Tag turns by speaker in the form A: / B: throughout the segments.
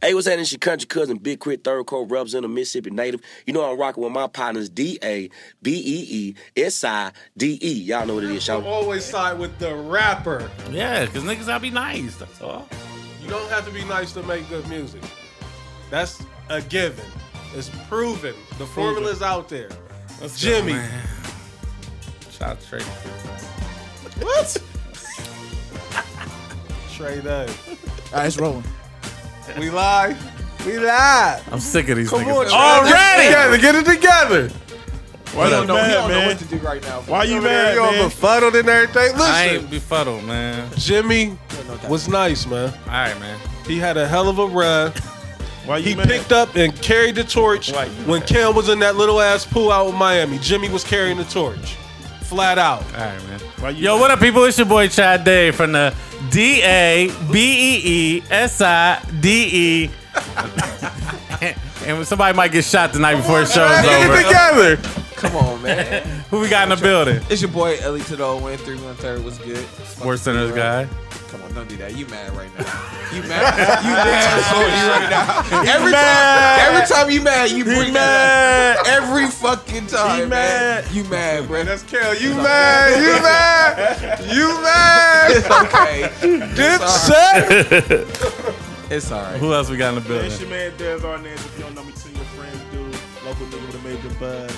A: Hey, what's happening? It's your country cousin, Big Crit, Third Court, representative, Mississippi native. You know I'm rocking with my partners, D A B E E S I D E. Y'all know what it is,
B: I'm
A: y'all.
B: always side with the rapper.
C: Yeah, because niggas gotta be nice. That's all.
B: You don't have to be nice to make good music. That's a given. It's proven. The formula's out there.
C: Let's go,
B: Jimmy.
C: man. Shout out to Trey.
B: What? Trey Dunn.
D: All right, it's rolling.
B: We live. We live.
C: I'm sick of these
B: Come on,
C: niggas.
B: Trey.
C: Already!
B: Get it together. Get it together.
D: We
E: Why you
D: don't know, we don't
E: mad,
D: know what to
E: man?
D: do right now.
E: Why you
B: Man,
E: mad,
B: you all
E: man?
B: befuddled and everything.
C: I
B: Listen,
C: ain't befuddled, man.
B: Jimmy was nice, man.
C: All right, man.
B: He had a hell of a run.
E: Why you
B: He
E: mad?
B: picked up and carried the torch
C: Right.
B: when Cam was in that little ass pool out in Miami. Jimmy was carrying the torch, flat out.
C: All right, man.
E: Why you
C: Yo,
E: mad?
C: what up, people? It's your boy Chad Day from the D A B E E S I D E. And somebody might get shot the night before the show's over.
E: together.
D: Come on, man.
C: Who we got in the building?
D: it's your boy Ellie to the old win three one third. What's good?
C: Sports Center's guy.
D: Come on, don't do that. You mad right now? You mad? you mad? so you right now? Every time, every time you mad, you bring that up. Every fucking time, man. You mad, bro? That's
B: Kel, you
D: mad,
B: You mad? You mad?
D: okay. It's all
B: Dipset.
D: right. It's all right.
C: Who else we got in the
E: Man, it's
C: building?
E: your man Dez Arnaz. If you don't know me, to your friends, dude. Local nigga with a major buzz.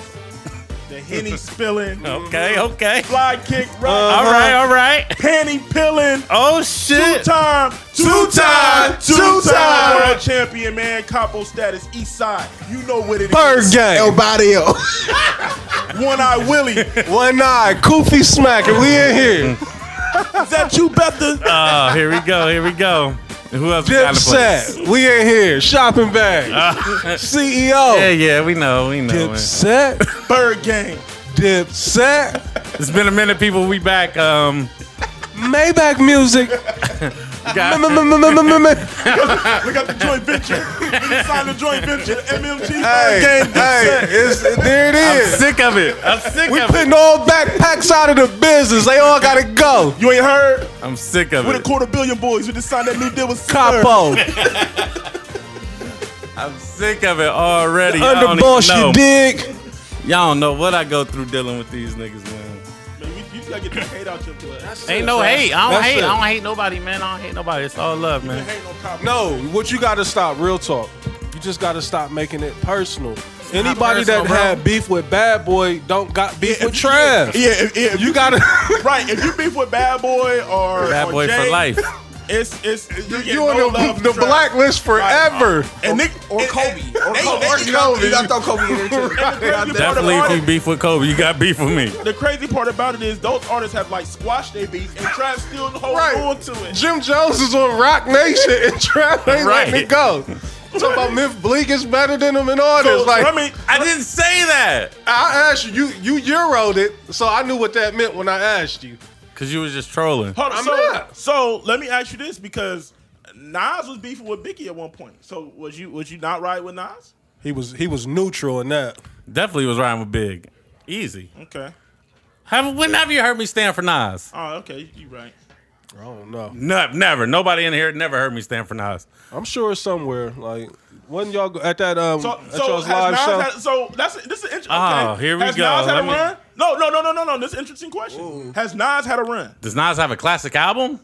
E: The henny spilling. Mm-hmm.
C: Okay, okay.
E: Fly kick,
B: Uh,
E: right?
C: All right, all right.
E: Panty peeling.
C: Oh shit.
E: Time,
B: Two-time, two-time.
E: two-time world champion, man. Capo status, East Side. You know what it is.
B: Bird gang.
D: Barrio.
E: One Eye Willie. is
B: One eye. Koofy smacker. We in here.
E: that you, Betha?
C: Oh, here we go. Here we go. And Who else we got in the building?
B: Dipset. We in here. Shopping bag.
C: Yeah,
B: CEO.
C: yeah. We know. We know. man.
B: Dipset.
E: Bird gang.
B: Dipset.
C: It's been a minute, people. We back. Um,
B: Maybach music.
C: got-
B: hey,
E: Look at the joint venture. We signed the joint venture. The MMG.
B: hey,
E: Bird gang.
B: it's, there it
C: I'm
B: is.
C: sick of it. I'm sick
B: We
C: of it.
B: putting all backpacks out of the business. They all gotta go.
E: You ain't heard?
C: I'm sick of
E: With a
C: it.
E: quarter billion boys. We just signed that new deal with Bird.
B: Capo,
C: I'm sick of it already. Y'all don't
B: underboss,
C: even know.
B: you dig?
C: Y'all don't know what I go through dealing with these niggas, man.
E: Man, you, you gotta get that hate out your blood. That's
C: Ain't no hate. I don't
B: That's
C: hate.
B: it.
C: I don't hate nobody, man. I don't hate nobody. It's all love, man.
E: hate on Capo.
B: No, what you gotta stop, real talk. You just gotta stop making it personal. Anybody
C: personal,
B: that
C: bro.
B: had beef with Bad Boy don't got beef with
E: if you-
B: Trav.
E: Yeah, if, yeah, if
B: You gotta
E: right. If you beef with Bad Boy or
C: Bad
E: or
C: boy
E: Jay,
C: for life.
E: it's it's you, get
B: you on
E: no
B: the,
E: love
B: the
E: from Trav.
B: blacklist forever.
E: and Nick
D: Or
E: and-
D: Kobe.
E: and-
D: Or
E: and-
D: Kobe.
E: and-
D: You gotta- You gotta throw Kobe in there too.
E: Definitely.
D: Goddamn.
C: Definitely, if you beef with Kobe, you got beef with me.
E: The crazy part about it is those artists have like squashed their beef, and Trav still holds
B: Right.
E: on to it.
B: Jim Jones is on Rock Nation and Trav ain't letting
C: Right.
B: it go. Talking about Myth Bleak is better than him and all
E: So,
B: this. Like
E: I mean,
C: I didn't say that
B: I asked you, you you euroed it, so I knew what that meant when I asked you.
C: because you was just trolling.
E: hold on.
B: I'm
E: so,
B: not.
E: so let me ask you this because Nas was beefing with Biggie at one point. So was you was you not right with Nas?
B: He was he was neutral in that.
C: Definitely was riding with Big. Easy.
E: Okay.
C: Have when have you heard me stand for Nas?
E: Oh, okay. You right.
B: I don't know.
C: No, never. Nobody in here never heard me stand for Nas.
B: I'm sure it's somewhere. Like wasn't y'all go- at that um
E: So,
B: at
E: so,
B: y'all's
E: has
B: live
E: Nas
B: show?
E: had, so that's this is interesting.
C: Oh,
E: okay.
C: here we
E: has
C: go.
E: Nas had
C: Let
E: a
C: me-
E: run? No, no, no, no, no, no. This is an interesting question. Has Nas had a run?
C: Does Nas have a classic album?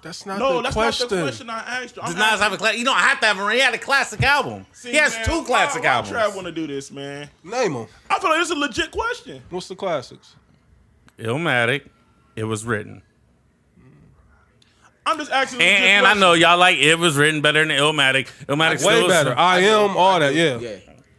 B: that's not
E: No,
B: the
E: that's
B: question.
E: not the question I asked you.
C: Does Nas have a classic? You don't have to have a run. He had a classic album. he has two classic albums.
E: Trav want to do this, man.
B: Name them.
E: I feel like this is a legit question.
B: What's the classics?
C: Illmatic. It was written.
E: I'm just asking. a
C: And,
E: legit
C: and I
E: question.
C: know y'all like it was written better than Illmatic. Illmatic
B: Way
C: still is-
B: better. I am all that. Yeah.
D: Yeah.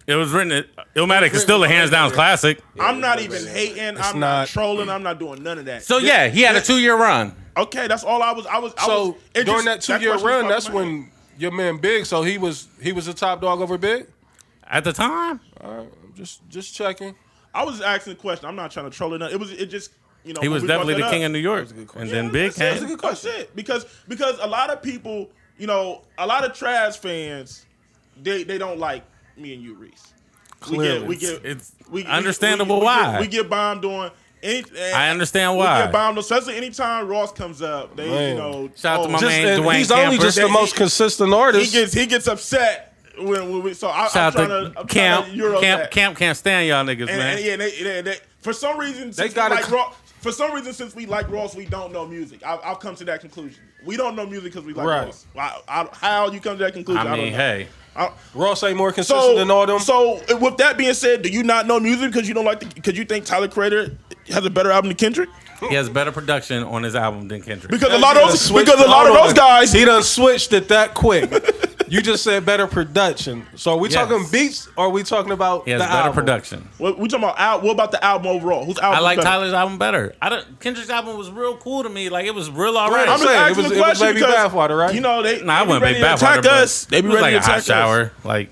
C: It was written. Illmatic is still a hands down classic.
E: I'm not even hating.
B: not-
E: I'm not trolling. I'm not doing none of that.
C: So yeah, he had a two year run.
E: okay, that's all I was. I was. I
B: So
E: was it
B: during that
E: just-
B: two year
E: question
B: run,
E: popped
B: that's
E: in my head.
B: when your man Big. So he was he was a top dog over Big.
C: At the time,
B: Just just checking.
E: I was asking a question. I'm not trying to troll it. It was. It just. You know,
C: he
E: when
C: was
E: we
C: definitely
E: brought
C: the
E: that
C: king
E: up.
C: of New York. And then Big
E: that's,
C: came.
E: That's a good question. Because because a lot of people, you know, a lot of Traz fans, they they don't like me and you, Reese. We
B: Clearly.
E: get we get
C: It's- it's
E: we, we-
C: understandable
E: we- we
C: why.
E: get- we get bombed on Any, and
C: I understand
E: with the
C: why.
E: Abominable, especially anytime Ross comes up, they
B: Man.
E: you know
C: Shout out to my
E: oh,
B: Just,
C: man,
B: and
C: Dwayne
B: he's only
C: Camper.
B: just the
C: He-
B: most consistent
E: He
B: artist.
E: gets he gets upset when, when we so I,
C: Shout
E: I'm
C: out
E: trying
C: to
E: to I'm
C: Camp.
E: trying to Euro
C: Camp,
E: that.
C: Camp can't stand y'all niggas,
E: and,
C: man.
E: and yeah, they, they, they, for some reason since
B: gotta
E: we like
B: co-
E: Ross, for some reason since we like Ross, we don't know music. I, I've come to that conclusion. We don't know music because we like
B: Right.
E: Ross. I, I, how you come to that conclusion?
C: I
E: don't
C: mean,
E: know.
C: hey.
E: I-
B: Ross ain't more consistent
E: so,
B: than all them.
E: so with that being said, do you not know music because you don't like the, because you think Tyler Creator has a better album than Kendrick?
C: He has better production on his album than Kendrick.
E: Because a lot of
B: He done
E: those
B: switched-
E: because a lot of
B: hold on.
E: those guys
B: he done switched it that quick. you just said better production. So are we
C: Yes.
B: talking beats or are we talking about
C: he has
B: the
C: better
B: album?
C: production.
E: What we talking about? Al, what about the album overall? Who's album?
C: I like
E: better?
C: Tyler's album better. I don't, Kendrick's album was real cool to me. Like it was real alright.
E: I'm just
B: Say, it
E: asking
B: was-
E: the
B: it was
E: question
B: Baby
E: because
B: Bathwater, right?
E: you know they.
C: Nah, I
E: they be
C: wouldn't
E: ready
C: make
E: to
C: bad
E: attack
C: water, but
E: us. They be
C: it was
E: ready
C: like
E: to
C: a hot
E: attack us.
C: shower. Like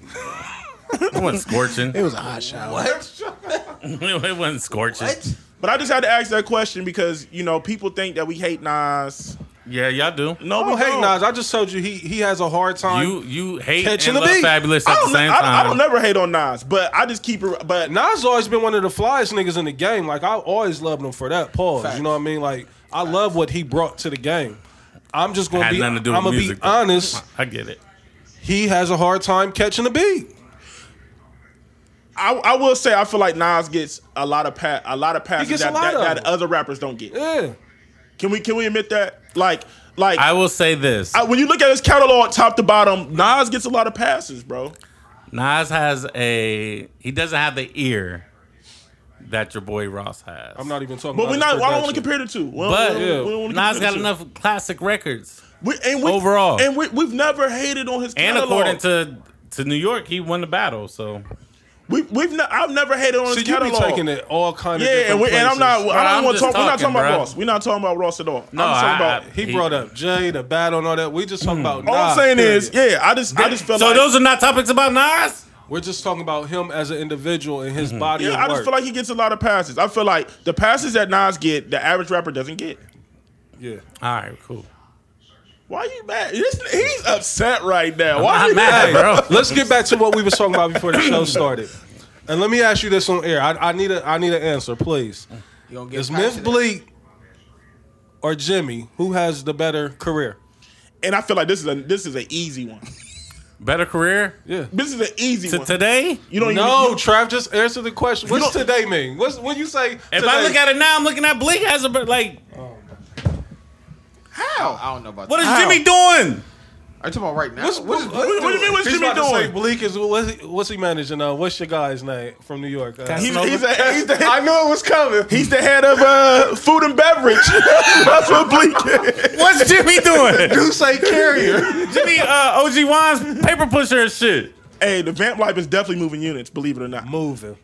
C: it wasn't scorching.
D: It was a hot shower. What?
C: it wasn't scorching.
D: What?
E: But I just had to ask that question because you know people think that we hate Nas.
C: Yeah, y'all do.
E: No,
B: I
E: we
B: don't hate
E: don't.
B: Nas. Oh, I just told you he he has a hard time.
C: You you hate
B: Catching
C: and
B: the
C: love
B: beat.
C: fabulous
E: I
C: at the
E: don't,
C: same
E: I, don't- I
C: time.
E: don't never hate on Nas, but I just keep it. But
B: Nas always been one of the flyest niggas in the game. Like I always loved him for that. Pause.
D: Facts.
B: You know what I mean? Like I love what he brought to the game. I'm just gonna
C: Had
B: be.
C: nothing to do
B: I'm
C: with
B: gonna
C: music.
B: be
C: though.
B: honest.
C: I get it.
B: He has a hard time catching a beat.
E: I, I will say I feel like Nas gets a lot of pa- a lot of passes
B: gets
E: that,
B: a lot
E: that,
B: of
E: that
B: them.
E: other rappers don't get.
B: Yeah.
E: Can we can we admit that? Like like
C: I will say this:
E: I- when you look at his catalog top to bottom, Nas gets a lot of passes, bro.
C: Nas has a he doesn't have the ear that your boy Ross has.
B: I'm not even talking.
E: But
B: about
E: we're
B: his
E: not. I don't
B: production.
E: want to compare the two. We don't-
C: But
E: we don't- we don't wanna
C: Nas
E: compare
C: got
E: the two.
C: enough classic records,
E: We, and we,
C: Overall.
E: and we, we've never hated on his
C: and
E: catalog.
C: according to to New York, he won the battle. So
E: we, we've ne- I've never hated on
B: So
E: his
B: you be
E: catalog.
B: taking it all kind of
E: yeah, and,
B: different
E: we, and I'm
B: places.
E: not. I
C: I'm
E: don't want to
C: just
E: talk. We're not
C: talking,
E: talking about
C: bruh.
E: Ross. We're not talking about Ross at all.
C: No,
E: I'm just talking
C: I-
E: about.
B: He,
C: He-
B: brought up Jay, the battle, and all that. We just talking about.
E: Mm. all I'm
B: Nas,
E: saying
B: period.
E: is, yeah, I just, I just feel
C: so
E: like.
C: those are not topics about Nas.
B: we're just talking about him as an individual and
C: Mm-hmm.
B: his body.
E: yeah,
B: of
E: I
B: work.
E: just feel like he gets a lot of passes. I feel like the passes that Nas get, the average rapper doesn't get.
B: yeah.
C: All right, cool.
E: Why you mad? This, he's upset right now. Why
C: I'm
E: you
C: mad,
E: mad?
C: bro.
B: Let's get back to what we was talking about before the show started. And let me ask you this on air. I, I need a I need an answer, please.
D: You gonna get
B: Is
D: passionate.
B: Myth Bleak or Jimmy who has the better career?
E: And I feel like this is a this is an easy one.
C: Better career
B: Yeah.
E: This is an easy
C: to
E: one.
C: today.
E: You don't
B: No,
E: even.
B: Trav, just answer the question. What's
E: don't-
B: today mean? What's when you say?
C: If I look at it now, I'm looking at Bleak as a be- like.
D: How? I don't know about
C: What is
D: that.
C: Jimmy doing?
D: Are you talking about right now?
B: What's,
D: What is-
B: what,
E: what do you mean, what's
B: He's
E: Jimmy
B: about to
E: doing?
B: Say Bleak is what's he, what's he managing? Uh, what's your guy's name from New York? Uh,
E: He's,
C: Casanova?
E: he's, a, he's, the,
B: I knew it was coming.
E: he's the head of uh, food and beverage. That's what Bleak is.
C: What's Jimmy doing?
B: You say carrier.
C: Jimmy uh, OG Wan's paper pusher and shit.
E: Hey, the vamp life is definitely moving units, believe it or not.
B: moving.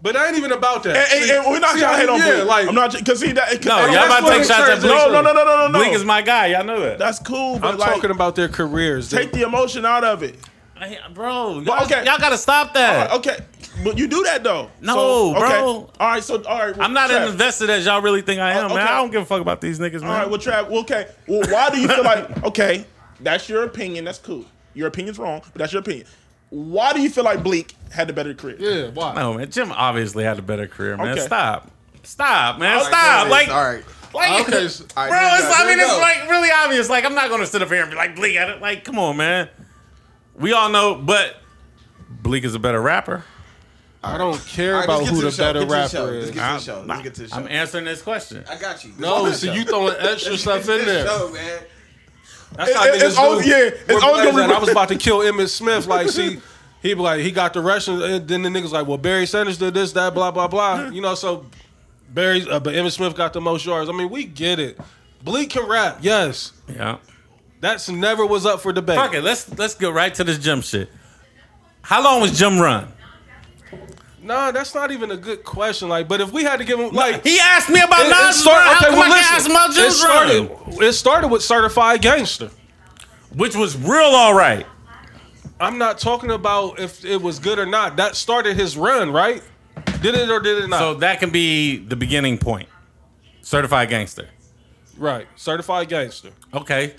B: But that ain't even about that.
E: And, and- and we're not
B: see,
E: trying to hate on
B: yeah,
E: Bleak.
B: like-
E: I'm not because he that. 'cause-
C: No,
E: I don't-
C: y'all
B: that's
C: about to
B: what
C: take
B: it
C: shots at
B: turns
C: Bleak.
E: no,
B: into.
E: no, no, no, no, no.
C: Bleak is my guy. Y'all know that.
E: That's cool, but
B: I'm
E: like,
B: talking about their careers.
E: take the emotion out of it.
C: Hey, bro,
E: Well,
C: y'all,
E: okay.
C: y'all gotta stop that.
E: Okay, but you do that though.
C: No,
E: So, okay.
C: bro.
E: All right, so all right. well,
C: I'm not
E: Trav.
C: as invested as y'all really think I am,
E: Oh,
C: man.
E: okay.
C: I don't give a fuck about these niggas, man.
E: All right, well, Trav. well, Okay, well, why do you feel like? Okay, that's your opinion. That's cool. Your opinion's wrong, but that's your opinion. Why do you feel like Bleak had the better career?
B: yeah, why?
C: no, man. Jim obviously had a better career, man.
E: Okay.
C: Stop. Stop, man.
E: All right,
C: Stop.
D: All
C: Like,
D: right. All right.
C: like
D: Okay, s- all right,
C: bro,
D: there you
C: it's,
D: go,
C: I
D: there
C: mean,
D: you
C: it's
D: go.
C: like really obvious. Like, I'm not gonna sit up here and be like, Bleak at it. Like, come on, man. We all know, but Bleak is a better rapper.
B: I don't care
D: All right,
B: about
D: let's get
B: who
D: to
B: the,
D: the show,
B: better
D: get to the
B: rapper
D: show,
B: is.
D: let's get-
C: I'm,
D: to the show. Let's get to the show.
C: I'm answering this question.
D: I got you. This
B: no,
D: is
B: so
D: the
B: you
D: show.
B: throwing extra stuff in
D: This
B: there.
D: show, man.
B: That's how
E: It- it's
B: niggas
E: always-
B: do.
E: yeah, it's
B: We're
E: always gonna
B: blessed.
E: be-
B: I was about to kill Emmett Smith. Like, see, he be like, he got the Russians. And then the niggas like, well, Barry Sanders did this, that, blah, blah, blah. You know, so Barry, uh, but Emmett Smith got the most yards. I mean, we get it. Bleak can rap, yes.
C: Yeah.
B: That's never was up for debate.
C: Fuck it. Let's let's go right to this Jim shit. How long was Jim run?
B: Nah, that's not even a good question. Like, but if we had to give him, like,
C: He asked me about
B: It- it
C: Nas'
B: start-
C: run. How
B: okay,
C: come
B: well,
C: I can't ask
B: listen,
C: him about
B: it
C: Jim's run?
B: started, it started with certified gangster.
C: Which was real all right.
B: I'm not talking about if it was good or not. That started his run, right? Did it or did it not?
C: So that can be the beginning point. Certified gangster.
B: right. Certified gangster.
C: Okay.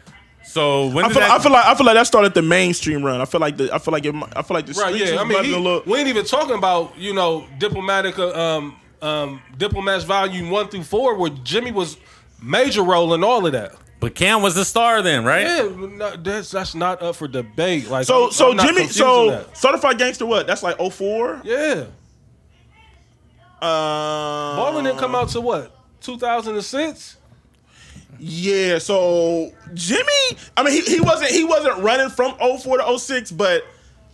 C: So when
E: I
C: did
E: feel,
C: that,
E: I feel like I feel like that started the mainstream run. I feel like the I feel like it, mi- I feel like the
B: Right,
E: streets
B: yeah. I
E: was
B: mean,
E: buzzing
B: he,
E: a little.
B: we ain't even talking about, you know, diplomatic uh, um, um, Diplomats Volume One through Four, where Jimmy was major role in all of that.
C: But Cam was the star then, right?
B: Yeah, no, that's that's not up for debate. Like
E: So
B: I'm-
E: so
B: I'm not
E: Jimmy
B: confusing
E: so
B: that.
E: certified gangster what? That's like 04?
B: yeah,
E: Um
B: Ballin didn't come out to what 2006.
E: Yeah, so Jimmy, I mean he, he wasn't he wasn't running from 04 to 06, but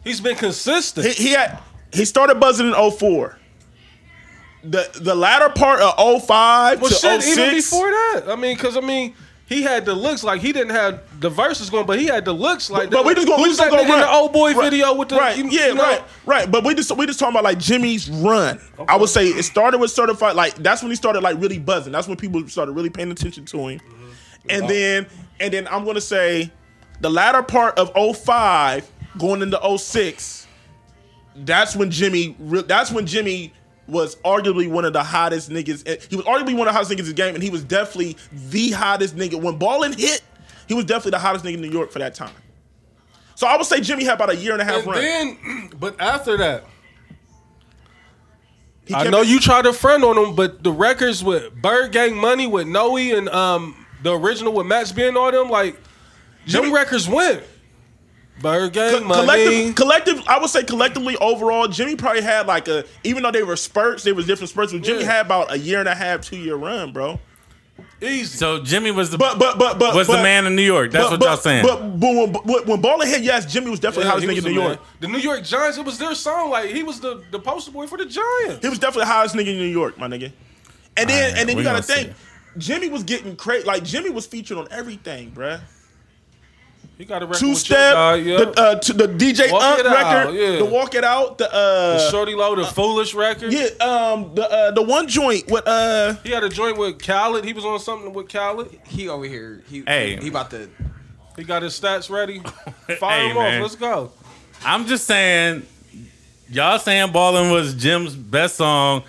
B: He's been consistent.
E: he, he had he started buzzing in 04. The the latter part of 05
B: well,
E: to
B: shit,
E: 06
B: even before that, I mean, because I mean, he had the looks like he didn't have the verses going, but he had the looks like.
E: But we just gonna we
B: who's
E: just
B: that
E: gonna
B: nigga in
E: run
B: the old boy
E: Right,
B: video with the
E: right,
B: you-
E: yeah,
B: you know?
E: right, right. But we just we just talking about like Jimmy's run. I would say it started with certified. Like that's when he started like really buzzing. That's when people started really paying attention to him.
B: Mm-hmm.
E: And then and then I'm gonna say the latter part of 05 going into 06. That's when Jimmy. re- That's when Jimmy was arguably one of the hottest niggas. eh, He was arguably one of the hottest niggas in the game, and he was definitely the hottest nigga when Ballin hit. He was definitely the hottest nigga in New York for that time. So I would say Jimmy had about a year and a half
B: And
E: run.
B: then, but after that,
E: He
B: I
E: kept
B: know
E: it-
B: you tried to front on him, but the records with Bird Gang Money with Noe and um the original with Max being on them, like
E: Jimmy-
B: them records went. Bird Gang Money.
E: Collective, collective, I would say collectively overall, Jimmy probably had like a even though they were spurts, they was different spurts. But Jimmy
B: Yeah.
E: had about a year and a half, two year run, bro.
B: Easy.
C: So Jimmy was the
E: But but but but
C: was
E: but,
C: the man in New York. That's
E: but,
C: what
E: but,
C: y'all saying.
E: But, but when, but when Ballin hit, yes, Jimmy was definitely
B: Yeah,
E: the
B: he
E: hottest
B: was
E: nigga in
B: the
E: New
B: man.
E: York.
B: The New York Giants, it was their song. Like he was the, the poster boy for the Giants.
E: He was definitely the hottest nigga in New York, my nigga. And then
C: Alright,
E: and then
C: we
E: you gotta
C: gonna
E: think,
C: see.
E: Jimmy was getting crazy. Like Jimmy was featured on everything, bruh.
B: He got a record.
E: Two
B: with
E: step,
B: Chuck Dye, yeah.
E: the, uh, to the DJ
B: Walk
E: Unk
B: It Out,
E: record,
B: yeah.
E: the Walk It Out, the uh,
B: Shorty Low, the Foolish record.
E: Yeah, um, the uh, the one joint with uh,
B: He had a joint with Khaled. He was on something with Khaled.
D: He over here. He,
C: Hey.
D: he about to.
B: He got his stats ready. Fire
C: Hey,
B: him
C: man.
B: off. Let's go.
C: I'm just saying, y'all saying "Ballin" was Jim's best song.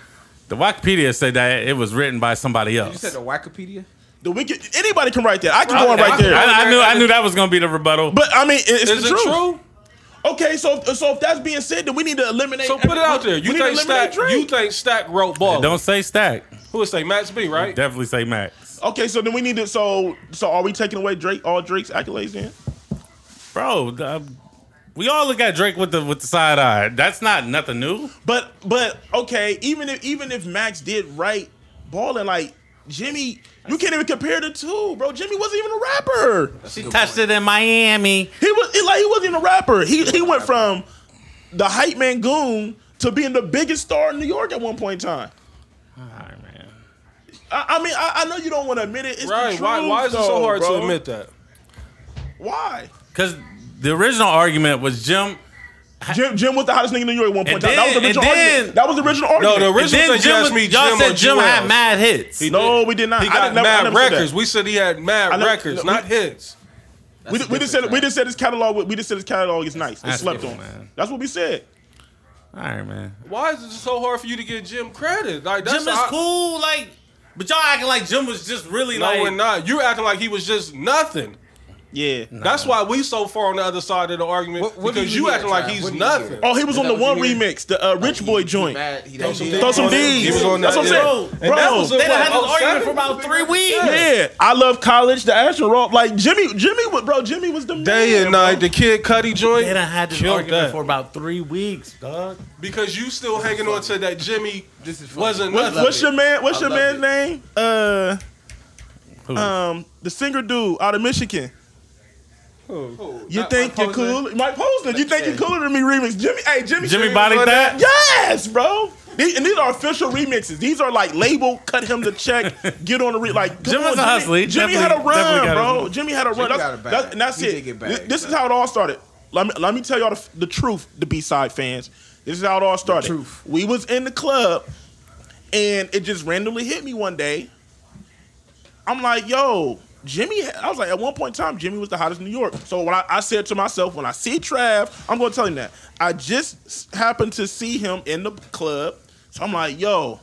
C: The Wikipedia said that it was written by somebody
D: You
C: else.
D: said the Wikipedia?
E: the wicked. Anybody can write that. I can go on
B: Okay,
E: right there.
C: I, I knew I knew that was gonna be the rebuttal.
E: but I mean, it- it's
B: Is
E: the
B: it
E: truth.
B: true?
E: Okay, so if, so if that's being said, then we need to eliminate.
B: So put it out there.
E: we
B: You
E: need to
B: think
E: eliminate
B: Stack? You
E: Drake.
B: think Stack wrote ball?
C: Don't say stack.
B: Who would say Max B? Right?
C: Definitely say Max,
E: Okay, so then we need to. So so are we taking away Drake all Drake's accolades then?
C: bro. uh, we all look at Drake with the with the side eye. That's not nothing new.
E: But but okay, even if even if Max did write balling like Jimmy, you can't even compare the two, bro. Jimmy wasn't even a rapper.
C: She touched it in Miami.
E: He was he, like he wasn't even a rapper. He he went from the hype man goon to being the biggest star in New York at one point in time.
C: All right, man.
E: I, I mean, I, I know you don't want to admit it. It's the
B: Right? Why?
E: truth,
B: Why is it so
E: though,
B: hard
E: bro.
B: to admit that?
E: Why?
C: Because the original argument was Jim.
E: Jim, Jim was the hottest nigga in New York at one point. in
C: And
E: time. that was the
C: then-
E: original
C: and then-
E: argument. That was the original
B: No,
E: argument.
B: the original
C: Then
B: thing you
C: Jim
B: asked
C: was,
B: me, Jim
C: y'all
B: or
C: said Jim
B: Jewels.
C: had mad hits.
E: No, we did not.
B: He
E: I
B: got
E: did- never- I
B: mad
E: never said that.
B: records. We said he had mad
E: never-
B: records,
E: no,
B: not
E: we-
B: hits.
E: We,
D: That's
E: did- we just said
D: different,
E: we
D: right?
E: just said his catalog. We just said his catalog is nice. It's
C: That's
E: slept on.
C: different, man.
E: That's what we said.
C: All right, man.
B: Why is it so hard for you to get Jim credit? Like that's
C: Jim is
B: I-
C: cool, like, but y'all acting like Jim was just really
B: No,
C: like.
B: we're not. You're acting like he was just nothing.
E: Yeah.
B: That's why we so far on the other side of the argument
D: What- what
B: because
D: did you
B: you,
D: hear,
B: acting like
D: Trav?
B: he's
D: What did you hear?
B: nothing.
E: Oh, he was
D: Is
E: on
D: that
E: the
D: what
E: one
D: you hear?
E: remix, the uh, Rich Boy joint.
D: Mad, he
B: Throw
D: don't
B: some
D: get-
E: Throw some
B: on it.
E: D's.
B: He was on
E: That's
B: that.
E: what I'm
B: yeah.
E: saying.
B: And
E: Bro,
B: that was
C: They done had
B: what,
C: this argument
B: 07?
C: for about three weeks.
E: Yeah, I love college. The Astro Rock, like Jimmy, Jimmy, wa- bro, Jimmy was the
B: Day
E: man,
B: and
E: bro.
B: night, the kid Cuddy joint.
C: They done had this
B: Killed
C: argument
B: that.
C: for about three weeks, dog.
B: because you still hanging on to that Jimmy
D: This is funny.
B: wasn't
E: What,
B: nothing.
E: what's your man? What's
D: I
E: your
D: love
E: man's name? Uh,
C: Who?
B: Uh,
E: um, the singer dude out of Michigan. You think you're cool, Mike Posner? You think you're cooler than me? Remix, Jimmy. Hey, Jimmy.
C: Jimmy body that?
E: Yes, bro. These, and these are official remixes. These are like label, cut him the check, get on the re- like. come
C: Jim
E: on,
C: was a hustler. He
E: Jimmy had a
C: definitely- definitely got
E: run, bro.
C: his-
E: Jimmy had a run.
D: got
E: That's,
D: a bag.
E: that's- and that's
D: He
E: it.
D: did get
E: This,
D: bags,
E: this is
D: though.
E: how it all started. Let me let me tell y'all the, the truth, the B side fans. This is how it all started.
D: truth.
E: We was in the club, and it just randomly hit me one day. I'm like, yo, Jimmy. I was like, at one point in time, Jimmy was the hottest in New York. So when I, I said to myself, when I see Trav, I'm gonna tell him that. I just s- happened to see him in the club. So I'm like, yo,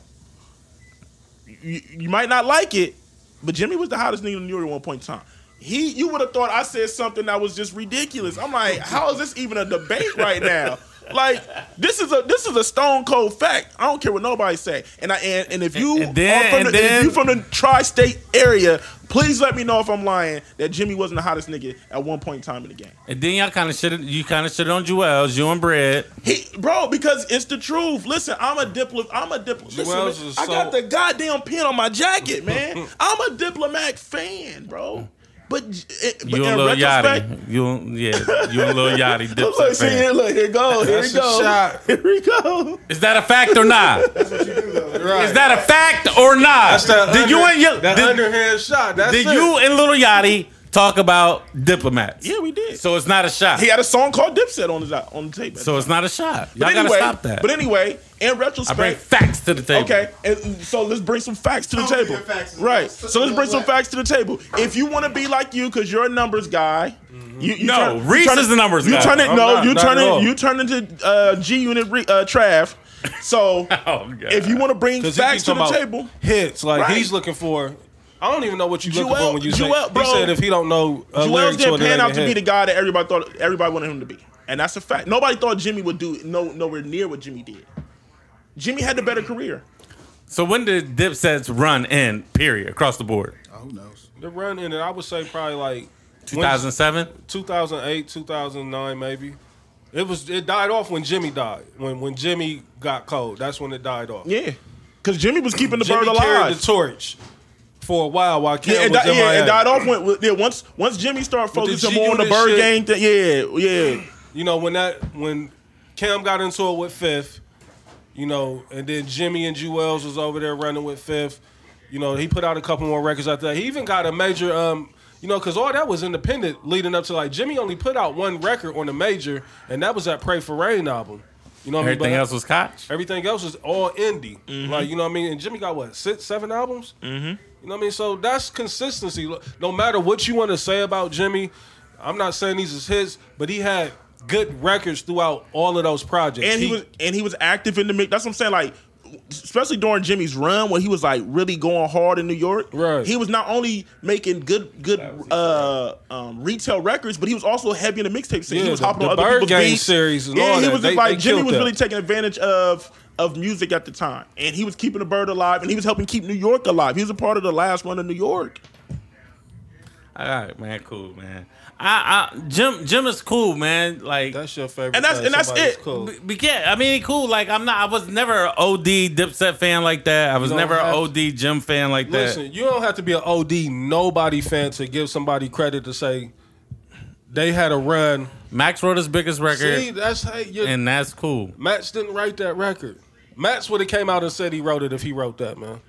E: you, you might not like it, but Jimmy was the hottest nigga in New York at one point in time. He, you would have thought I said something that was just ridiculous. I'm like, how is this even a debate right now? Like this is a this is a stone cold fact. I don't care what nobody say. And I and, and if you
C: And then-
E: are from
C: and
E: the,
C: then-
E: if you from the tri-state area, please let me know if I'm lying that Jimmy wasn't the hottest nigga at one point in time in the game.
C: And then y'all kind of shit. You kind of shit on Jewels, you and Bread.
E: He, bro, because it's the truth. Listen, I'm a diplomat. I'm a diplomat.
B: Wells
E: Listen, man,
B: is
E: I got
B: so-
E: the goddamn pin on my jacket, man. I'm a diplomat fan, bro. But, j- it, but
C: You
E: in
C: and Lil
E: retrospect,
C: Yachty. You and- yeah. You and Lil Yachty.
E: look, look,
C: Dipset
E: see, here,
C: fan.
E: look, here go, here
B: That's
E: we
B: a
E: go,
B: shot.
E: here we go.
C: Is that a fact or not?
B: Right.
C: Is that a fact or not?
B: That's that
C: did you
B: under-
C: and your,
B: that
C: did,
B: underhand shot? That's
C: did
B: it.
C: you and Little Yachty talk about diplomats?
E: Yeah, we did.
C: So it's not a shot.
E: he had a song called Dipset on his on the tape.
C: So it's not a shot. Y'all
E: but anyway,
C: gotta stop that.
E: But anyway, in
C: I bring
E: retrospect,
C: facts to the table.
E: Okay, and so let's bring some facts to the
F: Totally
E: table.
F: your facts.
E: Right.
F: So-
E: So let's bring some
F: what?
E: facts to the table. If you want to be like you, because you're a numbers guy,
B: Mm-hmm.
E: you, you
C: No,
E: turn- you
C: Reese
E: turn-
C: is the numbers
E: you
C: guy.
E: Turn it,
B: I'm
E: no,
B: not,
E: you
B: not
E: turn
B: at all.
E: it. You turn into uh, G Unit re, uh, Trav. So
C: Oh, God.
E: if you want to bring
B: 'Cause he
E: facts
B: keep
E: to the
B: talking about
E: table,
B: Hits like
E: Right.
B: he's looking for. I don't even know what you looking
E: Jewel-
B: for when you
E: Jewel,
B: say.
E: bro.
B: He said if he don't know a
E: Joel's
B: lyric to
E: didn't
B: it, it
E: pan
B: ain't
E: out
B: a
E: to be
B: hit.
E: the guy that everybody thought everybody wanted him to be, and that's a fact. Nobody thought Jimmy would do no nowhere near what Jimmy did. Jimmy had the better career.
C: So when did Dipset's run end? Period. Across the board.
F: Oh, who knows?
B: The run in it, I would say probably like
C: 2007.
B: 2008, 2009, maybe. It was it died off when Jimmy died. When when Jimmy got cold, that's when it died off.
E: Yeah, because Jimmy was keeping the
B: Jimmy
E: bird
B: carried
E: alive.
B: the torch for a while while Cam
E: Yeah, it,
B: was
E: di- yeah,
B: MIA.
E: it died off when, yeah, once once Jimmy started
B: With the
E: focusing more on the
B: G-Unit
E: bird
B: shit.
E: gang thing. Yeah, yeah.
B: You know when that when Cam got into it with Fifth, you know, and then Jimmy and Jewels was over there running with Fifth. You know, he put out a couple more records after that. He even got a major, um, you know, because all that was independent leading up to like Jimmy only put out one record on the major, and that was that Pray for Rain album. You know what I mean?
C: Everything
B: But-
C: else was Koch.
B: Everything else is all indie.
E: Mm-hmm.
B: Like, you know what I mean? And Jimmy got what, six, seven albums? Mm-hmm. You know what I mean? So that's consistency. Look, No matter what you want to say about Jimmy, I'm not saying these is his, but he had good records throughout all of those projects.
E: And he was and he was active in the mix. That's what I'm saying. Like, especially during Jimmy's run, when he was like really going hard in New York.
B: Right.
E: He was not only making good good uh, um, retail records, but he was also heavy in the mixtape scene. he
B: Yeah,
E: was
B: the-
E: hopping
B: the
E: on other
B: Bird
E: people's
B: Gang
E: beats.
B: series and
E: yeah,
B: all
E: he
B: that.
E: was
B: They-
E: just like
B: they
E: Jimmy
B: killed
E: was
B: that.
E: really taking advantage of of music at the time, and he was keeping the bird alive, and he was helping keep New York alive. He was a part of the last run of New York.
C: All right, man. Cool, man. I, I Jim Jim is cool, man. Like
B: that's your favorite.
E: And that's-
B: thing.
E: and that's
B: Somebody's
E: it.
B: Cool.
C: Be- be- Eh, yeah, I mean, he cool. Like I'm not. I was never an OD Dipset fan like that. I was
B: don't
C: never an
B: have to.
C: OD Jim fan like that.
B: Listen, you don't have to be an OD nobody fan to give somebody credit to say they had a run.
C: Max wrote his biggest record,
B: See, that's how you
C: and that's cool.
B: Max didn't write that record. Max would have came out and said he wrote it if he wrote that, man.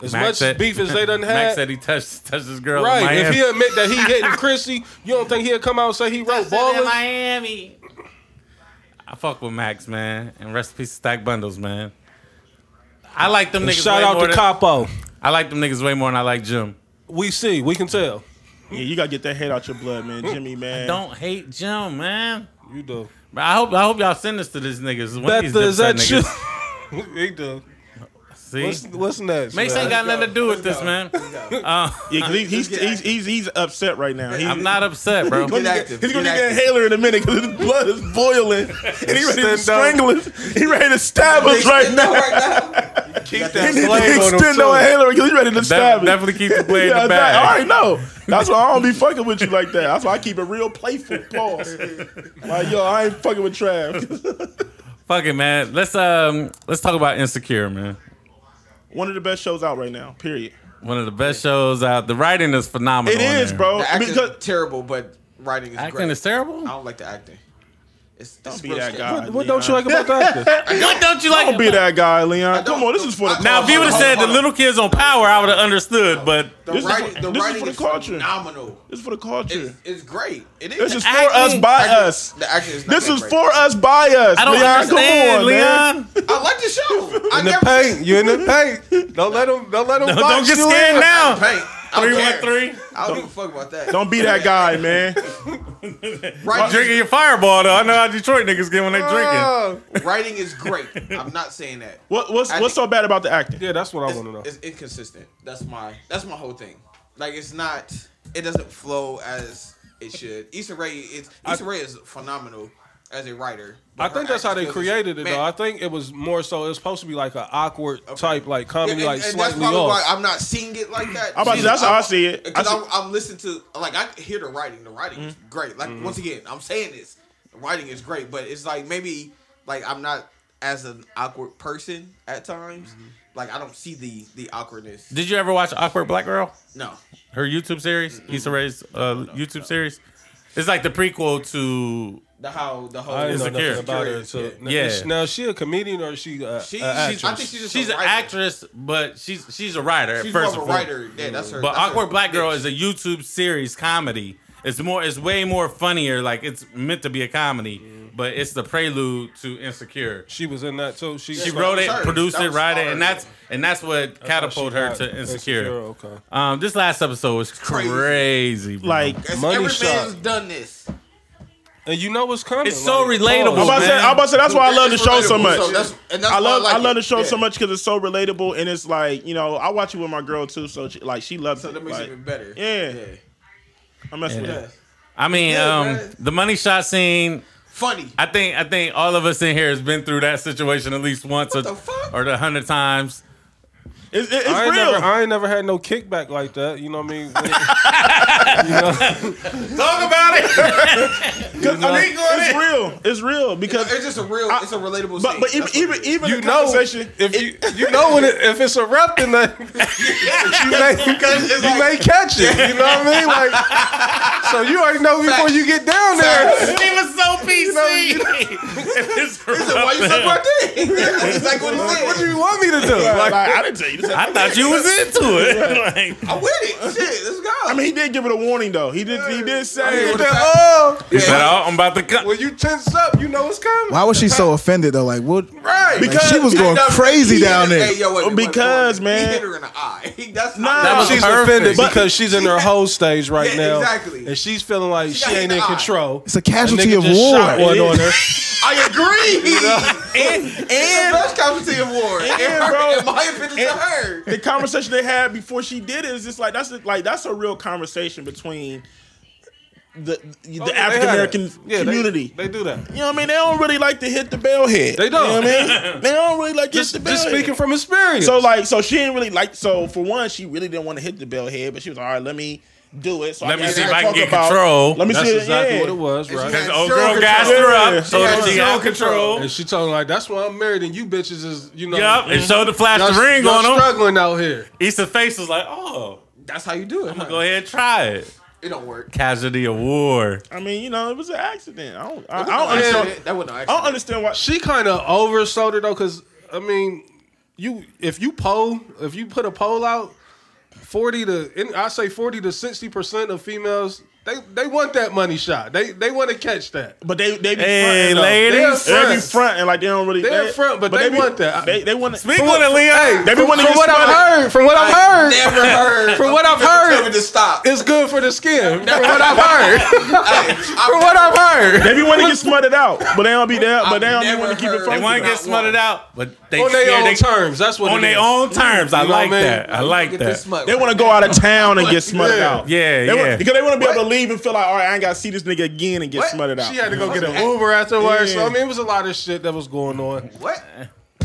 B: As much beef as they done had.
C: Max said he touched touched his girl.
B: Right.
C: In Miami.
B: If he admit that he hitting Chrissy, you don't think he'll come out and say he wrote ballers?
C: Miami. I fuck with Max, man, and rest in peace, Stack Bundles, man. I like them niggas.
B: Shout
C: way
B: out
C: more
B: to
C: than,
B: Capo.
C: I like them niggas way more than I like Jim.
B: We see. We can tell.
E: Yeah, you gotta get that head out your blood, man, Jimmy, man.
C: Mm. Don't hate Jim, man.
B: You do.
C: But I hope I hope y'all send this to these niggas. One of these
B: Betha, is
C: Dipset
B: that you?
C: niggas.
B: he do. What's,
C: See,
B: what's next?
C: Max
B: man?
C: ain't got nothing to do with this, man. Uh,
E: Yeah, 'cause he- he's, he's, he's, he's upset right now. He-
C: I'm not upset, bro.
F: Get
E: He's
F: active.
E: gonna
F: Get
E: need an
F: active.
E: inhaler in a minute because his blood is boiling, and he ready to
B: Stand
E: strangle us. He ready to stab us right now.
B: Keep
E: He
B: that
E: need
B: flame
E: to
B: on him,
E: extend no
B: too.
E: inhaler because he ready to stab us.
C: definitely keep the blade in the
E: exactly.
C: bag.
E: I already know. That's why I don't be fucking with you like that. That's why I keep it real playful. Pause. Like yo, I ain't fucking with Trav.
C: Fuck it, man. Let's um let's talk about Insecure, man.
E: One of the best shows out right now. Period.
C: One of the best shows out. The writing is phenomenal.
E: It
C: on
E: is,
C: there.
E: bro.
D: The acting's
E: Because
D: terrible, but writing is
C: Acting
D: great.
C: is terrible.
D: I don't like the acting. It's, it's
E: be
D: real
E: that
D: shit.
E: guy.
B: What, what don't you like about that?
C: What don't you like?
E: don't be that guy, Leon.
D: don't-
E: Come on, this is for the
D: I-
C: Now, if you would have said the
D: Hold on, hold on.
C: little kids on power, I would have understood. But
D: The
E: This is
D: writing,
E: for-
D: the
E: this is
D: writing
E: for the
D: is
E: culture.
D: phenomenal.
E: This is for the culture.
D: It's, it's great. It is.
E: This is
D: The
E: for us
C: acting-
E: by
D: acting-
E: us.
D: The acting is not
E: This
D: that
E: is
D: great.
E: for us by us.
C: I don't
E: Leon,
C: understand,
E: come on, man.
C: Leon.
D: I like the show. I
B: In the
D: never
B: paint. You in the paint. Don't let him. Don't let him.
C: Don't,
B: box
C: get
B: you
C: scared
B: in.
C: now.
D: Paint. I
C: Three
D: don't
C: one
D: care.
C: three.
D: I don't give a fuck about that.
E: Don't be that guy, man.
D: Writing,
C: Drinking your fireball though. I know how Detroit niggas get when they drinking.
B: Oh.
D: writing is great. I'm not saying that.
E: What, what's
D: I
E: what's so
D: think-
E: bad about the acting?
B: Yeah, that's what I
D: It's,
B: want to know.
D: it's inconsistent. That's my that's my whole thing. Like it's not. It doesn't flow as it should. Issa Rae is Issa Rae is phenomenal. as a writer.
B: I think that's how they created it,
D: Man,
B: though. I think it was more so. It was supposed to be like an awkward type, like
D: Yeah,
B: comedy,
D: and-
B: like
D: and
B: slightly
D: that's probably
B: off.
D: why I'm not seeing it like that.
E: I'm about to say, that's how I see it.
D: Because
E: I see-
D: I'm, I'm listening to like I hear the writing. The writing is
B: Mm-hmm.
D: great. Like once again, I'm saying this. The writing is great, but it's like maybe like I'm not as an awkward person at times.
B: Mm-hmm.
D: Like I don't see the the awkwardness.
C: Did you ever watch Awkward Black Girl?
D: No.
C: Her YouTube series, Issa Rae's uh, YouTube series. It's like the prequel to
D: The how the whole
B: I didn't know
C: Insecure.
B: nothing about her. So,
C: Yeah.
B: Is- Now, is she a comedian or is she a, a
D: She, she's, I
B: actress?
D: think she's just
C: she's
D: a
C: an
D: writer.
C: actress, but she's she's a writer.
D: She's
C: first
D: more of
C: and
D: a
C: foremost.
D: writer. Yeah, that's her.
C: But
D: that's her
C: Awkward Black Girl is
D: niche.
C: a YouTube series comedy. It's more, it's way more funnier. Like it's meant to be a comedy, but it's the prelude to Insecure.
B: she was in that too. She,
C: She
D: that
C: wrote
D: was
C: it,
D: hers.
C: produced
D: That
C: it,
D: was
C: wrote it,
D: hers.
C: and that's and that's what catapulted her
B: got
C: to Insecure.
B: Insecure, okay.
C: Um, this last episode was crazy.
D: Crazy.
C: bro.
E: Like
D: That's-
B: Money
D: every
B: shot.
D: man's done this.
B: and you know what's coming.
C: It's so
B: like,
C: relatable.
E: I'm about, to say,
C: man.
E: I'm about to say that's why I love the
D: It's
E: show so
D: relatable,
E: much.
D: so that's- and that's
E: I
D: why I
E: love
D: like
E: I love
D: it.
E: the show so
D: Yeah.
E: much because it's so relatable and it's like you know I watch it with my girl too, so she, like she loves
D: So that
E: it.
D: makes
E: Like,
D: it even better.
E: Yeah. I'm messing
C: Yeah.
E: with
D: Yeah.
E: that.
C: I mean,
D: Yeah,
C: um,
D: man.
C: the money shot scene.
D: Funny.
C: I think I think all of us in here has been through that situation at least once or
D: the fuck?
C: or the hundred times.
E: It's, it's
B: I ain't,
E: real.
B: never, I ain't never had no kickback like that. You know what I mean?
C: Talk about it.
E: 'Cause, I mean, it's real. It's real because
D: It's just a real. it's a relatable.
E: but
D: scene.
E: but even
D: That's what
E: even,
D: it is.
E: even
B: you
E: the
B: know
E: conversation
B: if you you know when it, if it's erupting, then you may you may catch it. You know what I mean? Like, so you already know before you get down there.
C: He was so PC.
D: So why you suck my dick? That's exactly what he said.
B: What do you want me to do? Like,
E: Uh, like, I didn't tell you this.
C: I thought you was into it. Like,
D: I'm with it. Shit, let's go.
E: I mean, he did give it a warning though. He did. He did say.
B: you said, oh,
C: he said, "Oh, I'm about to come."
B: when you tense up, you know it's coming.
F: Why was she so offended though? Like what?
E: Right,
F: Like, she was going
D: No,
F: crazy
D: he hit
F: down
D: her-
F: there.
D: Hey, yo, wait, wait, wait,
E: Because,
D: wait.
E: man.
D: he hit her in the eye. That's
E: That was
B: she's
C: perfect.
B: offended
C: But-
B: because she's in her whole stage right
D: Yeah,
B: now,
D: exactly.
B: and she's feeling like she,
D: got hit
B: ain't in
D: in the eye.
B: control.
F: It's a casualty
B: nigga
F: of
B: just
F: war.
B: Shot one on her.
D: I agree. and and the best casualty of war. And, her,
E: bro.
D: in my opinion, to
E: And-
D: her.
E: the conversation they had before she did it is just like that's a, like that's a real conversation between the the
B: Oh, yeah, they had
E: African American
B: it. Yeah, they-
E: community.
B: They, do that.
E: you know what I mean? They don't really like to hit the bell head.
B: They don't.
E: You know what I mean? They don't really like to
B: Just,
E: hit the bell
B: just
E: head.
B: speaking from experience.
E: So like, so she didn't really like. So for one, she really didn't want to hit the bell head, but she was all right. Let me do it. So
C: Let me
E: guess
C: see if
E: can
C: I can
E: talk
C: get
E: about-
C: control.
E: Let me
B: that's
E: see.
B: exactly
E: yeah.
B: what it was, right?
D: had
C: The old
D: zero
C: girl
D: control.
C: gassed her
E: Yeah.
C: up, so
D: had
C: she
D: zero
C: out control.
B: And she told him like, "That's why I'm married, and you bitches is you know."
C: Yup, and showed the flash
B: y'all-
C: the ring
B: y'all
C: on him.
B: struggling out here.
C: Issa's face was like, "Oh,
D: That's how you do it. huh?
C: go ahead, try it."
D: It don't work.
C: Casualty of war.
E: I mean, you know, it was an accident. I don't. I, I
D: That
E: don't
D: wasn't an
E: understand.
D: accident. That wasn't an
E: I
D: accident.
E: don't understand why.
B: She kind of oversold it though, because I mean, you if you poll, if you put a poll out, forty to and I say forty to sixty percent of females they they want that money shot. They they want to catch that.
E: But they they be
C: Hey,
E: fronting, though.
C: ladies.
B: They're
E: They be
B: fronts.
E: front and like they don't really.
B: They're front, but they
E: be-
B: want that.
E: They they want.
C: Speak on it, Leo.
E: They be wanting
B: From
E: to get
B: what
E: spotted.
B: I've heard, from what I've
D: I
B: heard,
D: never heard.
B: From what I've
D: Tell me
B: heard,
D: to stop.
B: it's good for the skin. From what I've heard,
D: Hey,
B: from what I've heard.
E: They be wanting to get smothered out, but they don't be there. But they
D: I've
E: don't be
D: never
E: want to keep it
D: heard-
E: funky.
C: They want to
D: Not
C: get smothered
D: one.
C: out, but they
B: On
C: scared
B: their own
C: they-
B: terms. That's what
C: On
B: it
C: their
B: is.
C: own terms. I
B: You know
C: like
B: what I mean?
C: that. I like
D: get this
C: that.
D: smut.
E: They want to go out of town and get smothered
B: Yeah.
E: out.
C: Yeah,
E: They wanna-
C: yeah.
E: because they want to be able to leave and feel like, all right, I ain't got to see this nigga again and get
D: What?
E: smothered out.
B: She had to go get an Uber afterwards.
E: Yeah.
B: So I mean, it was a lot of shit that was going on.
D: What?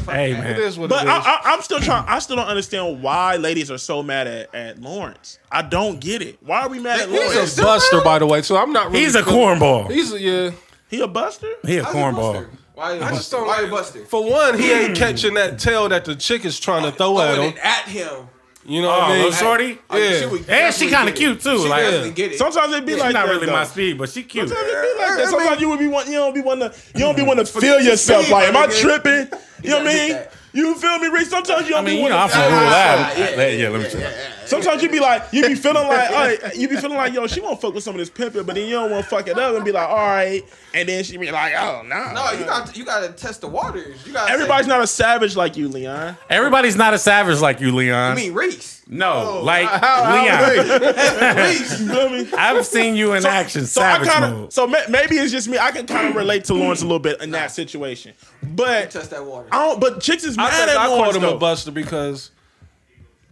C: Hey
B: It
C: man,
B: is what
E: but
B: it is.
E: I, I, I'm still trying. I still don't understand why ladies are so mad at, at Lawrence. I don't get it. Why are we mad at
B: He's
E: Lawrence?
B: a buster, by the way. So I'm not. Really
C: he's a
B: feeling-
C: cornball.
B: He's a yeah.
E: He a buster?
C: He a
D: How's
C: cornball.
D: Buster? Why?
B: I just don't.
D: Why a buster?
B: For one, he ain't catching that tail that the chick is trying to throw at
D: Throwing
B: him.
D: it at him.
B: You know
C: Oh,
B: what I mean?
C: little shorty.
D: I mean,
B: Yeah.
D: she would
C: And she
D: definitely
C: kind of
D: get it.
C: cute too.
D: She definitely
C: Like
D: get it.
E: Sometimes it be
C: she's
E: like
C: not
E: that,
C: really
E: though.
C: my speed, but she cute.
E: Sometimes it be like that. Sometimes you would be want, you don't be want to you don't
D: Mm.
E: be want to feel yourself.
D: speed,
E: Like, am
D: my
E: I
D: nigga.
E: tripping? You know what I
D: gotta
E: mean?
D: get that.
E: You feel me, Rick? Sometimes you
C: I
E: don't
C: mean,
E: be
C: you know,
E: want
C: I'm
E: to.
C: from rural
D: yeah,
C: out. Yeah,
D: yeah,
C: yeah, let me try.
E: Sometimes you be like, you be feeling like, all right, you be feeling like, yo, she won't fuck with some of this pimping, but then you don't want to fuck it up and be like, all right, and then she be like, oh nah.
D: No, you got you got to test the waters. You got
E: Everybody's not a savage like you, Leon.
C: Everybody's not a savage like you, Leon.
D: I mean, Reese.
C: no, like Leon.
E: You feel me?
C: I've seen you in action,
E: So
C: savage
E: I kind
C: mode.
E: of, so ma- maybe it's just me. I can kind of relate to Lawrence a little bit in that situation, but
D: Test that water.
E: I don't. But chicks is
B: I
E: mad
B: think
E: at
B: I
E: Lawrence
B: called him
E: though.
B: a buster because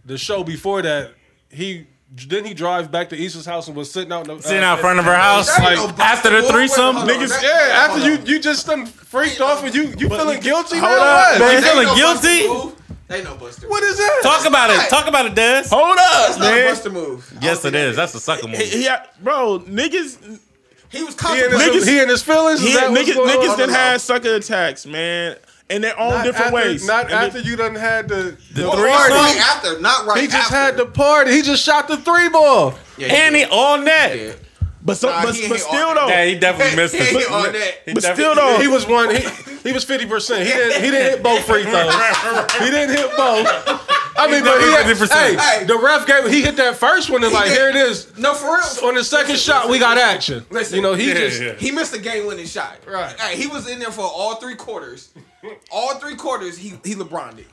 B: the show before that he Then he drives back to Issa's house and was sitting out in the,
C: Sitting
B: uh,
C: out front of her house,
D: That ain't
C: like
D: no
C: after the
D: boy,
C: threesome.
D: hold on.
C: Niggas,
B: Niggas, yeah. After you, you just done freaked off and you, you feeling guilty. now?
E: up,
B: What?
C: you
D: They
C: feeling
D: know Busta
C: guilty?
D: Move. They know Buster.
B: What is that?
C: talk about it. Talk about it, Des.
E: Hold up,
D: That's not a
E: man.
D: Buster move.
C: Yes, it is. That's a sucker move.
E: He, he had- bro, niggas,
B: He
D: He was
B: and his,
D: contemplating.
B: he and his feelings. Is
E: he,
B: that what's
E: niggas,
B: going
E: niggas
B: on?
E: that had sucker attacks, man, in their own
B: Not after-
E: different ways.
B: Not
E: And
B: after
E: it-
B: you done had the, the,
C: threesome?
B: party.
D: Right after, not right
B: He just
D: after.
B: had the party. He just shot the three ball.
D: Yeah, he
C: and he
D: did.
C: on that.
D: Yeah.
E: but, so,
D: Nah,
E: but,
D: he
E: but
D: ain't
E: still
D: on
E: though,
C: Yeah, he definitely
D: He
C: missed
D: ain't
C: it.
D: on that.
C: He
E: but
C: definitely-
E: still though,
B: He was one. He, he was fifty percent. He didn't. He didn't hit both free throws. He didn't hit both. I mean, but he had,
C: 50%.
B: hey, the ref gave. He hit that first one and like,
D: did.
B: here it is.
D: No, for real.
B: On the second shot, we got action.
D: Listen.
B: you know, he
D: Yeah,
B: just
C: yeah.
D: He missed a game winning shot.
B: Right.
D: Hey, he was in there for all three quarters. All three quarters, he he LeBron did.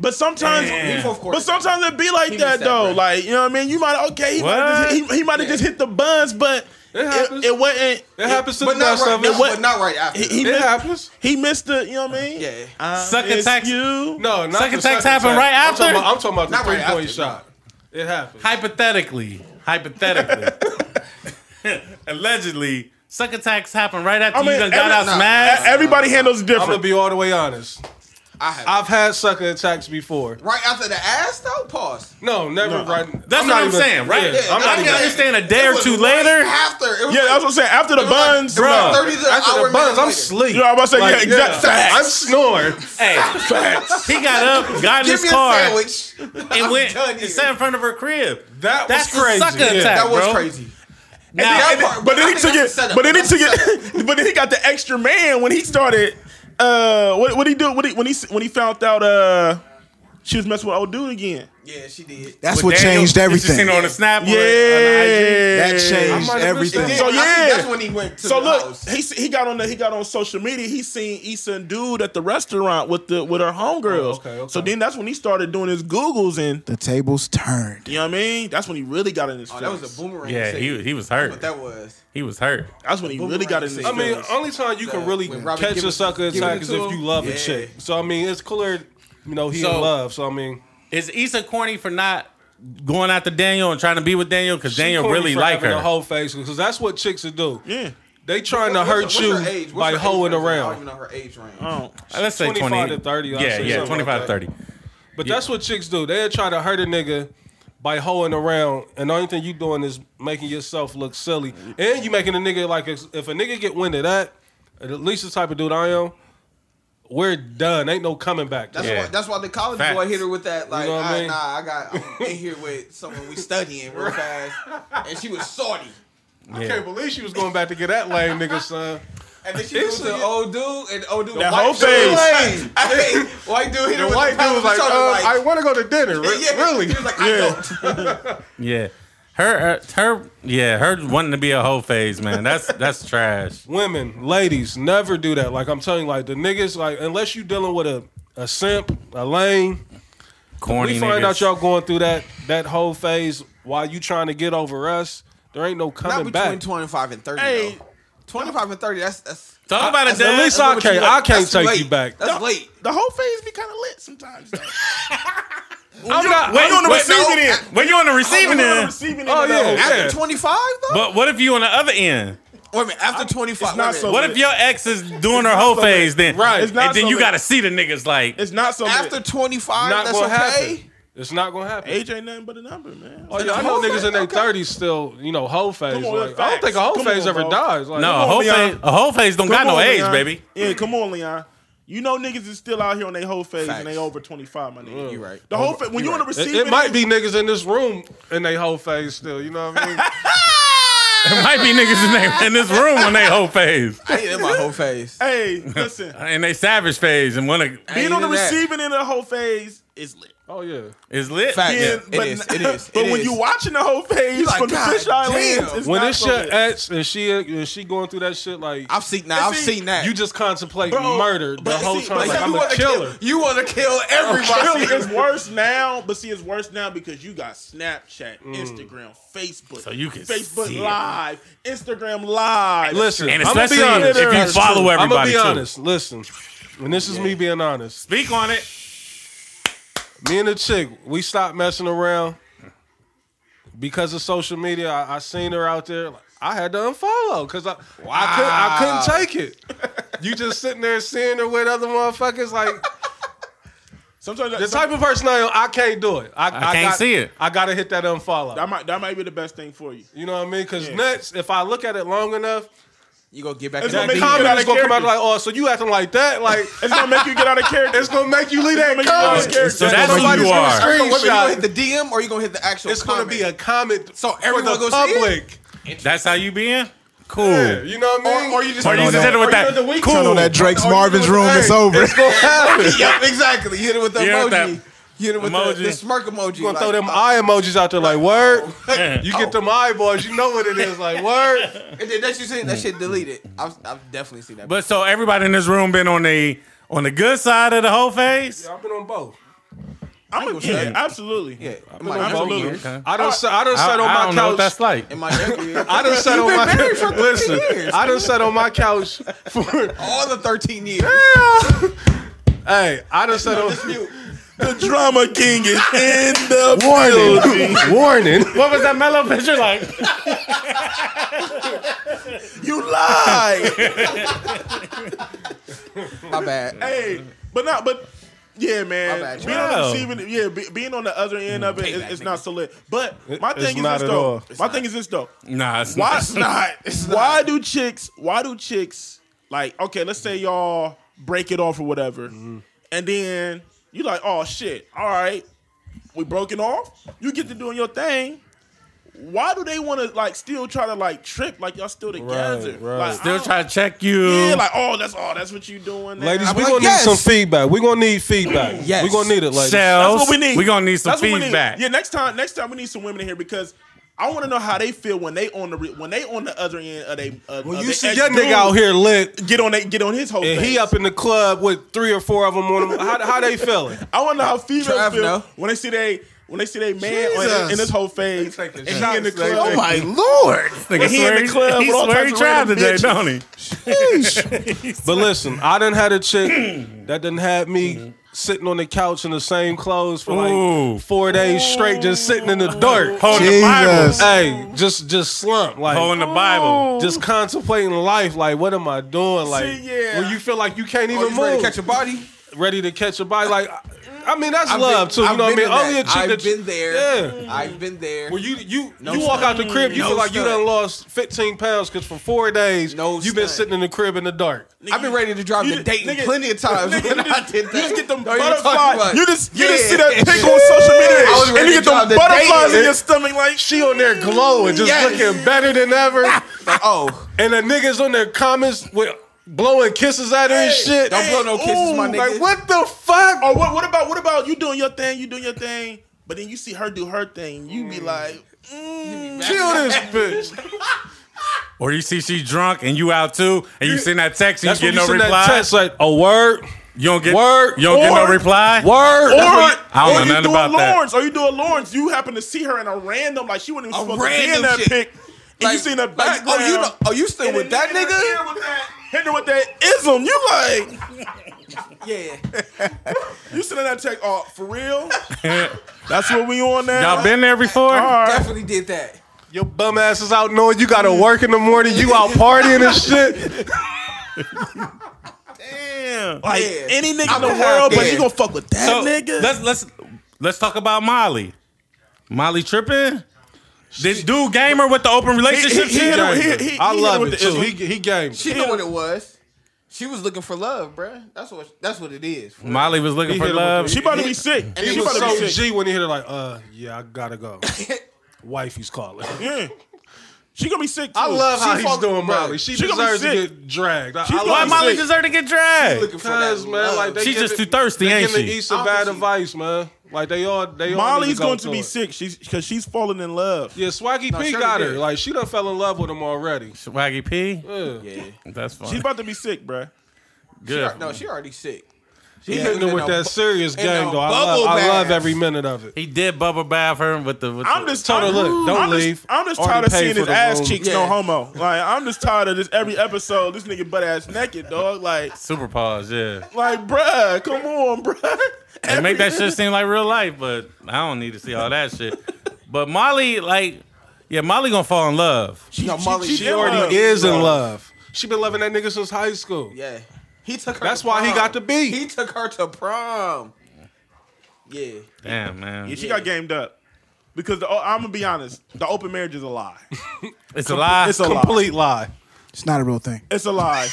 E: But sometimes,
C: Damn.
D: He fourth quarter.
E: but sometimes it be like
D: He
E: that
D: missed that,
E: though.
D: bro.
E: Like you know what I mean? You might okay, he might have just, he, he might have just hit the buns, but
B: It
E: it,
B: happens.
E: it wasn't.
B: it happens to
D: But
B: the
D: not
B: best
D: right.
B: of us.
D: Not, but not right after.
E: He, Uh, he
B: it
E: missed,
B: happens.
E: he missed the. You know what I mean?
D: yeah.
E: I
C: Sucker
E: miss
C: text.
E: You.
B: No, not
C: Second
B: the
C: text happened right
B: I'm
C: after?
B: talking about, I'm talking about the
D: Not
B: three
D: right
B: point
D: after.
B: shot. It happened.
C: hypothetically, hypothetically, allegedly, suck attacks happen right after
E: I mean,
C: you done got
E: every-
C: out
E: nah.
C: smashed.
E: E- Everybody handles it
B: I'm gonna
E: different.
B: be all the way honest.
D: I have.
B: I've had sucker attacks before.
D: right after the ass though. Pause.
B: No, never. Right.
C: That's
B: not
C: what I'm
B: even-
C: saying, right?
B: yeah,
C: I'm
B: not
C: I can
B: even-
C: understand a day
D: It
C: or
D: was
C: two
D: right
C: later.
D: After. It was
E: yeah,
D: like-
E: that's what I'm saying. After the
D: it was like- it
E: buns,
D: was like
E: bro.
D: Thirty to an
B: After
D: hour
B: the buns,
D: minute
B: I'm
D: later.
B: asleep.
E: You know what I'm saying?
B: Like,
E: Yeah, exact- facts.
B: I'm snoring.
C: Hey,
E: Facts.
C: he got up, got in
D: Give
C: his
D: me a
C: car,
D: sandwich.
C: and
D: I'm
C: went
D: done
C: and
D: here.
C: sat in front of her crib.
B: That was
C: That's a
B: crazy.
C: sucker
B: Yeah.
C: attack,
D: That was
C: bro.
D: crazy.
C: Now,
D: that
C: and-
D: part-
E: But
D: I
E: then he
D: think
E: took
D: that's a
E: it.
D: setup.
E: But then he
D: That's a
E: took it. But then he got the extra man when he started. Uh, what what he do? What he when he when he found out uh she was messing with old dude again?
D: Yeah, she did.
F: That's
C: But
F: what
C: Daniel,
F: changed
C: if You seen
F: everything.
C: it on the snap. or
E: Yeah,
C: on the IG.
F: That changed
B: missed
F: everything.
B: that.
E: So,
D: I think
E: yeah.
D: that's when he went to the
E: So look,
D: house.
E: he s- he got on the he got on social media. He seen Issa and dude at the restaurant with the with her homegirls.
B: Oh, okay, okay.
E: So then that's when he started doing his googles and
F: The tables turned.
E: you know what I mean. That's when he really got in his.
D: Oh, that was
E: feelings.
D: a boomerang.
C: Yeah,
D: he.
C: he he was
D: What
C: hurt.
D: that was.
C: He was hurt.
E: That's when he really got in his.
D: I
B: I
E: Feelings.
B: mean, only time you can
D: Uh,
B: really
D: when Robert
B: catch
D: give
B: a
D: it-
B: sucker
D: give it
B: attack is
D: to
B: if
D: him?
B: you love a
D: Yeah.
B: chick. So I mean, it's clear, you know, he
C: So-
B: in love. So I mean,
C: Is Issa corny for not going after Daniel and trying to be with Daniel because
B: she
C: Daniel
B: corny
C: really
B: for
C: like
B: having
C: her?
B: a whole face because that's what chicks would do.
E: yeah.
B: They trying to
D: What's
B: hurt
D: her-
B: you
D: what's her age? What's
B: by
D: her age
B: hoeing
D: range? I don't
B: around.
D: even know her age range.
E: Oh,
C: Let's say
B: 25
C: 20.
B: to 30, I'd
C: Yeah,
B: say
C: yeah,
B: something
C: twenty five to
B: like
C: thirty.
B: But that's what chicks do. They try to hurt a nigga by hoeing around, and the only thing you doing is making yourself look silly, and you making a nigga like if if a nigga get wind of that, at least the type of dude I am, we're done. Ain't no coming back.
D: That's
C: Yeah.
D: why. That's why the college
C: Facts.
D: boy hit her with that. Like,
B: know what I
D: "Ah,
B: mean?
D: nah, I got I'm in here with someone we studying real fast, and she was salty.
B: I can't believe she was going back to get that lame nigga son.
D: And then she
B: It's
D: goes to the
B: a-
D: old dude, and the old dude
E: That
D: white
E: whole
D: dude
E: face.
D: was like, hey, white dude hit her
B: The
D: with
B: white
D: the pat
B: dude was
D: on the
B: like, uh,
D: shoulder, like,
B: I want to go to dinner. Re-
D: yeah.
B: Really?
D: He was like, I don't.
C: Yeah. Her, uh, her, yeah, her wanting to be a whole phase, man. That's that's trash.
B: Women, ladies, never do that. Like I'm telling you, like the niggas, like unless you dealing with a, a simp, a lame,
C: Corny.
B: we find
C: niggas.
B: out y'all going through that that whole phase while you trying to get over us. There ain't no
D: Not
B: coming
D: between
B: back.
D: twenty five and thirty.
E: Hey.
D: though. twenty five and thirty. That's that's.
C: Talk about it,
D: that's
C: Dad.
B: At least I
D: That's what
B: can't.
D: you
B: I
D: like.
B: can't
D: That's
B: take
D: late.
B: you back.
D: That's late.
E: the whole phase be kind of lit sometimes. though.
B: I'm not.
C: when you on the
B: wait,
C: receiving
D: no.
C: end, when you on the receiving
E: Everyone on the
C: end.
E: receiving end
B: Oh,
E: of that
B: yeah.
E: whole-
B: Yeah.
D: After twenty five though.
C: But what if you on the other end?
D: Wait a minute. After twenty five.
E: It's not so-
C: What if your ex is doing her whole
E: so
C: phase then?
B: Right.
E: It's not
C: And then
E: so
C: you
E: bad.
C: gotta see the niggas like
E: It's not so
D: After
E: after
D: twenty five,
B: not
D: that's
B: gonna
D: okay.
B: happen. It's not gonna happen.
E: age ain't nothing but a number, man.
B: Oh, yeah, I know
D: whole
B: niggas
D: phase,
B: in their
D: okay.
B: thirties still, you know, whole phase.
E: Come on,
B: like,
E: that's
B: I don't think a whole
E: facts.
B: phase
E: Come on,
B: ever
E: bro.
B: dies. Like,
C: no
B: come
C: a
B: on,
C: whole
E: Leon.
C: phase. A whole phase don't got
E: Come
C: no
E: on,
C: age,
E: Leon.
C: baby.
E: Yeah, come on, Leon. You know niggas is still out here on their whole phase
D: Facts.
E: and they over twenty five, my nigga.
D: You right.
E: The whole phase, when you on the
B: It-
E: receiving,
B: It, might
E: end-
B: be niggas in this room in they whole phase still. You know what I mean?
C: There might be niggas in, they, in this room on they whole phase.
D: I hate it in my whole face.
E: Hey, listen,
C: And they savage phase and wanna
E: being on the
D: Ain't that.
E: receiving end of the whole phase is lit.
B: oh yeah.
C: is lit.
D: Fact.
E: Being-
D: Yeah, it is, it is,
E: But
D: it
E: when
D: is.
E: you watching the whole phase
D: You like,
E: from the
D: "God
E: fisheye
D: damn."
E: lens, it's
B: When
E: not
B: it's
E: so
B: your uh,
E: lit.
B: ex and she and she going through that shit, like
D: I've seen now. I've
E: see,
D: seen that.
B: you just contemplate
E: Bro,
B: murder the
E: but
B: whole
E: see,
B: time.
E: but
B: Like,
E: see,
B: I'm
E: you
B: a
E: wanna
B: killer.
D: You want to kill everybody.
E: Really, it's worse now, but see, it's worse now because you got Snapchat,
B: Mm.
E: Instagram, Facebook, so
C: you can
E: Facebook
C: see it.
E: Live, Instagram Live.
B: Listen,
C: And
B: I'm gonna
C: especially
B: be honest.
C: if you That's follow true.
B: I'm gonna
C: everybody,
B: be
C: too.
B: honest. Listen, and this is me being honest.
C: Speak on it.
B: Me and the chick, we stopped messing around. because of social media, I, I seen her out there. like, I had to unfollow because I I, couldn't, I couldn't take it. You just sitting there seeing her with other motherfuckers. Like
E: Sometimes
B: the
E: that,
B: type of person I am, I can't do it. I,
C: I can't
B: got-
C: see it.
B: I gotta hit that unfollow.
E: that might that might be the best thing for you.
B: you know what I mean? Because
E: Yeah.
B: nuts, if I look at it long enough,
D: You gonna get back
E: It's
D: to
E: gonna
B: that
D: that
E: make you get out
B: comment
E: of
B: is gonna come out
E: character.
B: like, oh, so you acting like that? Like
E: It's gonna make you get out of character.
B: it's gonna make you leave
E: It's
B: that
E: gonna make you
B: comment.
E: lose character.
C: So that's who
B: Somebody's
C: you
B: gonna
C: are.
D: So wait, you gonna hit
B: Screenshot.
D: the DM or you gonna hit the actual?
B: It's gonna be a
D: comment?
B: comment.
D: So
B: for
D: everyone
B: the
D: gonna see it?
B: public.
C: That's how you being? Cool.
B: Yeah, you know what I mean?
D: Or, or you just
C: Or you just hit it with
E: Or you
C: that.
E: in the week-
C: Cool.
E: Turn
F: Turn on that Drake's
D: Or you
F: Marvin's
D: doing-
F: room.
D: Hey,
F: It's over.
B: It's gonna happen. you
D: Yep, exactly. You hit it with the
C: You hit that
D: emoji. You hit it with The, the
C: emoji.
D: smirk emoji.
B: gonna throw
D: like,
B: them
D: uh,
B: eye emojis out there like word.
C: Yeah.
B: You get them eyeballs, you know what it is like word.
D: And then that you seen that
B: Mm.
D: shit deleted. I've, I've definitely seen that.
C: But so everybody in this room been on the on the good side of the whole phase?
B: I've been on both.
E: I'm a, yeah, absolutely.
D: yeah, in
E: I'm
D: my
E: a
D: younger
E: little-
D: years.
C: Okay.
B: I don't I don't
C: I,
B: sat
C: I
B: on
C: don't know
B: my
C: what that's
B: couch.
C: like.
D: In my younger years.
B: I done sat on
D: been
B: my
D: married for 13
B: listen.
D: years.
B: I done sat on my couch for
D: all the 13 years.
B: Hey, I done sat on
E: The drama king is in the
B: warning. warning.
C: What was that mellow picture like?
E: You lie.
D: My bad.
E: hey, but not but yeah, man.
D: My bad,
E: being on the
C: child.
E: receiving, yeah, be, being on the other end of it, it's, it's not so lit. But my
B: it's
E: thing is
B: not
E: this
B: at
E: though.
B: all.
E: My thing is this though.
C: Nah, it's
E: Why
C: not.
E: it's not? why do chicks? Why do chicks like? Okay, let's say y'all break it off or whatever, and then you like, oh shit, all right, we broke it off. You get to doing your thing. Why do they want to like still try to like trip like y'all still together?
B: right.
E: Like, I
C: Still
E: don't-
C: trying to check you.
E: Yeah, like oh that's all that's what you doing, now.
B: Ladies,
D: I'm
B: we
D: like,
B: gonna need
D: yes.
B: some feedback. we gonna need feedback.
D: Yes.
B: we gonna need it, ladies.
C: Shells.
E: That's what we need.
C: We gonna need some
E: That's what we need.
C: feedback.
E: Yeah, next time, next time we need some women in here because I want to know how they feel when they on the re- when they on the other end of they. Uh,
B: When you see your nigga out here lit
E: get on they get on his whole.
B: and
E: thing.
B: he up in the club with three or four of them on him, how, how they feeling?
E: I want to know how females
D: Trav,
E: feel
D: no.
E: when they see they when they see they man on,
F: Jesus.
E: in this whole phase
B: They
E: and
B: taking
E: he
B: shots,
E: in the
B: they-
E: club.
B: they-
F: my lord.
C: Nigga,
E: he in the club
C: He's
E: with all
C: very
E: types of random
C: today,
E: bitches.
C: don't he?
B: But listen, I done had a chick that done had
D: Mm-hmm.
B: me sitting on the couch in the same clothes for like
C: Ooh.
B: four days straight, just sitting in the dirt.
C: Holding the Bible.
F: Jesus.
B: Hey, just just slump, like
C: Holding the Bible.
B: just contemplating life. Like, what am I doing? Like,
E: yeah.
B: when you feel like you can't
D: Oh,
B: even
D: you
B: move,
D: ready to catch a body?
B: ready to catch a body. Like, I- I mean, that's
D: I've
B: love
D: been-
B: too. You
D: I've
B: know what I mean?
D: been in that.
E: Oh,
B: Only a chick
D: I've
B: that you-
D: been there.
B: Yeah.
D: I've been there.
B: Well, you you
D: No
B: you walk out the crib, you
D: No
B: feel like you
D: stunt.
B: done lost 15 pounds because for four days
D: No
B: you've been
D: stunt.
B: sitting in the crib in the dark.
D: I've been ready to drive
E: You
D: to
E: just-
D: Dayton
E: nigga,
D: plenty of times.
E: nigga,
D: when
E: you
D: I
E: just-
D: did
E: you
D: that.
E: just get them
D: Don't even talk
E: butterflies.
D: about it.
E: You just you just
D: Yeah.
E: see that pic on social
D: I was
E: media and
D: ready to
E: you get them
D: drive to
E: butterflies
D: Dayton.
E: in your stomach like
B: She on there glowing, just
D: Yes.
B: looking better than ever,
D: Mm. Like, oh,
B: and the niggas on their comments with blowing kisses at her and shit.
D: don't blow no kisses, my Oh.
B: Ooh,
D: nigga.
B: Like what the fuck?
E: Or Oh, what? What about what about you doing your thing? You doing your thing, but then you see her do her thing. You be like,
B: Kill this bitch.
C: Or you see she drunk and you out too, and you send that text and
B: That's
C: you
B: when
C: get
B: you
C: no
B: send
C: reply.
B: that text like
D: Oh.
B: a word,
C: You don't get
B: Word.
C: You don't get no
E: Or-
C: reply.
B: word.
E: or,
C: I don't know
E: or you
C: nothing
E: doing
C: about that.
E: Lawrence, or you doing Lawrence. You happen to see her in a random, like she wasn't even
D: A
E: supposed to be in
D: random
E: that
D: shit.
E: pic, and you see in the
D: like,
E: background.
D: oh, you know, oh, you still
E: and
D: with
E: the
D: that
E: in her
D: nigga?
E: ear with that- Hitting her with that ism, you like
D: Yeah.
E: you sending that text? Oh, for real? That's what we on now.
C: Y'all been there before?
E: All right.
D: Definitely did that.
B: Your bum ass is out knowing you
D: Mm.
B: gotta work in the morning. You out partying and shit.
E: like
D: Yeah.
E: any nigga in the
D: been half
E: world, but
D: there.
E: you gonna fuck with that
C: So,
E: nigga?
C: Let's let's let's talk about Molly. Molly tripping. This dude gamer with the open relationship
E: he- he
C: shit.
E: hit him-
B: Gamer.
E: he- he-
B: I
E: he hit
B: love
E: with
B: it
E: the
B: too.
E: Islam.
B: He he game.
D: She know what it was. She was looking for love, bruh. That's what. That's what it is. for real.
C: Molly was looking
B: He
C: for
B: hit him with
C: love.
B: the-
E: she about to be sick.
D: it
E: She
B: He
E: about
B: was
E: to
B: so
E: be sick.
B: G when he hit it like, uh, yeah, I gotta go. Wifey's calling.
E: She gonna be sick. Too.
B: I love how
D: She
B: he's
D: fuck-
B: doing Molly.
D: Right.
B: She,
E: She gonna be
B: deserves to
E: sick.
B: get dragged. I, I
E: gonna
C: Why
B: love
E: be
C: Molly
E: sick.
C: deserve to get dragged?
D: looking for that
B: Cuz man,
D: love.
B: like they
C: She's
B: give
C: just
B: it-
C: too thirsty,
B: they
C: ain't
B: giving
C: she?
B: Issa bad
D: Obviously.
B: advice, man. Like they all they all need
E: Molly's
B: to go
E: going to be
B: it.
E: sick. She's because she's falling in love.
B: Yeah, Swaggy P
D: sure
B: got
D: they
B: her.
D: did.
B: Like she done fell in love with him already.
C: Swaggy P.
D: yeah.
C: That's fine.
E: She's about to be sick, bruh.
C: Good.
D: No, she already sick.
B: He
D: Yeah.
B: hitting her
D: In
B: with
D: a
B: that
D: bu-
B: serious
D: in
B: game
D: a
B: though. I love,
D: bubble
B: I love
D: bath.
B: every minute of it.
C: He did bubble bath her with the. With
E: I'm
C: the,
E: just
B: Told her,
E: tired.
B: look, don't
E: I'm just-
B: leave.
E: I'm just
B: Already
E: tired of
B: paid
E: seeing
B: for
E: his
B: the
E: ass
B: room.
E: cheeks.
D: Yeah.
E: No homo. Like I'm just tired of this every episode. This nigga butt ass naked, dog. Like,
C: super pause. Yeah,
E: like, bruh, come on, bruh.
C: they make that shit seem like real life, but I don't need to see all that shit. But Molly, like, yeah, Molly gonna fall in love.
D: no, Molly,
B: She already is in love. She been loving that nigga since high school.
D: Yeah, he took her.
B: That's
D: to
B: why he
D: prom.
B: got the B.
D: He took her to prom. Yeah,
C: Damn, man,
E: Yeah, she got gamed up because the, I'm gonna be honest. The open marriage is a lie.
C: it's a lie.
E: It's a lie.
B: Complete lie.
F: It's not a real thing.
E: It's a lie.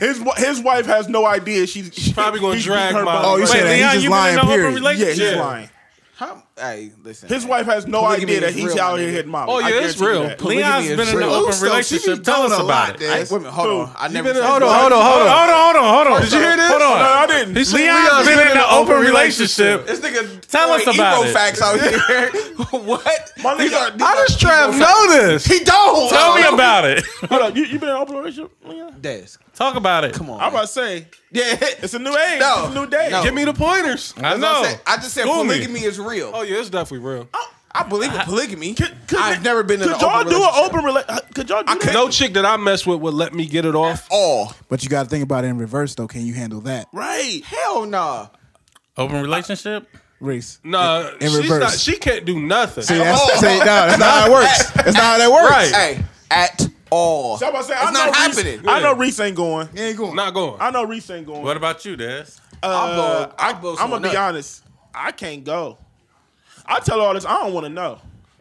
E: his wi- his wife has no idea. She's
B: probably gonna
E: he's
B: drag
E: beating her
B: my-
E: by-
F: Oh, you
C: Wait,
F: said that.
C: Leon,
F: He's just
C: you been in
F: lying,
C: an open
F: period.
E: yeah,
C: relationship?
E: he's lying.
D: how? Hey, listen.
E: His wife has no
D: Polygamy
E: idea that
D: is
E: he's
D: real, my
E: out here
D: nigga.
E: hitting Molly.
B: Oh, yeah,
E: I
B: it's
E: guarantee you
B: real.
E: that.
D: Polygamy
C: Leon's
D: is
C: been in an
D: real.
C: open
D: Uso,
C: relationship. Tell us about it.
D: I, wait a minute, hold on. I never.
B: been-
D: said
B: hold
D: that.
B: on, hold on, hold on.
C: Hold on, hold on, hold on.
B: Did you hear this?
C: Hold
E: No,
C: on.
E: I didn't.
B: He said
C: Leon's been in an open relationship.
D: This nigga,
C: Tell us
D: throwing
C: about
D: ego
C: it.
D: facts out here. what?
E: My
D: These
E: nigga-
D: are- these
B: How
D: are
B: does
D: ego
B: Trav
D: facts.
B: know this?
D: He don't.
C: Tell me about it.
E: Hold up, you, you been in an open relationship? Leon?
D: Desk.
C: Talk about it.
D: Come on.
E: I'm about
D: man.
E: to say
D: Yeah.
E: it's a new age,
D: No,
E: it's a new day.
D: no.
E: Give
B: Give
E: me-
B: me the pointers.
C: I know.
D: I just said
C: School me.
D: polygamy is real.
B: Oh yeah, it's definitely real.
D: I believe in polygamy.
E: could-
D: I've never been in
E: could
D: an
E: y'all
D: open
E: do an
D: relationship.
E: open relationship? Could y'all do
D: I
E: that?
D: could-
B: No chick that I mess with would let me get it off.
D: all.
F: But you got to think about it in reverse, though. Can you handle that,
E: Right.
D: Hell nah.
C: Open relationship.
F: Reese?
B: No,
F: in
B: she's
F: reverse.
B: not. She can't do nothing.
F: See, that's, see, no, that's not how it works. That's not how that works.
B: Right.
D: Hey, at all.
E: So I'm about to say,
D: it's
E: I know
D: not
E: Reese-
D: happening.
E: I know Reese ain't going.
F: You ain't going.
B: Not going.
E: I know Reese ain't going.
C: What about you, Des?
D: I'll
E: Uh,
D: blow-
E: I,
D: I'll blow
E: am gonna
D: someone
E: be
D: up.
E: honest. I can't go. I tell her all this. I don't want to know.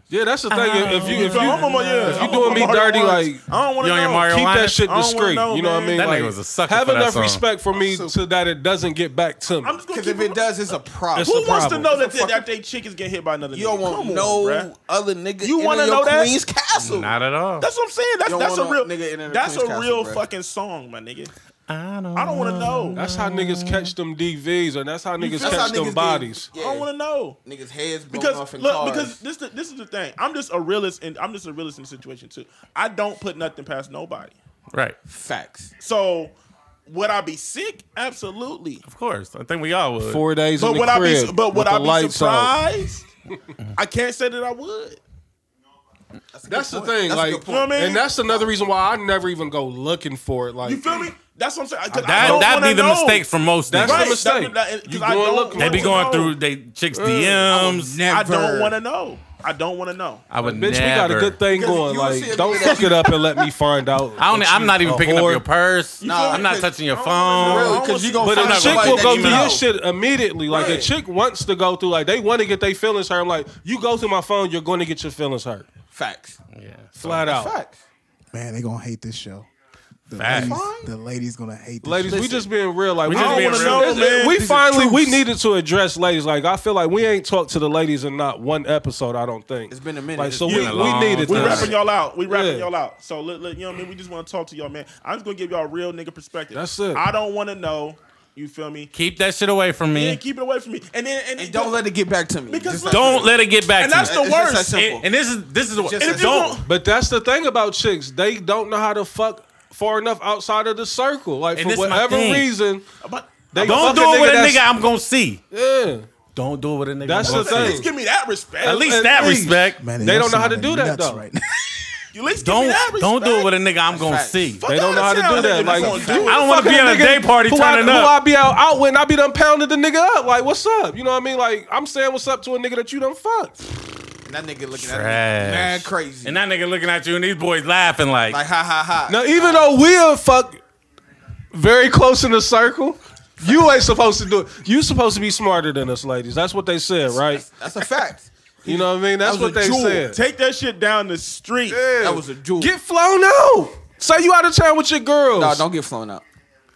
B: Yeah, that's the thing. If you if
E: So
B: you,
E: I'm on my- yeah,
B: if
E: I'm
B: you
E: on
B: doing
E: my
B: me
E: Mario
B: dirty,
E: Wines.
B: like
E: I don't want
C: You
E: to
C: on
E: know.
C: your Mario-
B: keep
C: Carolina?
B: that shit
E: I don't wanna
B: discreet.
E: know,
B: you know what I
E: man.
B: mean?
C: That
B: like,
C: nigga was a sucker
B: Have
C: for that
B: enough
C: song.
B: respect for me to that it doesn't get back to me.
E: I'm just gonna
D: Because
E: keep
D: if it does, it's a problem.
B: It's a
E: Who wants to
B: problem.
E: know that,
D: It's a
E: that, that they chick is getting hit by another?
D: You don't
E: nigga?
D: want
E: Come
D: no
E: on, bruh.
D: other nigga
E: You
D: in
E: wanna
D: your
E: know that?
D: queen's castle.
C: Not at all.
E: That's what I'm saying.
D: You
E: That's
D: don't
E: that's a
D: want
E: real
D: no nigga in there
E: that's a
D: Queen's
E: real
D: Castle, bruh.
E: fucking song, my nigga.
C: I don't.
E: I don't want to know.
B: Mm, That's how niggas catch them DVs, and that's how niggas
E: feel-
B: catch
E: That's
D: how
B: them
D: niggas get-
B: bodies.
E: I don't
D: Yeah.
E: want to know.
D: Niggas' heads blown off
E: Because
D: in
E: look,
D: cars.
E: because this the, this is the thing. I'm just a realist, and I'm just a realist in the situation too. I don't put nothing past nobody.
C: Right.
D: facts.
E: So would I be sick? Absolutely.
C: Of course. I think we all would.
B: Four days
E: But
B: in the
E: would I be?
B: crib
E: But
B: with
E: would
B: the
E: I be
B: lights out.
E: surprised? I can't say that I would.
B: That's the thing,
D: That's a
B: like,
D: good point. You know
E: what I mean?
B: and that's another reason why I never even go looking for it. Like,
E: You feel me? That's what I'm saying. 'Cause I
C: That
E: don't
C: that'd
E: wanna
C: be the
E: know.
C: mistake Uh, for most
B: That's
C: niggas.
B: the mistake.
E: that- that- 'cause
B: you
E: I
B: going
E: don't
B: looking?
C: They
E: want
C: be
E: to
C: going
E: know.
C: through they chicks DMs.
E: I don't want to know. I don't want to know.
C: I would
B: Bitch, we got a
C: never.
B: good thing
D: Because
B: going.
D: you wanna see
B: Like,
D: a
B: don't
D: nigga that
B: fuck it up and let me find out.
C: I don't. e,
B: that
C: I'm
B: you
C: not even
B: a
C: picking up
B: whore.
C: your purse.
D: feel
C: I'm
D: me?
C: not
D: Cause-
C: touching your
E: I don't wanna
C: phone.
E: know.
D: Really, because you gonna
B: But
D: find
B: a
C: not
B: chick
D: somebody
B: will
D: that
B: go
D: you
B: through
D: know.
B: your shit immediately. Like a
D: Right.
B: chick wants to go through. Like they want to get their feelings hurt. I'm like, you go through my phone, you're going to get your feelings hurt,
D: Facts.
C: Yeah.
B: flat out.
D: Facts.
F: Man, they gonna hate this show. The
C: Facts.
F: ladies, the ladies gonna hate this
B: Ladies,
F: show.
B: we just being real. Like we
C: just
B: don't
C: being
B: wanna
C: real.
B: know,
E: This-
B: man. We
F: these are
B: finally we
F: truths.
B: needed to address ladies. Like I feel like we ain't talked to the ladies in not one episode. I don't think
D: It's been a minute.
B: Like, so
D: It's
B: we,
C: been a
B: we
C: long
B: needed
E: We
C: time.
B: this.
E: rapping y'all out. We rapping
B: Yeah.
E: y'all out. So look, look, you know what I mean. We just want to talk to y'all, man. I'm just gonna give y'all real nigga perspective.
B: That's it.
E: I don't want to know. You feel me?
C: Keep that shit away from
E: And
C: me.
E: keep it away from me. And then and,
D: And don't let it get back to me.
E: Because
D: Just
E: look-
C: Don't let it get back
E: And
C: to
E: that's
C: me.
E: the
D: It's just
E: worst.
D: that simple.
C: and, and this is this is the
D: just
E: And if you
C: don't.
E: want-
B: But that's the thing about chicks. They don't know how to fuck far enough outside of the circle. Like
C: And
B: for
C: this my
B: whatever
C: thing.
B: reason,
E: But
B: they
C: Don't
B: fuck
C: do it with a
B: that's-
C: nigga I'm gonna see.
B: Yeah.
C: Don't do it with a nigga.
B: That's
C: I'm gonna
B: the
C: see.
E: at
B: thing.
E: least give me that respect.
C: At least
B: At
C: that
B: least.
C: respect.
F: Man,
B: they
F: y'all
B: don't know how to
F: sounding
B: do that,
F: nuts
B: though.
F: Right now.
E: at least give me
C: Don't
E: that respect.
C: don't do it with a nigga I'm gonna
D: facts.
C: see.
E: Fuck
B: They don't
E: that
B: know how to
E: sound
B: do that.
E: nigga
B: like
E: that's gonna do
C: I
E: it.
C: don't want to be
B: fucking
C: at a
B: nigga
C: day party
B: who
C: turning
B: I, Who I
C: up.
B: be out out with, and I be done pounding the nigga up. Like, what's up? You know what I mean? Like, I'm saying what's up to a nigga that you done fucked.
D: And that nigga looking at me man
C: Trash.
D: crazy.
C: And that nigga looking at you and these boys laughing like,
D: like ha ha ha.
B: Now, even though we'll fuck very close in the circle, you ain't supposed to do it. You supposed to be smarter than us, ladies. That's what they said, right?
D: That's a fact.
B: You know what I mean? That's
D: That was
B: what they
D: a jewel.
B: said.
E: Take that shit down the street.
D: That was a jewel.
B: Get flown out. Say you out of town with your girls.
D: no, don't get flown out.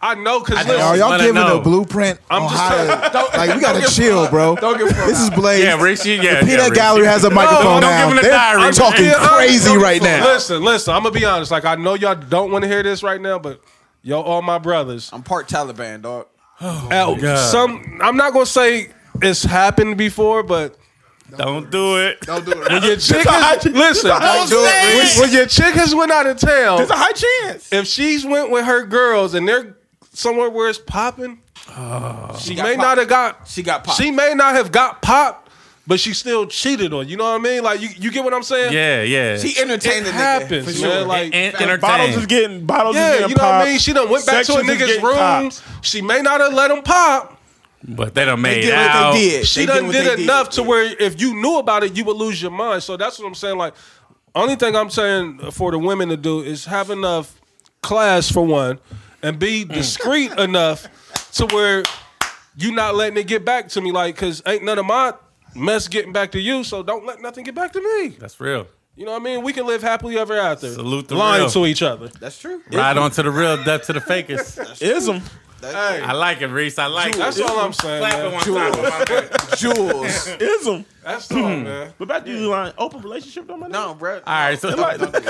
B: I know, cause
C: know.
B: listen,
F: Are
C: Let
F: y'all
C: it
F: giving
C: know.
F: a blueprint
B: I'm
F: on
B: just
F: how to? like we gotta chill, bro.
D: Don't get flown
F: This is
D: out.
F: Blaze.
C: yeah, Rich, you- yeah, yeah,
F: Peanut
C: Rich.
F: Gallery has a
C: don't
F: microphone
C: give
F: now.
C: him the
F: They're
C: diary, man.
F: talking
B: Yeah, I'm-
F: crazy
B: don't-
F: right now.
B: Listen, listen. I'm gonna be honest. Like I know y'all don't want to hear this right now, but y'all, all my brothers,
D: I'm part Taliban, dog.
B: out.
C: God.
B: Some I'm not gonna say it's happened before, but
C: Don't do it.
D: Don't do
B: when
D: it.
B: your chick is, listen,
E: Don't do it,
B: when,
E: Reese.
B: when your chick has went out of
E: There's a
B: town,
E: high chance.
B: if she's went with her girls and they're somewhere where it's popping, she
D: got
B: may
D: popped.
B: not have got
D: She got popped.
B: She may not have got popped, but she still cheated on. You know what I mean? Like you, you get what I'm saying?
C: Yeah, yeah.
D: She entertained
B: It
D: the nigga.
B: happens,
D: for
B: man.
D: sure.
B: Like
C: and
E: Bottles is
C: entertain.
E: getting bottles is
B: Yeah,
E: getting
B: you know what I
E: popped.
B: mean. She done went back to a
E: Sections is
B: nigga's
E: getting
B: room.
E: popped.
B: She may not have let him pop,
C: But they done made
D: did what they
C: out.
D: did.
B: she
D: They
B: done
D: what
B: did,
D: they did.
B: enough to where if you knew about it, you would lose your mind. So that's what I'm saying. Like, only thing I'm saying for the women to do is have enough class for one, and be
D: Mm.
B: discreet enough to where you not letting it get back to me. Like, cause ain't none of my mess getting back to you. So don't let nothing get back to me.
C: That's real.
B: You know what I mean? We can live happily ever after.
C: Salute the
B: lying
C: real.
B: to each other.
D: That's true.
C: Ride on to the real, death to the fakers.
E: Ism.
C: I like it, Reese. I like it.
B: That's all I'm saying.
C: Clap
B: Man.
C: on top of my head.
D: Jules.
E: Ism.
B: That's all, man.
E: But back to you, line. Open relationship don't matter.
D: no, bro.
C: All right, so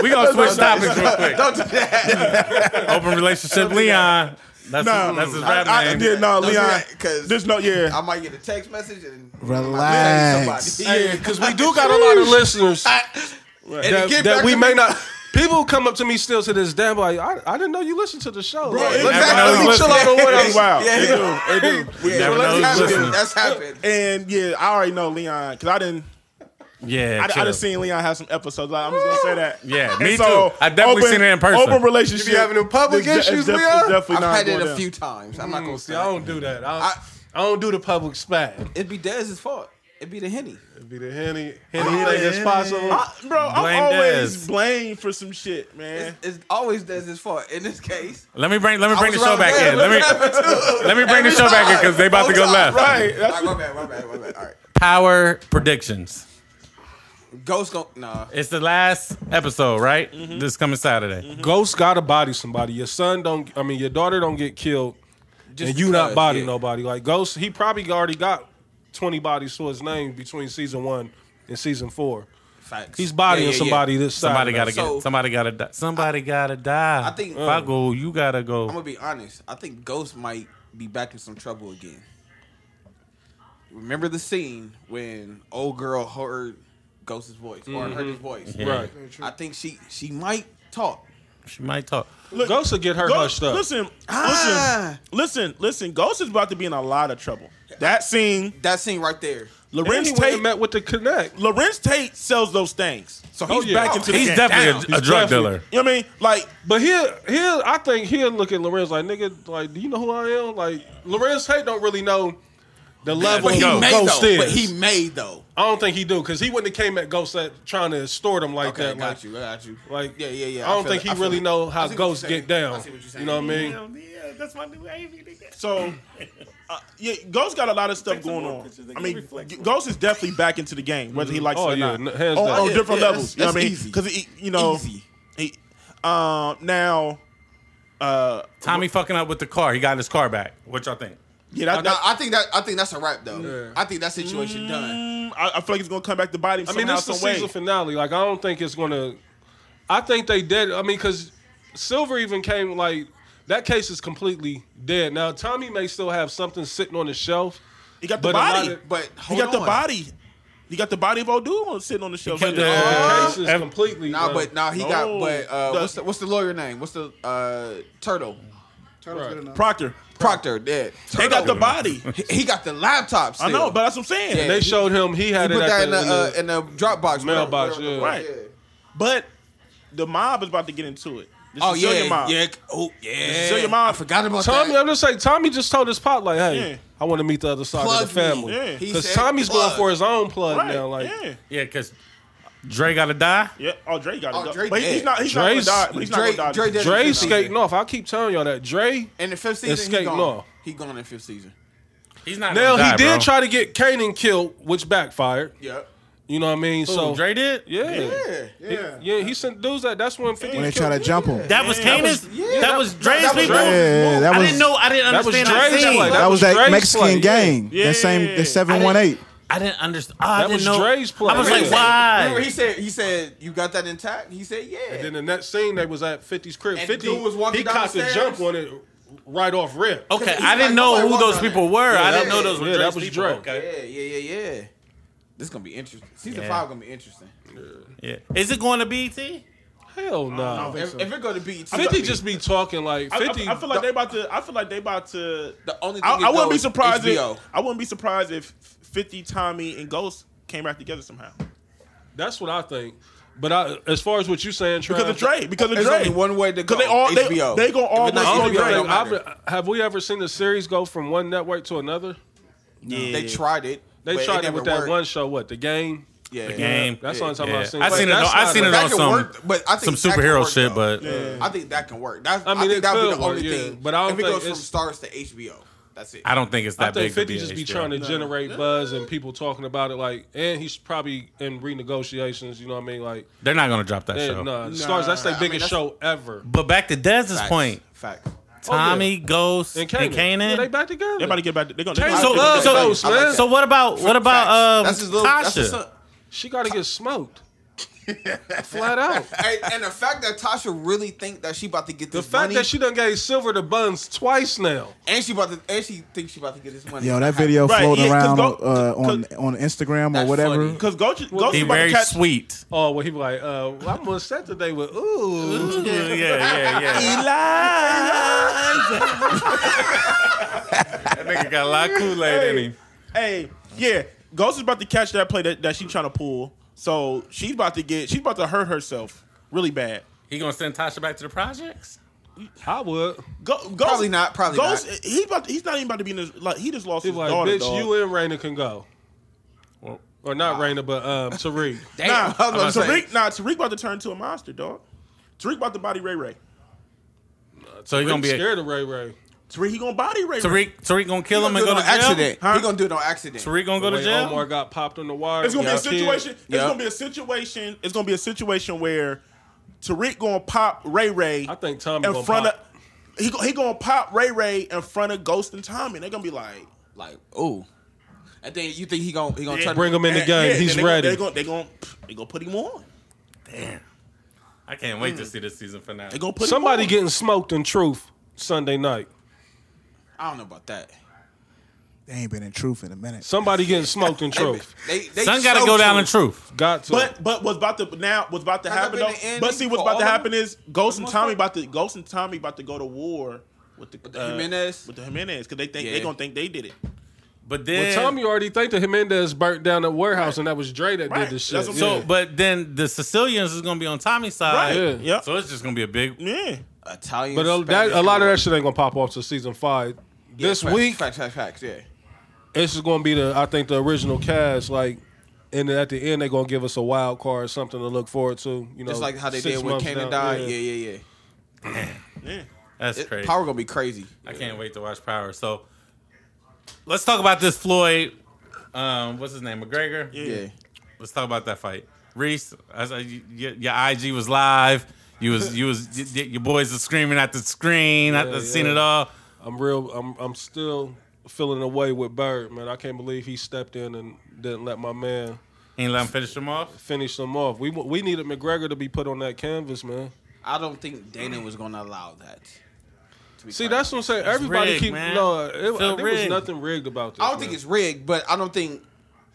C: we gonna switch topics real quick.
D: Don't do that.
C: Open relationship, Leon. That's his, that's his rap
E: I, I,
C: name.
E: yeah, no,
D: Don't do
E: Leon.
D: that, 'cause-
E: There's no, yeah.
D: I might get a text message and
F: Relax.
D: Somebody.
B: Yeah, because we do got a lot of listeners that,
D: And
B: that
D: get back
B: we
D: to
B: may
D: me.
B: not. People come up to me still to this day, I'm like, I, I didn't know you listened to the show. Like,
D: Bro,
B: look
C: never
B: back
C: knows
B: on each
C: listening.
B: other when I was-
E: Wow.
D: Yeah,
E: They do. They do.
D: yeah,
C: never
D: well,
C: know
D: that's
C: who's
D: happened.
C: listening.
D: That's happened.
E: And yeah, I already know Leon because I didn't.
C: Yeah,
E: I, I
C: chill.
E: done seen Leon have some episodes. Like, I'm just gonna say that.
C: Yeah,
E: And
C: me too. I definitely
E: open-
C: seen it in person.
E: Open relationship.
B: You be having them public
E: It's de- it's
B: issues,
E: def-
B: Leon?
E: it's definitely
D: I've
E: not
D: had it
E: going
D: a
E: down.
D: few times. I'm not
C: Mm,
D: gonna say.
B: See, I don't do that. I, I, don't do the public spat.
D: It'd be Dez's fault. It'd be the henny.
B: It'd be the henny, henny thing that's possible.
E: I- bro,
C: Blame
E: I'm always
C: Dez.
E: blamed for some shit, man.
D: It's, it's always Dez's fault. In this case,
C: Let me bring let me bring the
D: was
C: show
D: around
C: back
D: there.
C: in. Let me let me bring the show back in because they about to go
D: Whole time,
C: left.
E: Right.
D: All
E: That's
D: right, my bad, my bad, my bad. All right,
C: Power predictions.
D: Ghost gon' nah.
C: It's the last episode, right? This coming Saturday.
B: Ghost gotta body somebody. Your son don't. I mean, your daughter don't get killed,
D: Just
B: and you not
D: because,
B: body
D: yeah.
B: nobody. Like Ghost, he probably already got twenty bodies to his name between season one and season four.
D: Facts.
B: He's bodying
D: Yeah, yeah, yeah.
B: somebody this side.
C: Somebody gotta
D: So-
C: get. Somebody gotta die. Somebody gotta die.
D: I think-
C: if I um, go, you gotta
D: I'm
C: go.
D: gonna be honest. I think Ghost might be back in some trouble again. Remember the scene when old girl heard Ghost's voice or heard his voice?
B: Mm-hmm. right.
D: I think she she might talk.
C: She might talk.
B: Ghost will get her
E: Ghost,
B: hushed up.
E: listen, listen,
D: Ah.
E: listen, listen. Ghost is about to be in a lot of trouble. That scene,
D: That scene right there.
E: Lorenz
B: Anyway,
E: Tate,
B: met with the connect.
E: Lorenz Tate sells those things, so
B: Oh,
E: he's
B: yeah.
E: back into the
C: He's
E: game.
C: definitely a, a
B: He's
C: drug
B: definitely-
C: dealer.
E: You know what I mean? Like,
B: But here, here, I think he'll look at Lorenz like, nigga, like, do you know who I am? Like, Lorenz Tate don't really know the level
D: But he
B: of
D: made
B: Ghost
D: though.
B: is.
D: But he made though.
B: I don't think he do because he wouldn't have came at Ghost at, trying to extort him like
D: Okay,
B: that.
D: got
B: like,
D: you, got you.
B: like,
D: yeah, yeah, yeah.
B: I don't
D: feel
B: think
D: it,
B: he
D: feel
B: really
D: it.
B: know
D: I
B: how
D: see what
B: ghosts
D: you're saying.
B: get down.
D: I see what you're saying.
B: You know what I mean?
C: that's my new AV.
E: so. Uh, yeah, Ghost got a lot of stuff going on. I mean, Ghost is definitely back into the game, whether he likes
B: Oh,
E: it or
B: yeah,
E: not.
B: n- hands
E: on,
B: down.
E: on
D: Yeah,
E: different
D: yeah,
E: levels. You know
D: that's-
E: what I
D: that's
E: mean?
D: easy.
E: Because he, you know,
D: Easy.
E: he, um, now, uh,
C: Tommy fucking up with the car. He got his car back. What y'all think?
E: yeah,
D: No,
E: that, that,
D: I think that I think that's a wrap though. I think that situation done.
E: Mm, I, I feel like it's gonna come back to bite him
B: I
E: somehow,
B: mean, this is
E: some
B: the
E: way.
B: season finale. Like, I don't think it's gonna. I think they dead. I mean, because Silver even came like that case is completely dead. Now Tommy may still have something sitting on the shelf.
E: He got the
B: But a lot
E: body.
B: of-
D: But
E: he
D: hold
E: got the
D: on.
E: body. He got the body of old dude on- sitting on the shelf. oh,
C: kept
E: right
C: the-
E: there.
B: The
C: Uh,
B: case is
C: ev-
B: completely.
D: Nah,
B: done.
D: but nah, he
E: No.
D: got. But uh,
E: The-
D: what's the what's the lawyer name? What's the uh, turtle? Turtle's
B: Right.
D: good enough.
E: Proctor.
D: Proctor dead.
E: They got the body.
D: He- He got the laptop. Still.
E: I know, but that's what I'm saying.
D: Yeah.
B: they showed him. He
D: he
B: had
D: put
B: it
D: that
B: at
D: in
B: the,
D: the, uh, in the Dropbox
B: Mailbox,
D: whatever-
B: yeah.
E: Right. But the mob is about to get into it. This
D: Oh
E: is
D: yeah,
E: Zillion mob.
D: yeah. Oh yeah.
E: Zillion mob.
D: I forgot about
B: Tommy,
D: that.
B: I'm just saying. Tommy just told his pop like, "Hey,
E: Yeah.
B: I want to meet the other side of the
D: Plug me.
B: family."
E: Yeah. He
B: Because
D: said
B: Tommy's
D: plug.
B: going for his own plug
E: Right.
B: now. Like,
E: yeah.
C: Yeah, because Dre gotta die.
E: Yeah. Oh, Dre got
D: Oh,
E: it.
D: Dre
E: but he's
D: dead.
E: not. He's
B: Dre's-
E: not gonna die. But he's
D: Dre-
E: not
D: Dre
E: gonna die.
D: dead.
B: Dre
D: Dre's
B: skating
D: season.
B: off. I keep telling y'all that Dre.
D: In the fifth season, he
B: Escape
D: gone.
B: Law.
D: He gone in fifth season.
C: He's not.
B: Now
C: gonna die,
B: he did
C: bro.
B: try to get Kanan killed, which backfired.
D: Yeah.
B: You know what I mean? so
C: Who, Dre did.
B: Yeah.
D: Yeah.
F: Yeah.
B: Yeah, he sent dudes that. That's when 50
F: When they
B: killed
F: try to
B: him.
F: jump him.
C: That was Kanan's. That was Dre's
D: that was
C: people.
F: Yeah, that
C: I
F: was
C: didn't know. I didn't
B: that was
C: understand that,
B: Dre's
C: scene.
B: play.
F: That was
B: That was
F: that
B: Dre's
F: Mexican
B: play.
F: gang.
E: Yeah.
F: That same the seven one eight.
C: I didn't understand. I
B: That
C: didn't
B: was
C: know.
B: Dre's play.
C: I was like,
B: Remember-
D: Remember, he
C: why?
D: said he said you got that intact. He said yeah.
B: Then the next scene, they was at 50's crib.
D: And
B: 50
D: dude was walking
B: he
D: down
B: caught
D: the
B: the
D: stairs.
B: jump on it right off rip.
C: Okay,
D: He's
C: I
D: like,
C: didn't know
D: nobody
C: who
D: walked
C: those
D: around
C: people
D: there.
C: were. I
D: Yeah,
C: didn't know
D: yeah,
C: those were
B: yeah,
C: Dre's
B: that was
C: people.
B: Dre.
C: Okay.
D: yeah, yeah, yeah, yeah. This gonna be interesting. Season
C: Yeah.
D: five gonna be interesting.
C: Yeah. Is it going to BT?
B: Hell no.
D: If, if it gonna be
B: 50 just be talking like
E: I, I-
B: 50.
E: I feel like they about to. I feel like they about to.
D: The only thing
E: I,
D: is,
E: I wouldn't
D: though,
E: be
D: is
E: surprised
D: HBO.
E: if I wouldn't be surprised if Fifty, Tommy, and Ghost came back together somehow
B: that's what I think. But I, as far as what you saying, Trav,
E: because of Dre. Because of
D: There's
E: Dre.
D: only one way to go.
E: they all- they-
D: HBO.
E: they gonna
D: If it's
E: always
B: I
D: not
B: don't
E: go
B: think
D: HBO,
E: Dre.
B: I've-
D: don't matter.
B: I've- have we ever seen the series go from one network to another?
E: Yeah.
D: They tried it.
B: They
D: but
B: tried it
D: never
B: with that
D: worked.
B: one show. What the game?
D: Yeah.
C: Game.
B: That's the only time I've seen
C: I
B: it.
C: seen it.
B: But
C: On,
B: that's
C: I
B: not
C: seen
B: a-
C: it
D: That
C: on
D: can
C: some
D: work, but I
C: some
D: think that can
C: superhero
D: work,
C: shit,
D: though.
C: but
D: I think that can work. That's,
B: I
D: I,
B: mean, it
D: think that would be
B: could
D: the only
B: work, yeah,
D: thing.
B: but I don't
D: if it
B: think
D: goes from
B: it's-
D: stars to HBO, that's it.
C: I don't think it's that
B: I think
C: big. to
B: Fifty just be
C: HBO.
B: trying to generate buzz and people talking about it. Like, and he's probably in renegotiations. You know what I mean? Like,
C: They're not gonna drop that
B: eh,
C: show.
B: nah, stars. That's their
D: I mean,
B: biggest
D: that's-
B: show ever.
C: But back to Dez's
D: Facts.
C: point,
D: Fact.
C: Tommy, Ghost,
B: Oh, And
C: and
B: Kanan,
C: Kanan.
B: Yeah, they back together.
E: They about to get back. They're gonna.
B: Change
E: they
C: so,
B: I like
C: so,
B: that. Ghost,
C: so,
B: I like
C: so what about what about um,
D: Facts. his little- that's his
C: Tasha?
D: son.
B: She got to get smoked. Flat out.
D: and, and the fact that Tasha really think that she about to get
B: The
D: this
B: fact
D: money,
B: that she done gave Silver the buns twice now.
D: and she about to, and she thinks she about to get this money.
F: Yo, that video
E: Right,
F: floating
E: yeah, 'cause
F: around
E: go-
F: uh, on
E: 'cause-
F: on Instagram or
D: That's
F: whatever.
D: funny.
E: because Ghost, Ghost
C: he
E: is about to
C: very
E: catch.
C: sweet.
B: Oh, well, he be like, uh, well, I'm on set today with
C: yeah,
B: ooh.
C: yeah, yeah. that nigga got a lot of Kool Aid in him.
E: Hey, yeah, Ghost is about to catch that play that, that she's trying to pull. So she's about to get. She's about to hurt herself really bad.
C: He gonna send Tasha back to the projects?
B: I would.
E: Go, Ghost,
D: Probably not, probably
E: Ghost,
D: not.
E: He about to, he's not even about to be in his. Like he just lost
B: He
E: his
B: be like,
E: daughter.
B: bitch,
E: dog.
B: you and Raina can go. Or not Raina, but um, Tariq.
D: Damn,
E: Nah,
D: I was about to say.
E: Tariq, nah, Tariq about to turn into a monster, dog. Tariq about to body Ray Ray.
C: So he
B: I'm
C: gonna be a,
B: scared of Ray Ray.
E: Tariq, he gonna body Ray Ray.
C: Tariq. Tariq gonna kill him
D: He
C: and go to
D: gonna do it
C: jail.
D: on accident.
E: Huh?
D: He gonna do it on accident.
C: Tariq gonna go
B: The
C: to
B: way
C: jail.
B: Omar got popped on the wire.
E: It's gonna be a
B: y'all kid.
E: situation. It's
D: Yeah.
E: gonna be a situation. It's gonna be a situation where Tariq gonna pop Ray Ray.
B: I think Tommy
E: in
B: gonna
E: front
B: pop.
E: of he go- he gonna pop Ray Ray in front of Ghost and Tommy. They're gonna be like,
D: Like, oh, and then you think he gonna he gonna
E: Yeah,
D: turn
B: Bring him in the
E: Yeah,
B: game.
E: eh, yeah,
B: He's
E: they
B: ready.
E: They're gonna they gonna they gonna put him on.
C: I can't wait to see the season finale.
E: They gonna put
B: Somebody
E: him on.
B: getting smoked in truth Sunday night.
D: I don't know about that.
F: They ain't been in truth in a minute.
B: Somebody getting smoked in truth.
D: They, they
C: Son gotta
D: so
C: go down in
D: true.
C: truth.
B: Got to.
E: But but what's about to now what's about to
D: Has it
E: happen
D: been
E: though?
D: the end
E: But see what's
D: for
E: about to
D: all of
E: happen is Ghost and
D: most
E: Tommy
D: part?
E: about to Ghost and Tommy about to go to war with the, uh,
D: the Jimenez?
E: with the Jimenez because they think
D: Yeah.
E: they gonna think they did it.
C: But then
B: Well, Tommy already think that Jimenez burnt down the warehouse, and that was Dre that
E: Right.
B: did this shit.
E: That's what I'm
B: Yeah.
C: So, but then the Sicilians is gonna be on Tommy's
E: Right.
C: side.
E: Yeah. Yep.
C: So it's just gonna be a big.
E: Yeah.
D: Italian,
B: but uh, that,
D: Spanish,
B: a lot of
D: Korean.
B: that shit ain't gonna pop off till season five.
D: Yeah,
B: this
D: facts,
B: week,
D: facts, facts, facts, yeah.
B: this is gonna be the I think the original cast. Like, and then at the end they're gonna give us a wild card, or something to look forward to. You know,
D: Just like how they
B: six
D: did when
B: months
D: Kanan
B: down.
D: died. Yeah, yeah, yeah.
C: That's
D: It-
C: crazy.
D: Power gonna be crazy.
C: I can't wait to watch Power. So let's talk about this Floyd. Um, what's his name? McGregor.
D: Yeah.
C: Let's talk about that fight. Reese, I said, you- your, your IG was live. You was you was y- y- your boys were screaming at the screen. I, I seen
B: yeah.
C: it all.
B: I'm real. I'm I'm still feeling away with Bird, man. I can't believe he stepped in and didn't let my man
C: He Ain't let him finish him off.
B: finish him off. We we needed McGregor to be put on that canvas, man.
D: I don't think Dana was gonna allow that. to be
B: See,
D: quite
B: that's what I'm saying. Everybody
C: rigged,
B: keep
C: man.
B: no. It,
C: Feel
B: there was
C: rigged.
B: nothing rigged about this.
D: I don't think
B: man.
D: it's rigged, but I don't think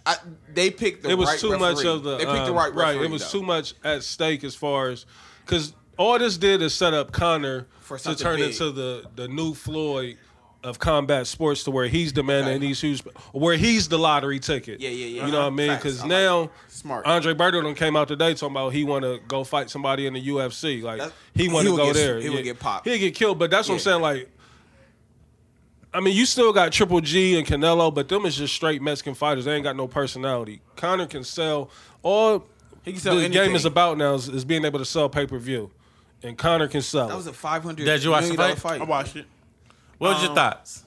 D: I, they picked the
B: it was
D: right
B: too
D: referee.
B: much of the
D: they picked the
B: um,
D: right referee,
B: It was
D: though.
B: too much at stake as far as because all this did is set up Connor
D: For
B: to
D: something
B: turn
D: big.
B: into the the new Floyd of combat sports to where he's demanding
D: Okay.
B: these huge where he's the lottery ticket.
D: Yeah, yeah, yeah.
B: You know what I mean?
D: Facts. I
B: Because
D: like
B: now.
D: that. Smart.
B: Andre Berto done came out today talking about he want to go fight somebody in the UFC. Like
D: That's-
B: he want
D: he
B: to
D: would
B: go
D: get-
B: there.
D: he would get popped.
B: He'd get killed. But that's what I'm
D: Yeah.
B: saying. Like I mean, you still got Triple G and Canelo, but them is just straight Mexican fighters. They ain't got no personality. Connor can sell all.
D: He can sell
B: the
D: anything.
B: game is about now is, is being able to sell pay per view, and Connor can sell.
D: That was a five hundred
C: Did you watch the
D: million dollar
C: fight?
E: I watched it.
C: What was your thoughts?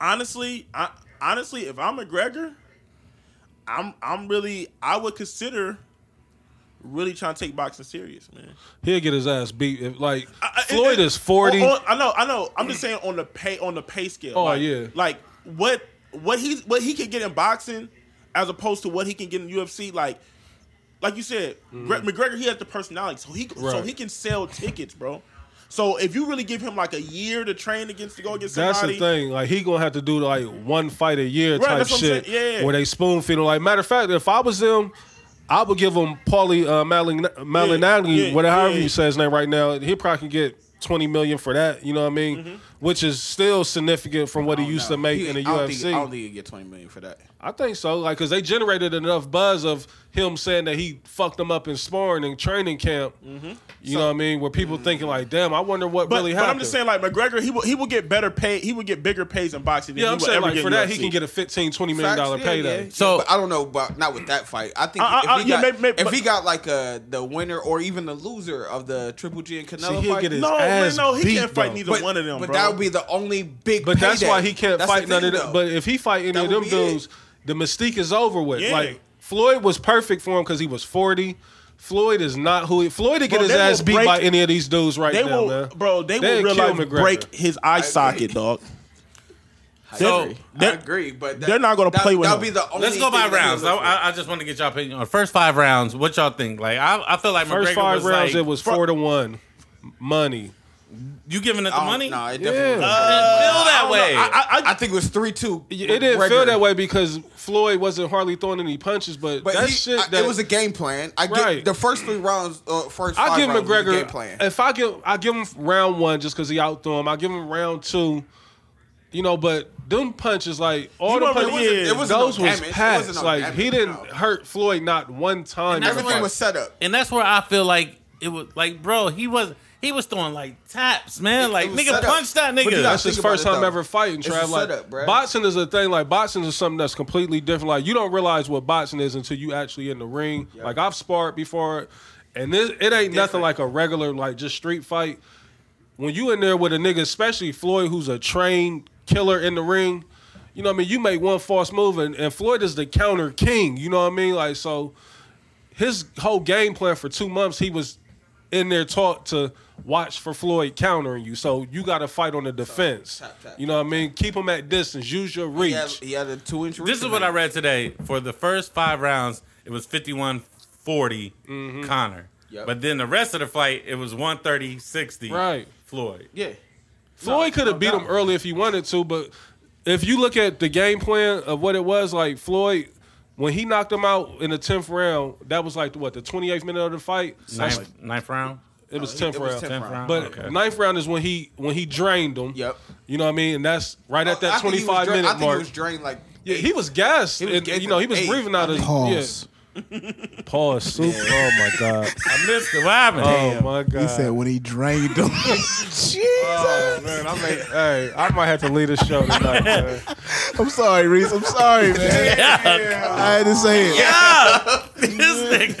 E: honestly, I, honestly, if I'm McGregor, I'm I'm really I would consider really trying to take boxing serious, man.
B: He'll get his ass beat. If, like
E: I- I-
B: Floyd
E: it-
B: is forty.
E: on- on- I know, I know. I'm just saying on the pay on the pay scale.
B: Oh,
E: like,
B: yeah.
E: Like what what he's what he can get in boxing as opposed to what he can get in UFC. Like like you said, Gre- McGregor he has the personality, so he so
B: Mm. Right.
E: he can sell tickets, bro. So if you really give him like a year to train against to go against
B: That's the
E: somebody,
B: thing. Like he gonna have to do like one fight a year
E: Right,
B: type
E: that's what I'm
B: shit.
E: saying. Yeah.
B: Where they spoon feed him. Like matter of fact, if I was them, I would give him Paulie uh, Malin- Malinalli,
E: yeah,
B: whatever however
E: yeah. Mm-hmm.
B: you say his name right now. He probably can get twenty million for that. You know what I mean? which is still significant from what he
D: don't
B: used
D: know.
B: to make
D: Oh, He-
B: in the
D: I don't
B: UFC.
D: Think, I don't think he get twenty million for that.
B: I think so, like because they generated enough buzz of him saying that he fucked them up in sparring and training camp. You know what I mean? Where people thinking like, "Damn, I wonder what
E: Mm-hmm. But,
B: really
E: but
B: happened."
E: I'm just saying, like McGregor, he will he will get better pay. He will get bigger pays in boxing. Than
B: yeah,
E: he
B: I'm
E: will
B: saying
E: ever
B: like
E: get
B: for
E: in
B: that,
E: UFC.
B: he can get a 15, 20 million dollar
D: Facts, yeah,
B: payday.
D: yeah.
C: So-
D: but I don't know, but not with that fight. I think
E: I- I-
D: if,
E: I-
D: he,
E: yeah,
D: got,
E: maybe- maybe-
D: if
E: but-
D: he got like uh, the winner or even the loser of the Triple G and Canelo
B: See, he'll
D: fight,
B: get his
E: No, man,
B: ass
E: no, he
B: beat,
E: can't fight
B: though.
E: neither
D: but,
E: one of them.
D: But
E: bro.
D: that would be the only big.
B: But that's
D: payday.
B: why he can't
D: That's the
B: fight none of
D: thing,
B: them.
D: though.
B: But if he fight any
D: That
B: of them
D: would be it.
B: dudes, the mystique is over with.
E: Yeah.
B: Like Floyd was perfect for him because he was forty. Floyd is not who he, Floyd to get
E: Bro,
B: his
E: they
B: ass
E: will
B: beat
E: break-
B: by any of these dudes right
E: they
B: now,
E: will,
B: man.
E: bro. They
B: They'd
E: will realize
B: kill McGregor.
E: break his eye socket, dog.
D: I
E: So,
D: agree. I
E: they're-
D: agree, but that,
E: they're not gonna
D: that-
E: play with
D: That'll
E: him.
D: be the only.
C: Let's go by
D: thing that
C: rounds. I,
D: he'll look for.
C: I, I just want to get y'all opinion on first five rounds. What y'all think? Like, I, I feel like
B: First
C: McGregor
B: five
C: was
B: rounds,
C: like,
B: it was four to one, money.
C: you giving it the
D: I don't-
C: money.
D: No, it
B: Yeah.
D: definitely. wasn't.
C: feel that way.
E: I, I,
D: I think it was three two.
B: It didn't feel that way because Floyd wasn't hardly throwing any punches, but,
D: But
B: that
D: he-
B: shit
D: I-
B: that
D: it was a game plan. I get
B: Right.
D: the first three rounds. Uh, first,
B: I
D: five
B: give
D: rounds was a
B: McGregor
D: game plan.
B: if I give I give him round one just because he outthrew him. I give him round two, you know. But them punches, like all
E: He
B: the
E: wasn't-
B: punches,
E: it wasn't- it
B: was
D: wasn't
B: those
D: no
B: was
D: damage. It
B: packs.
D: wasn't no
B: like
D: damage,
B: he didn't
D: no.
B: hurt Floyd not one time. in the
D: Everything
B: fight.
D: was set up.
C: and that's where I feel like it was like, bro, he was he was throwing like taps, man. Like,
D: was
C: nigga
D: set up.
C: punched that
D: But
C: nigga.
D: you gotta
B: That's his
D: think about
B: first
D: it,
B: time
D: though.
B: ever fighting,
D: It's
B: Trav.
D: a
B: Like
D: setup, bruh.
B: boxing is a thing. Like boxing is something that's completely different. Like you don't realize what boxing is until you actually in the ring. Like I've sparred before, and this, it ain't nothing like a regular like just street fight. When you in there with a nigga, especially Floyd, who's a trained killer in the ring, you know what I mean. You make one false move, and, and Floyd is the counter king. You know what I mean. Like so, his whole game plan for two months, he was in there taught to watch for Floyd countering you. So you got to fight on the defense.
D: tap, tap,
B: you know what I mean? Keep him at distance. Use your
D: He
B: reach.
D: had, he had a two inch.
C: This is what I read today. For the first five rounds, it was 51 40 Connor.
D: Mm-hmm. Yep.
C: But then the rest of the fight, it was 130 60
B: Right.
C: Floyd.
D: Yeah.
B: Floyd could have beat him early if he wanted to, but if you look at the game plan of what it was, like Floyd, when he knocked him out in the tenth round, that was like what the twenty eighth minute of the fight. That's-
C: Ninth, ninth round?
B: it was tenth
D: it was
B: round.
D: 10th
C: Uh, Tenth
D: round.
C: round.
B: But
C: okay.
B: ninth round is when he when he drained him.
D: Yep. Oh,
B: You know what I mean? And that's right at that
D: I think
B: twenty
D: he was
B: five
D: drained-
B: minute
D: I think
B: mark.
D: he was drained like.
B: Yeah, he was gassed.
D: He was
B: and,
D: gassed
B: you know, he was
D: at eight,
B: breathing out
D: I
B: his
D: think.
F: Pause.
B: yeah. Pause. Soup. Oh my god.
C: I missed it. What happened?
B: Oh my god.
F: He said when he drained them.
B: Oh, man, I may, hey, I might have to leave the show tonight. Man.
F: I'm sorry, Reese. I'm sorry, man. I had to say it.
C: Yeah. this nigga.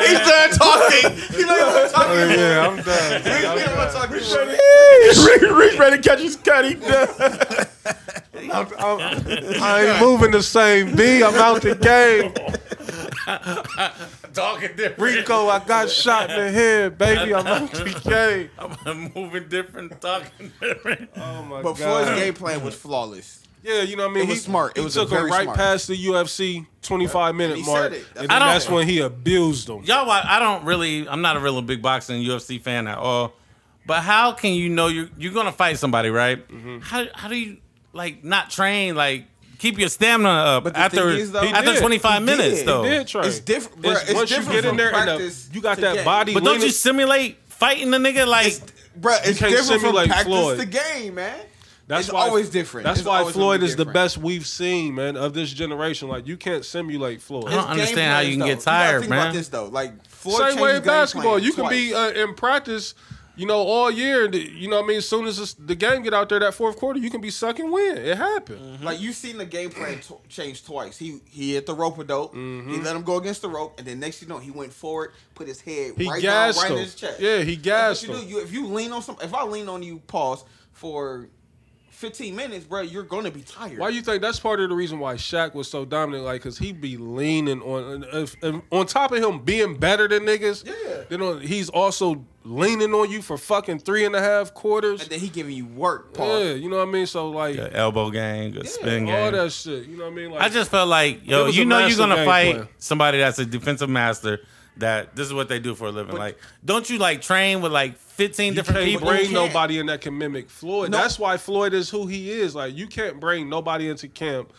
D: He's done talking. He's not even talking.
B: Oh, yeah, I'm done.
D: We don't want to talk anymore.
E: Reach ready to catch his cut. He done.
B: I ain't moving the same B. I'm out the game.
C: Talking different.
B: Rico, I got shot in the head, baby. I'm out the game.
C: I'm moving different, talking different.
B: Oh my
D: But
B: god.
D: Floyd's game plan was flawless.
B: yeah, you know what I mean.
D: It was smart. It
B: he
D: was
B: took
D: very
B: him right
D: smart.
B: past the UFC 25 minute
D: he
B: mark,
D: said it. That's
B: and then
D: what
C: he
B: that's
C: said.
B: when he abused him.
C: y'all wa- I don't really I'm not a real big boxing UFC fan at all. But how can you know you're you're gonna fight somebody, right?
B: Mm-hmm.
C: How how do you like not train, like keep your stamina up
D: But the
C: after
D: thing is, though- He
C: after
B: did.
C: twenty five
D: He
C: minutes
D: did.
C: though?
B: He did try.
D: It's diff- bruh, it's
B: once you
D: different
B: get in
D: from
B: there and
D: practice
B: the, you got
D: to
B: that
D: game.
B: body.
C: But don't you
B: leaning-
C: simulate fighting the nigga like
D: Bruh, it's
B: can't
D: different from
B: simulate
D: practice
B: Floyd.
D: to game, man.
B: That's
D: it's
B: why,
D: always different.
B: That's
D: It's
B: why
D: always
B: Floyd
D: gonna be
B: is the
D: different.
B: best we've seen, man, of this generation. Like you can't simulate Floyd.
C: I don't
D: His game
C: understand how
D: plans,
C: you can get
D: though. gotta
C: tired,
D: think
C: man.
D: About this though, like Floyd
B: Same
D: changed
B: way
D: his
B: in
D: game plan
B: basketball, you can be
D: twice.
B: uh, in practice, you know, all year. And, you know, what I mean, as soon as this, the game get out there, that fourth quarter, you can be sucking win. It happened.
D: Like you've seen the game plan t- change twice. He he hit the rope a dope. He
B: Mm-hmm.
D: let him go against the rope, and then next you know he went forward, put his head
B: He
D: right down,
B: gassed
D: right in
B: him.
D: his chest.
B: Yeah, he
D: That's
B: gassed
D: what you
B: him.
D: do. You, if you lean on some, if I lean on you, pause for fifteen minutes, bro, you're gonna be tired.
B: Why you think that's part of the reason why Shaq was so dominant? Like, cause he be leaning on, if, if- on top of him being better than niggas.
D: Yeah.
B: Then on, he's also leaning on you for fucking three and a half quarters.
D: and then he giving you work, pause.
B: Yeah, you know what I mean. So like,
C: Good elbow game, good spin
B: all
C: game.
B: that shit. You know what I mean? Like,
C: I just felt like yo,
B: It was
C: you
B: a
C: know you're
B: master
C: gonna
B: game
C: fight
B: plan.
C: somebody that's a defensive master. That this is what they do for a living. like, don't you like train with like
B: You
C: fifteen different
B: can't
C: people?
B: bring
D: can't.
B: nobody in that can mimic Floyd.
D: No.
B: That's why Floyd is who he is. Like you can't bring nobody into camp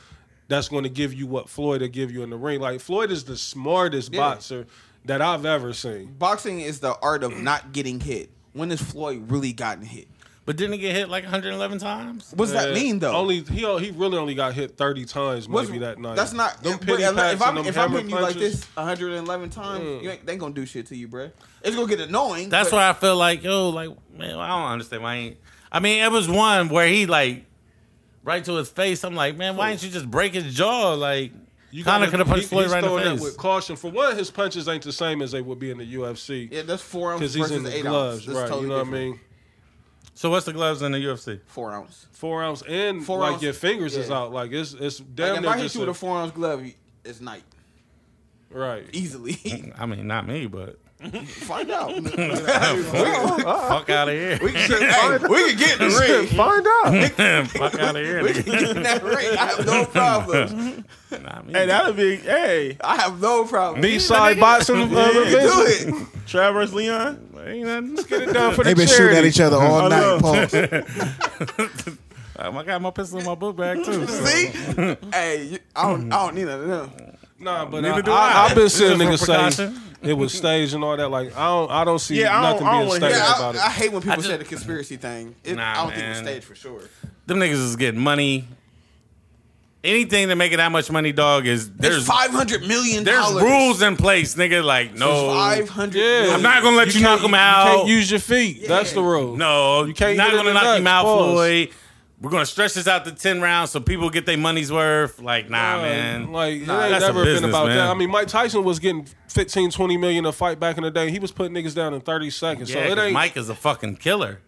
B: that's going to give you what Floyd will give you in the ring. Like Floyd is the smartest
D: Yeah.
B: boxer that I've ever seen.
D: Boxing is the art of not getting hit. When has Floyd really gotten hit?
C: but didn't he get hit like 111 times?
D: What's that
B: Yeah.
D: mean though?
B: Only he o- he really only got hit thirty times
D: What's-
B: maybe that night.
D: That's not.
B: Them
D: but
B: pity
D: if,
B: pats
D: if I'm
B: and them
D: if I'm
B: hammer
D: hitting you like
B: punches.
D: this 111 times, you ain't, they ain't gonna do shit to you, bruh. It's gonna get annoying.
C: That's
D: but
C: why I feel like yo, like man, I don't understand why. Ain't, I mean, it was one where he like right to his face. I'm like, man, why didn't you just break his jaw? Like,
B: You
C: Conor
B: gotta-
C: coulda punched
B: he-
C: Floyd
B: he's
C: right in the
B: throwing that
C: face.
B: With caution, for one, his punches ain't the same as they would be in the UFC
D: Yeah, that's four ounce
B: because
D: versus
B: he's in the
D: eight
B: gloves,
D: ounce. That's
B: right?
D: totally
B: you know
D: different.
B: what I mean?
C: so what's the gloves in the UFC?
D: Four ounce.
B: Four ounce and
D: Four
B: like
D: ounce-
B: your fingers is
D: yeah.
B: out. Like it's it's
D: Like,
B: damn
D: if I
B: near
D: hit
B: just
D: you with
B: a-
D: a four ounce glove, it's night
B: right.
D: easily.
C: I mean, not me, but
D: Find out. we, can,
C: fuck out of here,
D: we, can, hey, we can get in the ring.
F: Find out.
C: fuck out of here.
D: We can
C: nigga.
D: get in that ring. I have no problems.
C: Not me.
E: Hey, that'd be hey
D: I have no problems.
B: Knee side boxing uh,
D: You
B: revenge.
D: do it.
E: Traverse Leon.
C: Ain't nothing. Just
B: Get it done for
F: They
B: the
F: been shooting at
B: charity.
F: each other all
E: I
F: night.
E: know.
F: Pause.
C: Um, I got my pistol in my book bag too. so.
D: See? hey, you- I don't, I don't need none of them.
B: Nah, but
C: Neither
B: I,
C: do I.
B: I, have been seeing
C: Just for
B: niggas say
C: precaution.
B: it was staged and all that. Like I don't I don't see
E: Yeah, I don't-
B: nothing
E: I don't
B: being
E: wanna
B: staged
E: hear
D: Yeah,
B: about
D: I,
B: it.
D: I hate when people say the conspiracy thing. It,
C: Nah,
D: I don't think it was
C: man.
D: staged for sure.
C: Them niggas is getting money. Anything to make it that much money, dog, is
D: There's
C: there's
D: five hundred million
C: there's
D: dollars.
C: rules in place, nigga. Like no,
D: Five hundred.
B: Yeah.
C: I'm not gonna let you, knock him out.
B: You can't use your feet. That's the rule.
C: no, you
B: can't
C: can't. Not
B: hit it
C: gonna
B: in
C: knock
B: the
C: him
B: nuts.
C: out,
B: Pause.
C: Floyd. We're gonna stretch this out to ten rounds so people get their money's worth. Like nah,
B: Uh,
C: man.
B: Like,
C: Nah,
B: it ain't
C: that's a
B: never been
C: business,
B: about
C: man.
B: that. I mean, Mike Tyson was getting 15, 20 million a fight back in the day. He was putting niggas down in 30 seconds.
C: yeah,
B: so it
C: 'cause
B: ain't.
C: Mike is a fucking killer.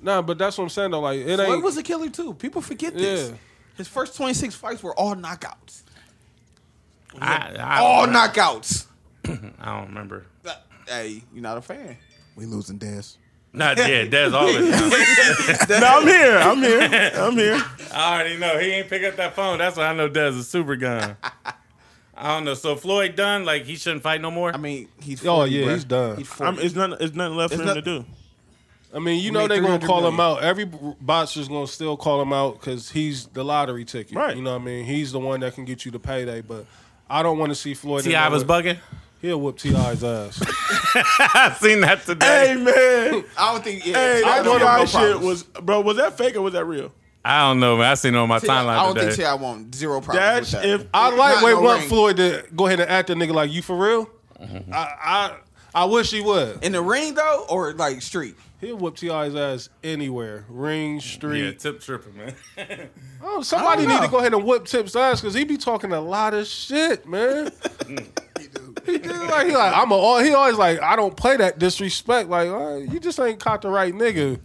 B: Nah, but that's what I'm saying, though. Like, it
D: Floyd
B: ain't.
D: was a killer too. People forget this.
B: Yeah.
D: His first twenty six fights were all knockouts.
B: Oh,
C: I, I,
D: All
C: don't,
D: knockouts.
C: I don't remember.
D: Hey, you're not a fan.
F: We losing dance.
C: Not dead. That's always. down.
E: No, I'm here. I'm here. I'm here.
C: I already know he ain't pick up that phone. That's why I know Dez is super gun. I don't know. So Floyd done, like he shouldn't fight no more.
D: I mean, he's
B: Oh,
D: 40,
B: yeah,
D: bruh.
B: he's done.
D: He's 40.
E: I'm, it's nothing. It's nothing left
D: It's
E: for him
D: not-
E: to do.
B: I mean, you know
D: made
B: they're gonna
D: 300
B: call him
D: million.
B: out. Every boxer's gonna still call him out because he's the lottery ticket.
E: Right.
B: You know what I mean? He's the one that can get you the payday. But I don't want to see Floyd. in
C: Ti
B: there
C: was
B: with-
C: bugging.
B: He'll whoop Ti's ass.
C: I seen that today.
E: Hey man,
D: I don't think. Yeah, I
E: hey, that
D: don't
E: one
D: think
E: eye
D: no
E: shit
D: problems.
E: was, bro. Was that fake or was that real?
C: I don't know, man. I seen it on my
D: I
C: timeline
D: don't think
C: today.
D: T.I. want zero problems
E: Dash,
D: with that.
E: if
B: I
D: Not
B: like wait,
D: no
B: want
D: ring.
B: Floyd to go ahead and act a nigga like you for real. I, I I wish he would.
D: in the ring though, or like street.
B: He'll whoop Ti's ass anywhere, ring, street.
C: Yeah, tip tripping, man.
B: Oh, somebody
D: I don't
B: need to
D: know.
B: go ahead and whip Tip's ass because he be talking a lot of shit, man. he do. Like he like I'm a. He always like I don't play that disrespect. Like uh, you just ain't caught the right nigga.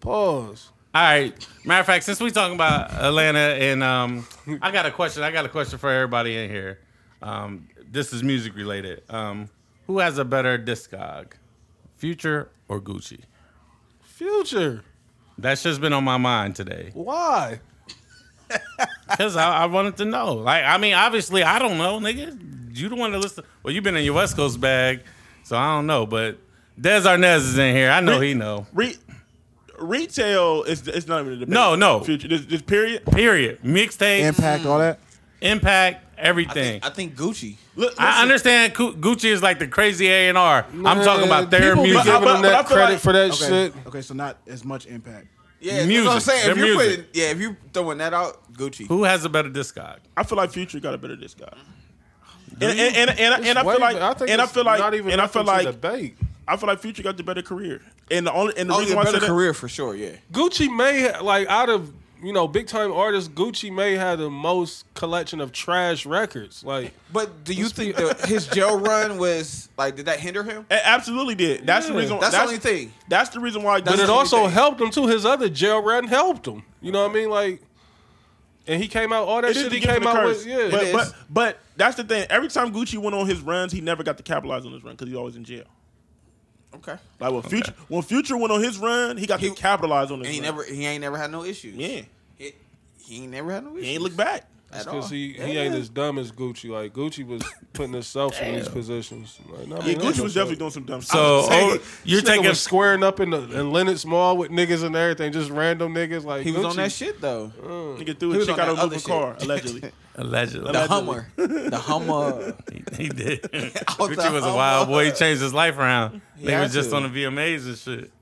B: Pause.
C: All right. Matter of fact, since we talking about Atlanta, and um, I got a question. I got a question for everybody in here. Um, this is music related. Um, who has a better discog, Future or Gucci?
B: Future.
C: That shit's been on my mind today.
B: Why?
C: Because I, I wanted to know. Like, I mean, obviously, I don't know, nigga. You the one that listen. Well, you've been in your West Coast bag, so I don't know. But Des Arnaz is in here. I know he know.
E: re, retail is it's not even a debate.
C: No, no.
E: Future, this, this period.
C: Period. Mixtape, impact,
F: Impact, all that.
D: I
C: everything.
D: think,
C: I,
D: I think Gucci.
E: Look, listen,
C: understand Gu- Gucci is like the crazy A and R. I'm talking about their
B: People be
C: music.
B: giving
E: But-
B: them
E: but I
B: that
E: feel
B: credit
E: like-
B: for that shit.
F: Okay, so not as much impact.
D: Yeah, that's
C: Music.
D: what I'm saying. If
C: Their
D: you
C: music.
D: putting, yeah, if you throwing that out, Gucci.
C: Who has a better discog?
E: I feel like Future got a better disc guy. And and and, and, and I
B: Way
E: feel like
B: better. think
E: and I
B: it's
E: feel like
B: not even
E: and I
B: up
E: feel
B: to
E: like
B: debate.
E: I feel like Future got the better career. And the only and the
D: Oh,
E: reason
D: yeah,
E: why I
D: better
E: said that,
D: career for sure. Yeah.
B: Gucci may like out of you know big time artists, Gucci may have the most collection of trash records. Like
D: But do you think the, his jail run was like? Did that hinder him?
E: it absolutely did. That's the
B: Yeah.
E: reason.
D: That's the only thing.
E: That's the reason why.
B: But
E: Gucci-
B: it also
D: anything.
B: helped him too. His other jail run helped him. You know what I mean? Like, and he came out all that
E: It is
B: shit.
E: the
B: He
E: gift and
B: came
E: the
B: out
E: curse.
B: with yeah.
E: But,
D: It is.
E: but but that's the thing. Every time Gucci went on his runs, he never got to capitalize on his run because he always in jail.
D: Okay.
E: Like when Future when Future went on his run, he got
D: He-
E: to capitalize on his
D: And he
E: run.
D: never, he ain't never had no issues.
E: Yeah.
D: He, he ain't never had no issues.
E: He ain't look back.
D: at all.
B: because he, he
D: Yeah.
B: ain't as dumb as Gucci. Like Gucci was putting himself in these positions. Like, nah, man,
E: Yeah, Gucci was
B: no
E: definitely doing some dumb stuff.
C: So
D: saying,
C: oh, you're
B: This nigga
C: taking
B: was squaring up in the in Lennox Mall with niggas and everything, just random niggas. Like
D: He was on
B: Gucci-
D: that shit though.
E: Nigga threw
D: He
E: a
D: was
E: chick
D: on
E: out
D: that
E: of
D: other
E: a moving
D: shit.
E: car, allegedly.
C: allegedly.
D: The Hummer, the Hummer.
C: He, he did.
D: Oh,
C: Gucci
D: the
C: was a wild
D: Hummer.
C: boy. He changed his life around. Nigga
D: had
C: was just
D: to.
C: on the VMAs and shit.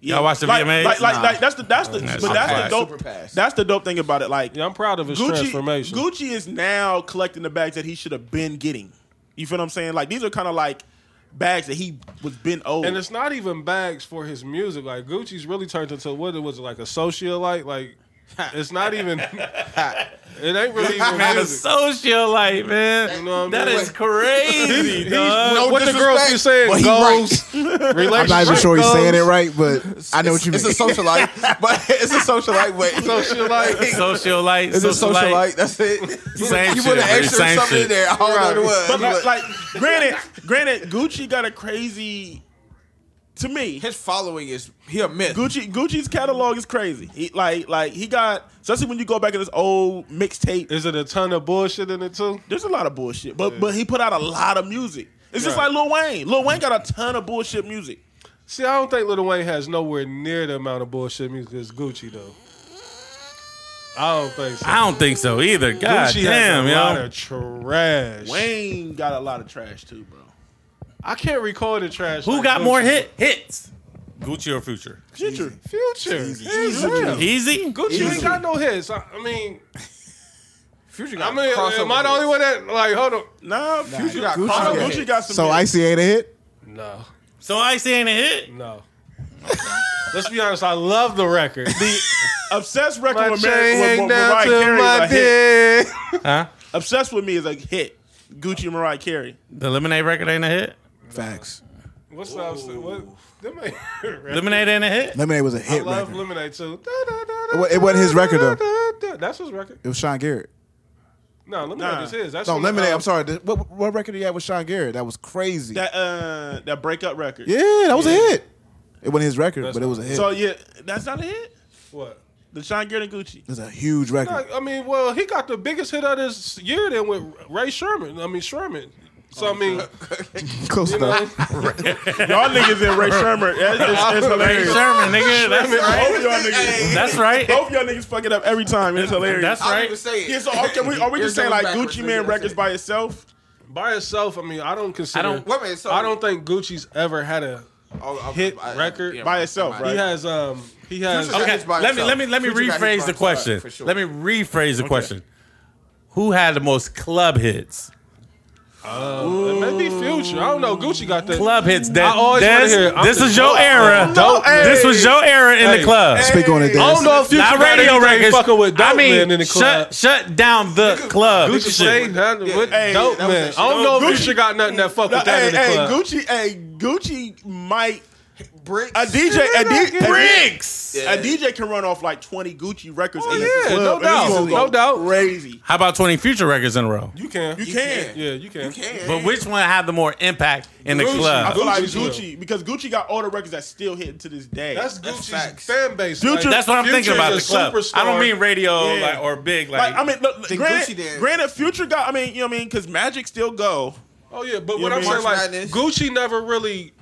E: Yeah,
C: Y'all watch the
E: like,
C: VMAs?
E: Like, like,
C: Nah.
E: like, that's the that's the
C: That's
E: but that's
C: super
E: the
C: pass.
E: dope.
D: Super pass.
E: That's the dope thing about it. Like
B: Yeah, I'm proud of his
E: Gucci,
B: transformation.
E: Gucci is now collecting the bags that he should have been getting. You feel what I'm saying? Like these are kind of like bags that he was been owed.
B: And it's not even bags for his music. Like Gucci's really turned into what it was like a socialite. Like it's not even. it ain't really even
C: Man, a
B: music.
C: socialite, man.
B: You know what I mean?
C: That is crazy. dog.
D: no
B: what the girls be saying
D: but he
B: goes.
F: I'm not even sure he's saying it right, but I know
D: it's,
F: what you mean.
D: it's a socialite, but it's a socialite. But
B: Socialite.
C: Socialite,
D: It's a
C: socialite.
D: socialite. That's it.
C: Same
D: you
C: shit,
D: put an
C: man.
D: extra
C: Same
D: something
C: shit.
D: in there. I don't know what it was.
E: but like,
D: but
E: like, granted, granted, Gucci got a crazy. To me,
D: his following is he a myth.
E: Gucci Gucci's catalog is crazy. He like like he got especially when you go back in this old mixtape.
B: Is it a ton of bullshit in it too?
E: There's a lot of bullshit, but but he put out a lot of music. It's just
B: Right.
E: like Lil Wayne. Lil Wayne got a ton of bullshit music.
B: See, I don't think Lil Wayne has nowhere near the amount of bullshit music as Gucci though. I don't think so.
C: I don't think so either. God
B: Gucci
C: damn,
B: has a lot
C: yo.
B: of trash.
E: Wayne got a lot of trash too, bro.
B: I can't recall the trash.
C: Who
B: like
C: got
B: Gucci.
C: more hit hits? Gucci or Future?
E: Future.
B: Future. Hell yeah.
C: Easy.
B: Gucci ain't got no hits. I, I mean,
D: Future
B: I mean, am I the only one that like? Hold on.
E: Nah, Future
D: got
E: got Gucci,
D: crossover
E: Gucci
D: hits.
E: got some.
F: so
E: hits.
F: Icy ain't a hit.
B: No,
C: So Icy ain't a hit.
B: no. Let's be honest. I love the record.
E: the obsessed
B: My
E: record with, Mar-
B: chain
E: with,
B: hang
E: with
B: down
E: Mariah Carey
B: to my
E: is a hit.
B: dick.
C: Huh?
E: Obsessed with me is a hit. Gucci and Mariah Carey.
C: The Lemonade record ain't a hit.
F: Facts.
B: What's up? Sid? What? Them ain't
C: Lemonade ain't a hit.
F: Lemonade was a hit
B: Love
F: record.
B: Lemonade too.
F: wa- it wasn't his record, though.
B: though. That's his record.
F: It was Sean Garrett.
B: No, Lemonade
E: Nah.
B: is his. That's
F: No,
B: from-
F: Lemonade. I'm sorry. Th- What, what record did he have with Sean Garrett? That was crazy.
E: That uh that breakup record.
F: yeah, that was a hit. It wasn't his record, but it was a hit.
E: So yeah, that's not a hit.
B: What?
E: The Sean Garrett and Gucci.
F: it was a huge record.
B: I, I mean, well, he got the biggest hit of this year then with Ray Sherman. I mean Sherman. So I mean,
F: Close enough.
E: Y'all niggas in Ray Sherman. That's, it's, it's
C: Ray
E: hilarious.
C: Sherman, nigga. That's right.
E: Both of y'all niggas.
C: That's right.
E: Both of y'all niggas fuck it up every time. and It's hilarious.
C: That's
D: I
C: right.
D: don't even say it.
E: yeah, so are, can we, are we
D: Here's
E: just saying like
D: going backwards,
E: Gucci
D: nigga,
E: Man
D: that's
E: records
D: it.
E: by itself?
B: by itself, I mean, I don't consider. I don't.
C: don't-
D: Wait a minute, so-
B: I don't think Guccy's ever had a.
D: Oh, I-
B: hit
D: I-
B: record
D: yeah,
E: by itself,
D: my-
E: right?
B: He has. Um. He has.
D: Future-
C: Okay.
D: Just by
C: Let me
D: itself.
C: let me let me
D: Future got hit by
C: rephrase the
D: himself,
C: question.
D: for sure.
C: Let me rephrase the question. Who had the most club hits?
B: Maybe Future. I don't know. Gucci got that.
C: Club hits. That
B: I always wanna
C: this,
B: hear it. I'm
C: this
B: the
C: is your
B: dope.
C: era.
B: Dope.
C: This was your era in the
B: Hey.
C: club.
F: Speak on it,
B: I
F: Dennis.
B: don't know if Future
C: Not
B: got
C: radio
B: anything
C: records.
B: fucking with Dope
C: I mean,
B: Man in the club.
C: shut shut down the club.
B: Gucci
C: Shit.
B: Shane huh? with
E: Hey,
B: Dope
E: that was
B: Man.
E: that shit.
B: I don't know if
E: Gucci-
B: Future got nothing that fuck with that
E: hey,
B: in the
E: hey,
B: club.
E: Gucci, hey, Gucci might
D: Bricks.
E: a DJ a, D, a,
C: Bricks.
E: a DJ can run off like twenty Gucci records.
B: Oh,
E: in
B: yeah,
E: the club,
B: no
E: and it's
B: doubt.
E: gonna go
B: No doubt.
E: Crazy.
C: How about 20 future records in a row?
B: You can.
E: You can.
B: Yeah, you can.
D: You can.
C: But which one had the more impact in the
B: Gucci.
E: I
C: club?
E: feel like
B: Gucci's will.
E: Gucci because Gucci got all the records that still hit to this day.
B: That's
D: That's
B: Gucci's
D: facts.
B: fan base.
E: Future-
B: like,
C: That's what I'm
B: Future's
C: thinking about
B: a
C: the club.
B: superstar.
C: I don't mean radio
E: Yeah.
C: like, or big. Like,
E: like I mean, look,
D: Think Gucci
E: granted,
D: did.
E: granted, Future got. I mean, you know what I mean? Because Magic still go.
B: Oh yeah, but
E: You
B: what
E: know
B: I'm saying,
E: what I
B: like
E: mean?
D: March Madness.
B: Gucci never really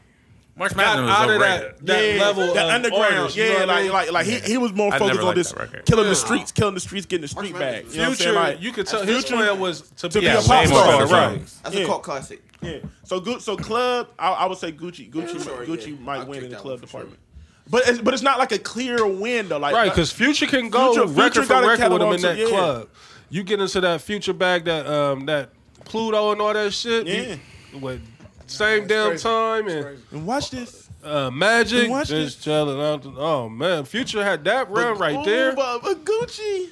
C: March
B: got
C: Madness
B: out
C: was
B: of
C: overrated.
B: that that
E: Yeah,
B: level
E: the
B: of
E: underground.
B: artist, you
E: yeah,
B: know what I
E: like,
B: mean?
E: like like he he was more
C: I
E: focused
C: never
E: on
C: liked
E: this
C: that record.
E: killing
B: Yeah.
E: the streets, killing the streets, getting the street
D: March
E: back.
D: Madness.
E: You know what I'm
B: Future,
E: saying? Like,
B: you could tell his
E: Future-
B: plan was to,
E: be
B: be
E: a
B: a
E: pop
B: pop
E: star,
B: star,
E: right.
B: right?
D: That's
E: Yeah.
D: a cult classic.
E: Yeah. So good. So club, I, I would say Gucci. Gucci.
D: Sorry,
E: Gucci
D: yeah.
E: might
D: I'll
E: win
D: take
E: in the
D: that
E: club
D: one for sure.
E: department. But it's, but it's not like a clear win though. Like
B: Right, because Future can go
E: Future-
B: record
E: Future
B: for
E: got a
B: record with him
E: catalog
B: in
E: too,
B: that
E: yeah.
B: club. You get into that Future bag, that um, that Pluto and all that shit.
E: Yeah.
B: you- with same damn
D: crazy.
B: time and
E: And watch this.
B: uh, Magic
E: And watch this.
B: just chilling out. Oh man, Future had that run right
E: Ooh,
B: there.
E: But, but Gucci.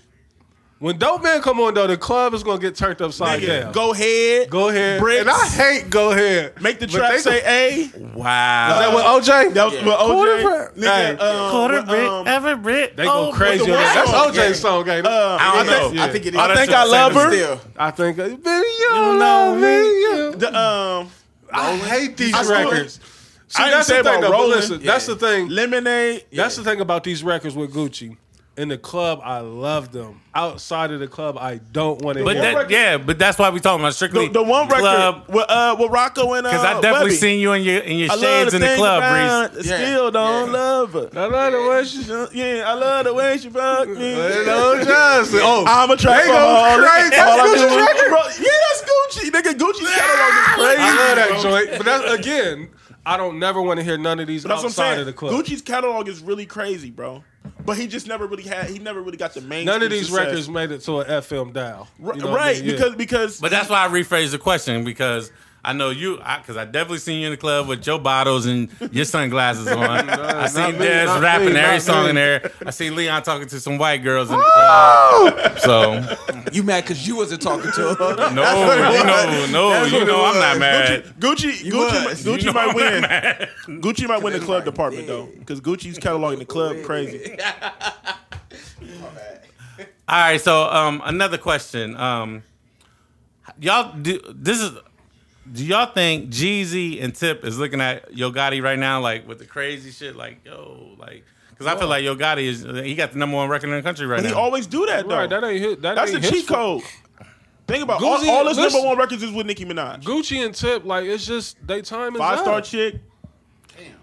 B: When Dope Man come on though, the club is gonna get turned upside
E: Nigga,
B: down.
E: Go ahead.
B: Go ahead.
E: Bricks.
B: And I hate go ahead.
E: Make the
B: But
E: trap
B: they-
E: say A.
C: Wow.
B: that with OJ?
E: That was with OJ.
B: Quarter brick.
E: Nigga,
B: Hey.
E: um,
C: Quarter
E: with,
C: brick,
E: um,
C: ever brick.
B: They go
C: oh,
B: crazy.
E: the
B: on
E: one
B: that. That's
E: song,
B: OJ's song, ain't it?
E: uh,
C: I don't know.
B: Yeah.
D: I think it is.
E: I think I love her.
D: Still.
B: I think, baby, you don't know me.
E: The, um,
B: I hate these
E: I still-
B: records. See,
E: I ain't
B: that's
E: say
B: the thing.
E: about
B: Though, but
E: rolling.
B: listen, that's the thing.
E: lemonade.
B: That's the thing about these records with Gucci. In the club, I love them. Outside of the club, I don't want to
C: But
B: hear.
C: that,
B: them.
C: yeah, but that's why we talking about strictly
E: The, the one record
C: club.
E: with uh with Rocco and uh.
C: Because I definitely
E: Webby.
C: seen you in your in your
E: I love
C: shades in the
E: thing
C: club,
E: about
C: Reese.
E: it. Still don't
D: Yeah.
E: love her.
B: I love the way she.
E: Yeah, I love the way she fucked me.
B: Hello, Johnson. Oh,
E: I'm a track
B: They go crazy. That's Gucci's record.
E: Yeah, that's Gucci. Nigga, Gucci's catalog is
B: I
E: crazy.
B: love that joint. But that's again, I don't never want to hear none of these
E: But that's what I'm
B: outside
E: saying.
B: of the club.
E: Gucci's catalog is really crazy, bro. But he just never really had. He never really got the main.
B: None of these records made it to an FM dial. You know what I
E: right?
B: mean? Yeah.
E: Because because
C: But that's why I rephrased the question because I know you, because I, definitely seen you in the club with your bottles and your sunglasses on. I seen
F: me,
C: Dez
F: not
C: rapping
F: me,
C: every
F: not
C: song
F: me.
C: in there. I seen Leon talking to some white girls in the club. So
D: You mad because you wasn't talking to her?
C: no, you know, no, you know, I'm not mad.
E: Gucci Gucci might-
D: was.
E: Gucci
C: You know
E: might
C: I'm
E: win.
C: not mad.
E: Gucci might win the club department though, because Gucci's catalog in the club crazy.
C: All right, so um, another question. Um, y'all do this is do y'all think Jeezy and Tip is looking at Yo Gotti right now like with the crazy shit like yo like because I feel like Yo Gotti is he got the number one record in the country right
E: But he
C: now.
E: always do that though.
B: right, that ain't hit. That
E: That's the
B: ain't
E: cheat
B: his fault.
E: code. Think about all,
B: Gucci-
E: all his
B: listen.
E: number one records is with Nicki Minaj.
B: Gucci and Tip, like it's just they time is
E: Five star
B: up.
E: chick.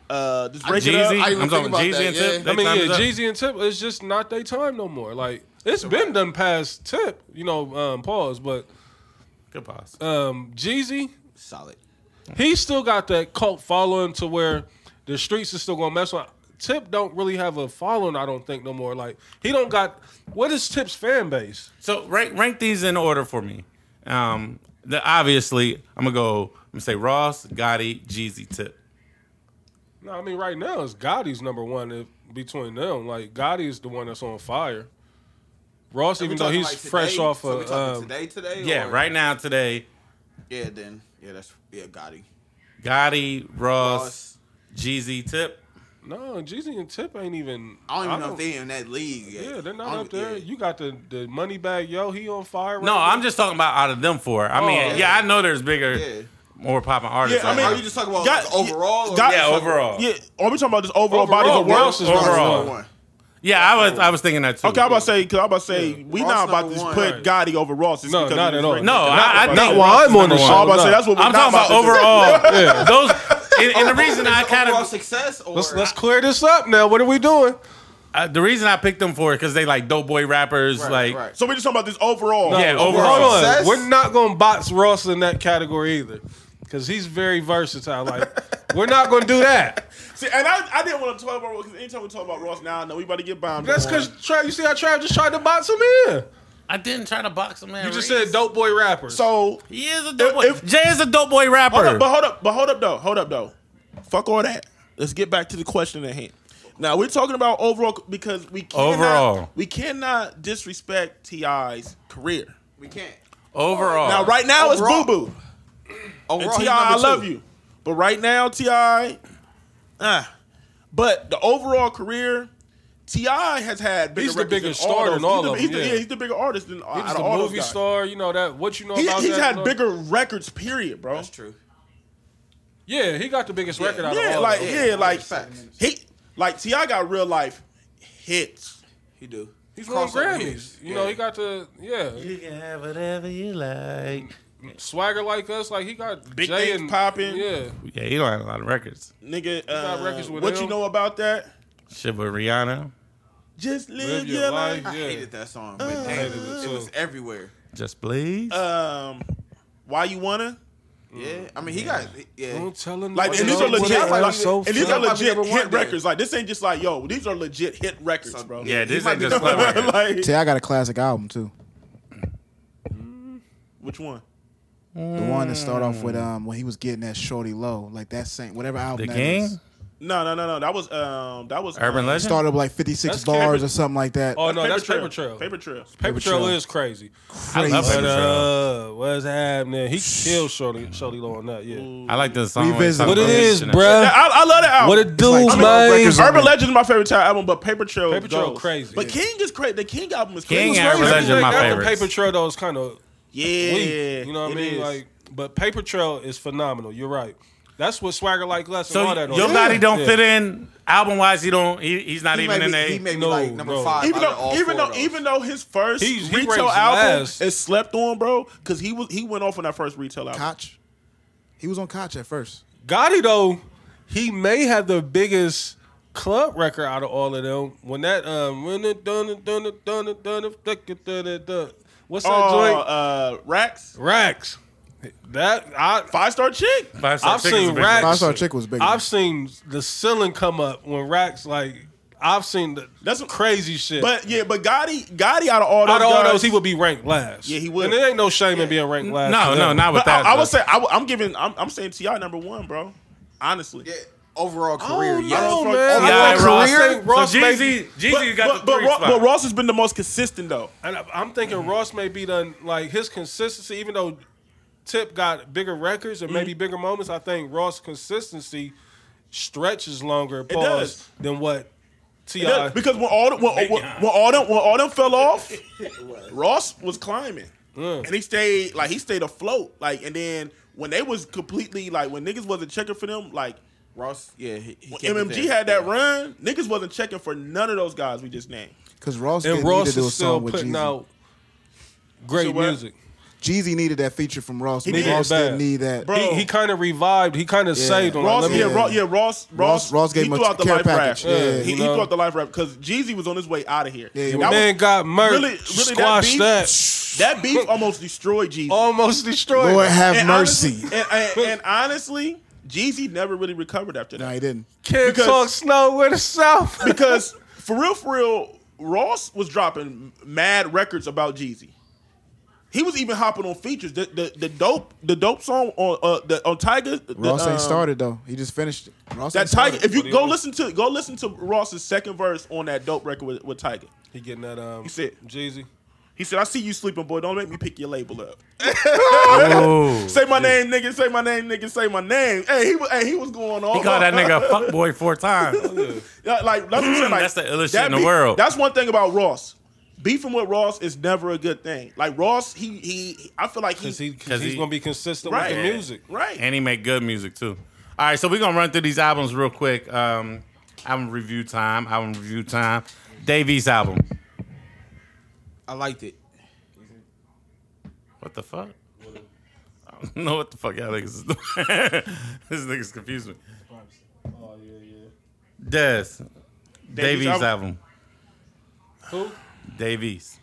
E: Uh, just break it
C: Jeezy,
D: I
E: up.
D: didn't
C: I'm
D: think
C: talking
D: about
C: Jeezy
D: that,
C: and
D: yeah.
C: Tip. they
B: I mean,
C: time's
B: yeah,
C: up.
B: Jeezy and Tip, it's just not their time no more. Like it's been done past Tip, you know. Um, pause, but
C: Good pause.
B: um, Jeezy,
D: Solid.
B: he still got that cult following to where the streets is still gonna mess with. Tip don't really have a following, I don't think, no more. Like he don't got what is Tip's fan base?
C: So rank rank these in order for me. Um, the, obviously I'm gonna go. I'm gonna say Ross, Gotti, Jeezy, Tip.
B: No, I mean right now it's Gotti's number one if, between them. Like Gotti is the one that's on fire. Ross, even though he's fresh off
D: so we
B: of
D: talking
B: um,
D: today, today.
C: Yeah,
D: or-
C: right now today,
D: Yeah, then yeah, that's yeah, Gotti.
C: Gotti, Ross.
D: Ross.
C: Jeezy tip.
B: no Jeezy and Tip ain't even.
D: I don't even know
B: don't-
D: if they in that league. Yet.
B: Yeah, they're
D: I
B: not
D: don't-
B: up there.
D: yeah.
B: You got the the money bag, yo. He on fire. Right
C: No,
B: now.
C: I'm just talking about out of them four. I mean,
B: Oh,
C: yeah,
B: yeah.
C: I know there's bigger,
D: Yeah.
C: more popping artists.
E: Yeah, I
C: out
E: mean-
D: Are
C: there.
D: you just talking about
E: Got-
D: like, overall? or-
E: got-
C: yeah, overall.
E: Yeah, are we talking about this overall, body
B: Overall,
E: of work?
B: Ross is number
C: Overall.
B: one.
D: One.
C: Yeah, I was, I was thinking that too.
E: Okay, I'm about to say because I'm about to say we
D: Ross
E: not about
D: number
E: to
D: one.
E: put Gotti over Ross. just
B: No,
E: because
B: not
E: he
B: at
E: was
B: all.
E: ranked
C: No,
E: second.
C: I, I
E: Not
C: think
E: about-
B: Not while I'm on the
E: I'm
B: show.
E: about to say that's what
C: I'm
E: we're
C: talking about
E: not
C: overall. Those and, and the reason I
D: Is it
C: kind
D: overall
C: of
D: success or
B: Let's let's clear this up now. What are we doing?
C: uh, the reason I picked them for it because they like dope boy rappers, like
D: right.
E: So we're just talking about this overall.
C: Yeah,
B: No,
C: overall.
B: Hold on.
D: Success?
B: We're not gonna box Ross in that category either, because he's very versatile. Like we're not gonna do that.
E: See, and I, I didn't want to talk about because anytime we talk about Ross now, I know we about to get bombed.
B: That's
E: on.
B: because Trav. You see how Trav just tried to box him in.
C: I didn't try to box him in.
B: You just
C: Reese.
B: said dope boy rappers.
E: So
C: He is a dope boy.
E: If-
C: Jay is a dope boy rapper.
E: hold up, but hold up, but hold up though, hold up though. Fuck all that. Let's get back to the question at hand. Now we're talking about overall because we cannot,
C: Overall.
E: we cannot disrespect Ti's career.
D: We can't.
C: overall,
E: Now right now
D: Overall.
E: it's Boo Boo and
D: Overall, he's
E: Ti. I
D: number
E: love
D: two.
E: you, but right now Ti, ah, but the overall career. Ti has had bigger
B: He's the
E: records than
B: biggest
E: all
B: star
E: those.
B: in all
E: He's the-
B: of
E: he's
B: them,
E: the-
B: yeah.
E: yeah, he's the bigger artist than
B: He's
E: out
B: the
E: of all those
B: movie
E: guys.
B: star. You know that. What you know
E: He,
B: about
E: he's
B: that,
E: had
B: bro?
E: bigger records, period, bro.
D: That's true.
B: Yeah, he got the biggest record out of
E: Yeah,
B: all.
E: like
B: of them.
E: yeah, like
D: Facts.
E: he like Ti got real life hits.
D: He do.
B: He's won
D: Crossover
B: Grammys.
D: hits.
B: You
D: Yeah.
B: know, he got the yeah
C: you can have whatever you like.
B: swagger like us. Like he got
E: Big
B: Jay
E: things
B: and-
E: popping.
B: Yeah,
C: Yeah, he don't have a lot of records.
E: Nigga,
B: got
E: uh,
B: records with
E: what
B: him.
E: you know about that?
C: Shit with Rihanna,
E: Just live,
B: live
E: your,
B: your
E: life.
B: life.
D: I
B: Yeah.
D: hated that song, but
E: Mm.
D: damn,
B: hated it
D: it
B: too.
D: was everywhere.
C: just please.
E: Um, why you wanna?
B: Mm.
D: Yeah, I mean, he got yeah.
B: Don't tell him.
E: Like,
B: no
E: and these
B: one.
E: are
D: Well,
E: legit.
D: T.I. might
E: like,
D: be so
E: and these
D: fun.
E: are
D: Might be
E: legit
D: number one
E: hit
D: then.
E: records. Like this ain't just like yo, these are legit hit records, bro.
C: yeah, this
D: might
C: ain't
D: be
C: just club records.
E: like
F: T, I got a classic album too.
E: which one?
F: The one that start off with um when he was getting that shorty low, like that same whatever album.
C: The
F: that
C: King?
F: is.
E: No, no, no, no. That was um, that was
C: Urban
E: um,
C: Legend.
F: Started with like 56
B: That's
F: bars
B: Cameron-
F: or something like that.
B: Oh no, that's Paper Trail. Paper,
E: Paper Trail.
B: Trail,
F: Trail.
B: is crazy.
C: I love Paper
F: Crazy.
B: But
C: Trail.
B: uh, what's happening? He killed Shorty, Shorty Low on that. Yeah.
C: I like this song. when
F: Revisit.
C: talk
F: What
B: What
C: about
B: it is,
C: this shit.
E: Yeah,
B: bruh?
E: I, I love that album.
B: Uh, What it do,
F: like 12
B: man?
F: records.
E: Urban Legend is my favorite Ty album, but Paper Trail.
B: Paper Trail
E: goes.
B: crazy.
E: But King is crazy. The King album is
C: King
E: crazy.
C: and Urban Legend are my
B: Everything after
C: favorites.
B: Paper Trail though is kind of
E: Yeah,
B: weak. You know what I
E: it
B: mean?
E: is.
B: Like, but Paper Trail is phenomenal. You're right. That's what Swagger Like Less
C: So
B: and all that. on
C: Yo
B: it.
C: Gotti don't
B: Yeah.
C: fit in album wise. He don't. He, he's not
D: He
C: even
D: may
C: in
D: be,
C: a.
D: he may be
B: No,
D: like number
B: no.
D: five.
E: even
D: out of
E: though,
D: all
E: even
D: four
E: though,
D: of those.
E: even though his first
B: He's- he
E: retail
B: raised
E: album
B: last.
E: is slept on, bro, because he was he went off on that first retail album.
F: Koch. He was on Koch at first.
B: Gotti though, he may have the biggest club record out of all of them. When that um, when it done it done it done it done it done it done it done it. What's that
E: Oh,
B: joint?
E: uh, Racks.
B: Racks. That I
E: Five star chick.
B: I've seen racks.
F: Five star chick was big.
B: I've seen the ceiling come up when racks like I've seen the,
E: That's
B: that's
E: what-
B: crazy shit.
E: But yeah, but Gotti, Gotti out of all those
B: out of all
E: guys-
B: those, he would be ranked last.
E: Yeah, he would.
B: And there ain't no shame in being ranked last.
C: No,
B: to
C: no,
B: them.
C: not with
E: But I,
C: that.
E: I
C: though.
E: would say I, would- I'm giving. I'm, I'm saying Ti number one, bro. Honestly.
D: Yeah, overall career.
B: Oh,
D: yes.
B: no,
E: fuck-
B: man.
E: Yeah,
B: I think
D: Ross.
B: I think Ross
C: so
B: may be-
C: Jeezy, Jeezy
E: But,
C: got
E: but,
C: the
E: but,
C: three
E: Ro-
C: spot.
E: but mm-hmm. Ross has been the most consistent though.
B: and I- I'm thinking Ross may be done. Like his consistency, even though Tip got bigger records and
E: Mm-hmm.
B: maybe bigger moments, I think Ross' consistency stretches longer.
E: does.
B: Pause than what Ti.
E: Yeah, because when all the, when, when, when all them when all them fell off, Ross was climbing, and he stayed like he stayed afloat. Like and then when they was completely like when niggas wasn't checking for them, like
D: Ross. Yeah, he, he
E: when
D: kept it
E: MMG
D: there.
E: had that run, niggas wasn't checking for none of those guys we just named.
F: because Ross
B: and
F: didn't need
B: Ross
F: to do a
B: is still
F: song with
B: putting
F: Jeezy.
B: out great
E: So what-
B: music.
F: Jeezy needed that feature from Ross.
E: needed
F: Ross
B: it bad.
F: didn't need that.
E: Bro.
B: He, he kind of revived. He kind of saved on that.
E: Ross,
B: Let me-
E: yeah,
F: yeah.
E: Ross, yeah, Ross, Ross,
F: Ross- Ross gave
E: he
F: him a
E: threw out the
F: care
E: life raft.
F: package, yeah.
E: he, he
B: You
E: threw
B: know.
E: out the life raft because Jeezy was on his way out of here.
F: Yeah,
E: That
F: your
E: was-
B: man got murked.
E: really, really
B: squashed
E: that,
B: that,
E: beef, that. beef almost destroyed Jeezy.
B: Almost destroyed.
F: Lord have
E: And
F: mercy.
E: honestly- and, and, and honestly, Jeezy never really recovered after
F: no,
E: that
F: he didn't.
B: Can't
E: because-
B: talk snow with the south.
E: because for real, for real, Ross was dropping mad records about Jeezy. He was even hopping on features. The the, the dope the dope song on uh, the on Tiger. the,
F: Ross
E: um,
F: ain't started though. He just finished it. Ross
E: That
F: ain't started.
E: Tiger. If you go listen to go listen to Ross's second verse on that dope record with, with Tiger.
B: He getting that um
E: He said-
B: Jeezy.
E: He said, "I see you sleeping, boy. Don't make me pick your label up.
C: Oh.
E: Say my name, nigga. Say my name, nigga. Say my name." Hey, he was. Hey, he was going on.
C: He called that nigga a fuckboy four times.
E: Yeah, like that's what I'm saying. Like,
C: That's the illest shit
E: that
C: in the
E: beef-
C: world.
E: That's one thing about Ross. Beefing with Ross is never a good thing. Like Ross, he he, I feel like he,
B: Cause he, cause
C: 'Cause
B: he's
C: he-
B: gonna be consistent
E: right
B: with the music.
E: right.
C: And he make good music too. All right, so we're gonna run through these albums real quick. Um, album review time. Album review time. Davies album.
D: I liked it.
C: What the fuck? I don't know what the fuck y'all niggas is doing. this nigga's confused me. Des. Davies album.
E: album?
B: Who?
C: Davies.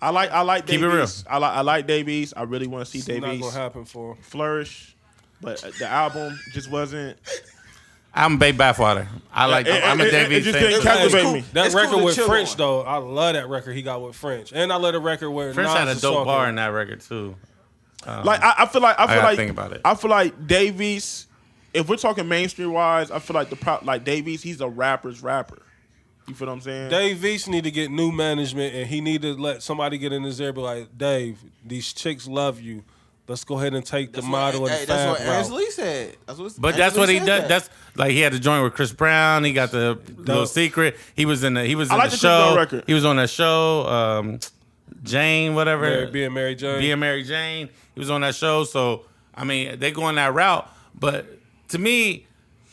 E: I like I like
C: Keep it
E: Davies. I like I like Davies. I really want to see
B: It's not
E: Davies
B: gonna happen for him.
E: flourish, but uh, the album just wasn't.
C: I'm Babe Bathwater. I like.
E: it-
C: I'm a
E: it- it
C: Davies
E: just
C: fan.
E: didn't
C: too.
E: catch- Captivate
D: cool.
E: me.
B: That
D: It's cool
B: record
D: to
B: with
D: chill
B: French
D: on.
B: though, I love that record he got with French, and I love the record where
C: Prince
B: Nas
C: had a
B: is
C: dope
B: talking.
C: bar in that record too.
E: Like I, I feel like I feel
C: Um, gotta
E: like
C: think about it.
E: I feel like Davies. If we're talking mainstream wise, I feel like the pro, like Davies, he's a rapper's rapper. You feel what I'm saying?
B: Dave Veach need to get new management, and he need to let somebody get in his ear, and be like, Dave, these chicks love you. Let's go ahead and take the model
D: Hey,
B: and
D: that's
B: fab
D: what Ernest
B: route."
D: Lee said. That's what,
C: But that's
D: Ernest
C: what
D: Lee
C: he
D: said
C: does.
D: that.
C: That's like he had a joint with Chris Brown. He got the little
B: Dope.
C: secret. He was in the. He was
E: I
C: in
E: like
C: the
E: the Chris Brown
C: show.
E: record.
C: He was on that show. Um, Jane, whatever.
B: Mary B and Mary Jane.
C: being Mary Jane. He was on that show, so I mean, they going that route. But to me,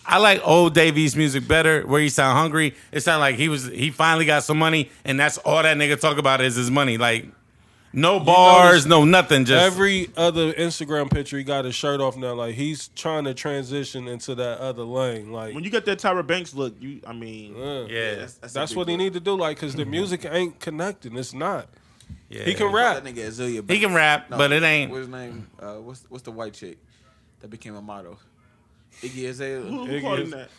C: I like old Davies music better, where he sound hungry. It sound like he was he finally got some money, and that's all that nigga talk about is his money. Like no bars, no nothing. Just
B: Every other Instagram picture, he got his shirt off now. Like he's trying to transition into that other lane. Like
E: when you get that Tyra Banks look, you I mean,
B: uh,
C: yeah,
D: That's,
B: that's what he need to do. Like, cause the music ain't connecting. It's not.
C: yeah.
B: He can rap.
D: That nigga Azalea.
C: He can rap, but it ain't.
D: What's his name? Uh, what's what's the white chick that became a model? Iggy
E: who,
D: Azalea.
E: who called him that?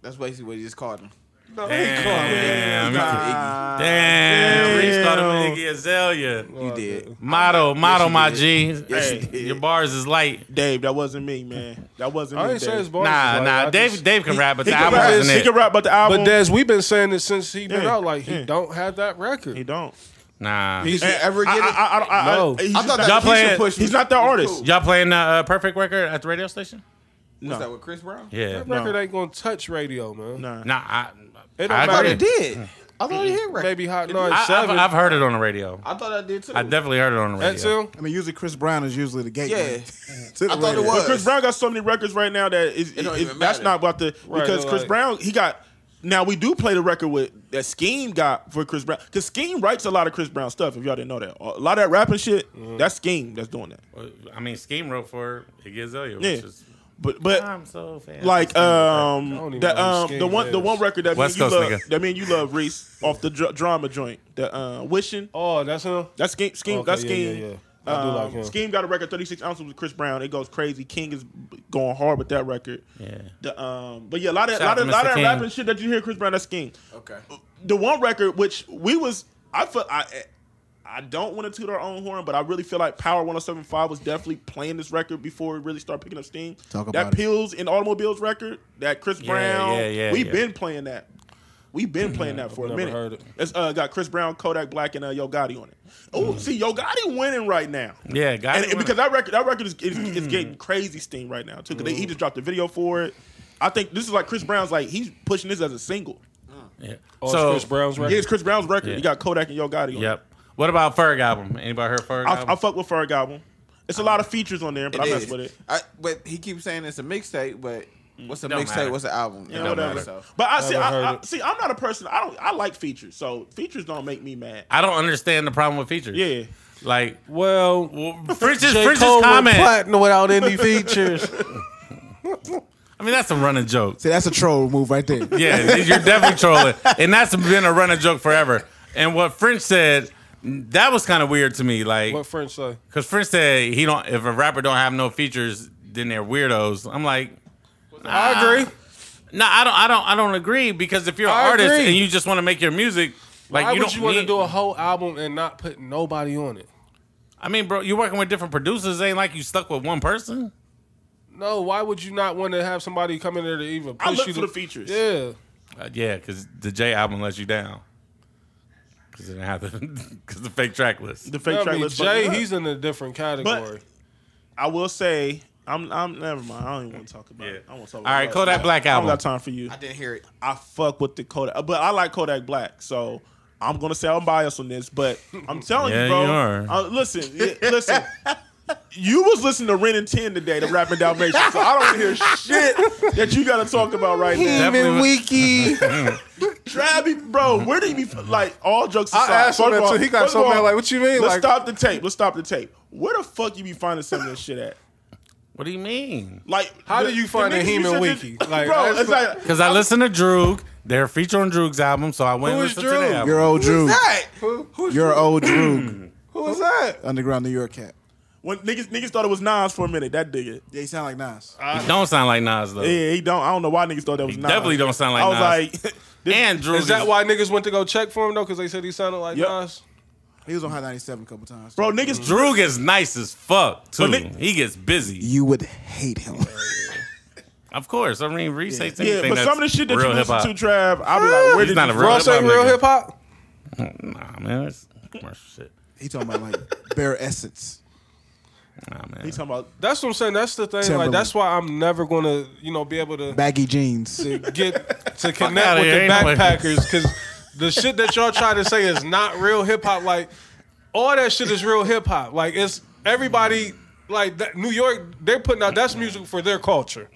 D: That's basically what he just called him.
C: Damn, you-
D: Nah,
C: damn. Reese called him Iggy Azalea.
D: you did.
C: Model, model, my G.
D: Yes, you
C: Hey,
D: did.
C: your bars is light.
E: Dave, that wasn't me, man. That wasn't
B: I
E: me.
B: ain't
E: Dave.
B: say his bars.
C: Nah,
B: is like- I
C: nah. Dave,
B: just-
C: Dave can rap, but
E: He
C: the
E: can,
C: album
E: rap,
C: wasn't
E: he
C: it.
E: can rap, but the album.
B: But Des, we've been saying this since he been
E: Yeah,
B: out. Like he
E: yeah.
B: don't have that record.
E: he don't.
C: Nah.
D: Did you ever
E: I,
D: get
E: I,
D: it?
E: I, I, I,
B: No.
E: he's
D: I
E: just
D: thought
E: not-
C: Y'all
D: that
C: playing-
D: Keisha push
E: He's not the
D: was
E: artist.
D: cool.
C: Y'all playing the uh, Perfect record at the radio station?
D: Was that
E: No.
D: with Chris Brown?
C: Yeah.
B: that record ain't gonna touch radio, man.
E: Nah.
C: Nah, I,
B: It don't
C: I
D: I thought
B: matter.
C: agree.
D: it did. I thought it hit record.
B: Maybe Hot
C: I, have
B: 97.
C: I've heard it on the radio.
D: I thought I did too.
C: I definitely heard it on the radio.
B: That too.
F: I mean, usually Chris Brown is usually the gate.
D: Yeah.
F: to the
D: I thought it
F: radio.
D: was.
E: But Chris Brown got so many records right now that is,
D: don't
E: is-
D: even
E: that's
D: matter.
E: not about the
B: Right,
E: because
B: like-
E: Chris Brown he got. Now we do play the record with that Scheme got for Chris Brown because Scheme writes a lot of Chris Brown stuff. If y'all didn't know that, a lot of that rapping shit
B: Mm-hmm.
E: that's Scheme that's doing that.
C: I mean, Scheme wrote for Iggy Azalea, which
E: Yeah.
C: is
E: But but
C: I'm so fancy.
E: like
B: I don't
E: um
B: even know
E: the
B: who
E: um
B: Scheme
E: the one the
B: is.
E: one record that
C: West
E: mean
C: Coast
E: you love
C: nigga.
E: that mean you love Reese off the dr- drama joint the uh, wishing
B: Oh, that's him.
E: that's scheme scheme
B: Okay,
E: that's
B: yeah,
E: scheme
B: yeah, yeah. I do like
E: Um,
B: him.
E: Scheme got a record 36 ounces with Chris Brown. It goes crazy. King is going hard with that record.
C: Yeah.
E: The, um, but yeah, a lot of
C: Shout
E: lot
C: out
E: of
C: to
E: lot
C: Mr.
E: of
C: King.
E: rapping shit that you hear Chris Brown. That's King.
D: Okay.
E: The one record which we was I feel I I don't want to toot our own horn, but I really feel like Power 107.5 was definitely playing this record before it really started picking up steam.
F: Talk
E: that
F: about it.
E: Pills and Automobiles record, that Chris Brown.
C: yeah, yeah,
E: We've
C: yeah.
E: been playing that. We've been playing that for a
B: never
E: minute.
B: heard it.
E: It's uh, got Chris Brown, Kodak Black, and uh, Yo Gotti on it. Oh, see, Yo Gotti winning right now
C: Yeah, guys.
E: and, and because that record, that record is, is,
C: Mm.
E: is getting crazy steam right now too. Because he just dropped a video for it. I think this is like Chris Brown's. Like he's pushing this as a single.
C: yeah.
B: Oh, it's
C: so
B: Chris Brown's record.
E: Yeah, it's Chris Brown's record.
C: Yeah.
E: You got Kodak and Yo Gotti. On it.
C: Yep. What about Ferg album? Anybody heard Ferg
E: I,
C: album?
E: I fuck with Ferg album. It's a lot of features on there, but I
D: It
E: mess
D: is.
E: with it.
D: I, but he keeps saying it's a mixtape, but what's a
C: Don't
D: mixtape?
C: matter.
D: What's an album?
E: Yeah,
D: It don't
E: whatever.
D: matter, so.
E: But I see,
B: Never heard
E: I, I,
B: it.
E: see, I'm not a person. I don't. I like features, so features don't make me mad.
C: I don't understand the problem with features.
E: Yeah,
C: Like
B: well,
C: French's
B: J.
C: French's
B: Cole went
C: comment.
B: platinum without any features.
C: I mean, that's a running joke.
F: See, that's a troll move right there.
C: Yeah, you're definitely trolling, and that's been a running joke forever. And what French said, that was kind of weird to me. Like,
B: what French say?
C: Because French said he don't. If a rapper don't have no features, then they're weirdos. I'm like,
B: I agree.
C: no, I don't. I don't. I don't agree. Because if you're an
B: I
C: artist
B: agree.
C: and you just want to make your music, like
B: Why
C: you
B: would
C: don't
B: you
C: want
B: want to do a whole album and not put nobody on it?
C: I mean, bro, you're working with different producers. Ain't like you stuck with one person.
B: No, why would you not want to have somebody come in there to even push
E: I look
B: you
E: for
B: to,
E: the features.
B: Yeah,
C: Uh, yeah, because the J album lets you down. Because it didn't have the because the fake track list.
E: the fake
B: I
E: track
B: mean,
E: list.
B: Jay,
E: but-
B: he's in a different category.
E: I will say, I'm. I'm. Never mind. I don't even want to talk about it. I won't talk. About
C: All right,
E: it.
C: Kodak Black
E: I don't
C: album.
E: got time for you.
D: I didn't hear it.
E: I fuck with the Kodak, but I like Kodak Black, so I'm gonna say I'm biased on this. But I'm telling
C: Yeah,
E: you, bro.
C: you are.
E: uh, listen, yeah, listen. You was listening to Ren and Ten today, the rapping Dalmatian. So I don't hear shit that you gotta talk about right now.
C: Definitely-
F: Even Wiki.
E: Travi, bro, where did he be? Like all jokes
F: I
E: aside,
F: asked him
E: first of
F: that
E: all-
F: too. He got
E: first
F: so
E: of all,
F: mad, like, what you mean?
E: Let's
F: Like-
E: stop the tape. Let's stop the tape. Where the fuck you be finding some of this shit at?
C: What do you mean?
E: Like,
B: How
E: the-
B: do you find
E: the
B: a
E: niggas you
B: Heman
E: said
B: Wiki?
E: that-
B: Like,
E: bro,
B: that's-
E: it's like
C: Because I listened to Droog. They're featured on Droog's album, so I went
B: Who
C: and
B: is
C: listened to
B: Droog?
C: the album.
F: Your old Drew.
D: Hey,
F: Your old Drew.
D: who was that?
F: Underground New York cat.
E: when niggas niggas thought it was Nas for a minute. That nigga.
F: Yeah, he sound like Nas.
C: He don't sound like Nas though.
E: Yeah, he don't. I don't know why niggas thought that was Nas.
C: definitely don't sound like
E: I was
C: Nas.
E: like, this-
C: And Droog
B: Is that why niggas went to go check for him though? Because they said he sounded like
E: Yep.
B: Nas.
F: He was on High 97 a couple times.
E: bro, niggas.
C: Droog is nice as fuck too.
E: But ni-
C: he gets busy.
F: you would hate him.
C: Of course. I mean, restates
E: Yeah,
C: anything.
E: but
C: that's
E: some of the shit that you
C: real
E: listen
C: hip-hop.
E: to, Trav, I'll be like, where
C: He's
E: did
C: not
E: you
C: a
E: from?
C: real
B: Bro, say
C: hip-hop
B: real
C: nigga.
B: hip hop.
C: Nah, man, it's commercial shit.
F: He talking about like bare essence.
C: Nah, man.
E: He talking about
B: That's what I'm saying. That's the thing. Like
F: Timberland.
B: that's why I'm never gonna, you know, be able to
F: Baggy jeans.
B: to get to
C: outta
B: connect with
C: here.
B: the
C: Ain't no way.
B: backpackers because the shit that y'all try to say is not real hip hop. Like all that shit is real hip hop. Like it's everybody. Like that, New York, they're putting out that's music for their culture.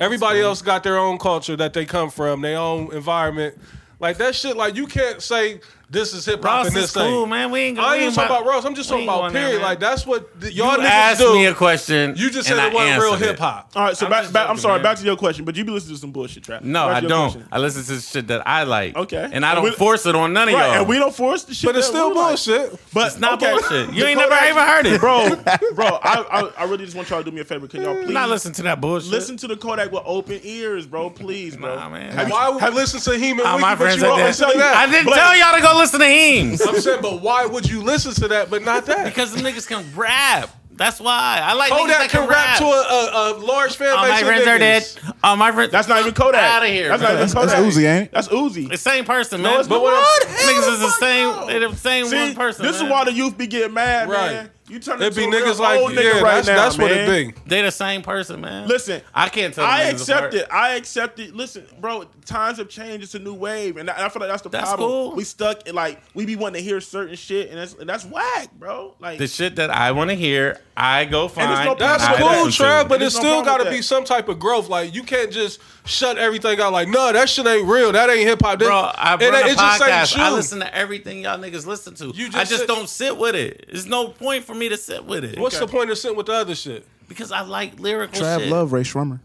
B: Everybody else got their own culture that they come from, their own environment. Like that shit. Like you can't say this is hip hop
C: Ross
B: and
C: is
B: this
C: cool,
B: thing.
C: man. We ain't gonna
B: I ain't even talking about
C: Ross.
B: Ross. I'm just
C: we
B: talking
C: ain't
B: about
C: going there,
B: period.
C: man.
B: like that's what th- y'all
C: You
B: niggas
C: asked
B: do.
C: me a question.
B: you just said
C: and I
B: it wasn't real
C: answered it.
B: hip hop.
E: All right, so
C: I'm
E: back,
C: just
E: back, I'm
C: joking,
E: sorry.
C: man.
E: Back to your question, but you be listening to some bullshit, Trav.
C: No,
E: Back
C: I
E: to your
C: don't.
E: question.
C: I listen to shit that I like.
E: Okay.
C: And I don't
E: We-
C: force it on none of
E: Right,
C: y'all.
E: and we don't force the shit.
B: But it's
E: that
B: still
E: we like.
B: bullshit.
E: But
C: it's not
E: okay.
C: bullshit. You
E: The
C: ain't never
E: Kodak-
C: even heard it.
E: bro. Bro, I, I I really just want y'all to do me a favor. Can y'all please
C: Mm, not listen to that bullshit.
E: listen to the Kodak with open ears, bro? Please, bro.
C: Nah, man.
E: Have you-
B: Why would I listen to him and
C: All
B: Wiki,
C: Ah, my
B: but
C: friends
B: you
C: are
B: always
E: dead.
B: say that?
C: I didn't
E: Black-
C: tell y'all to go listen to Heems.
B: I'm saying, but why would you listen to that but not that?
C: Because them niggas can rap. That's why. I like niggas
B: Kodak
C: that
B: can rap to a, a, a large fan
C: All
B: base.
C: my
B: of
C: friends are
B: niggas.
C: dead. All my friends.
E: That's not even Kodak.
C: Out of here.
E: That's
C: bro.
E: not even
F: That's-
E: Kodak.
F: that's Uzi, ain't it?
E: That's Uzi.
C: It's same person,
E: No,
C: man.
E: it's not.
C: what?
E: What?
C: Niggas is the
E: Hell
C: same.
E: no.
C: They're the same
E: See,
C: one person.
E: This
C: man.
E: is why the youth be getting mad, man.
B: Right.
E: You turn
B: It'd
E: into
B: be
E: a real
B: niggas like,
E: old
B: yeah,
E: nigga right
B: that's,
E: now,
B: that's
E: man.
B: what it be.
C: They the same person, man.
E: Listen,
C: I can't tell.
E: I
C: niggas
E: accept
C: apart.
E: it. I accept it. Listen, bro, times have changed. It's a new wave, and I, and I feel like that's the
C: That's
E: problem.
C: cool.
E: We stuck in, like we be wanting to hear certain shit, and that's and that's whack, bro. Like
C: The shit that I want to hear, I go find.
E: no
C: and
B: That's
C: I
E: Nah,
B: cool,
C: listen to.
B: Trav, but
E: There's
B: it's
E: no
B: still
E: problem
B: got to
E: with
B: be
E: that.
B: some type of growth. Like you can't just shut everything out. Like no, that shit ain't real. That ain't hip hop. This-
C: Bro, I
B: it ain't-
C: run a
B: it's just ain't
C: podcast. I
B: you.
C: listen to everything y'all niggas listen to.
B: You
C: I
B: just
C: just
B: sit-
C: don't sit with it. There's no point for me to sit with it
B: What's the point of sitting with the other shit?
C: because I like lyrical
F: Trav
C: shit.
F: love Ray Schremer.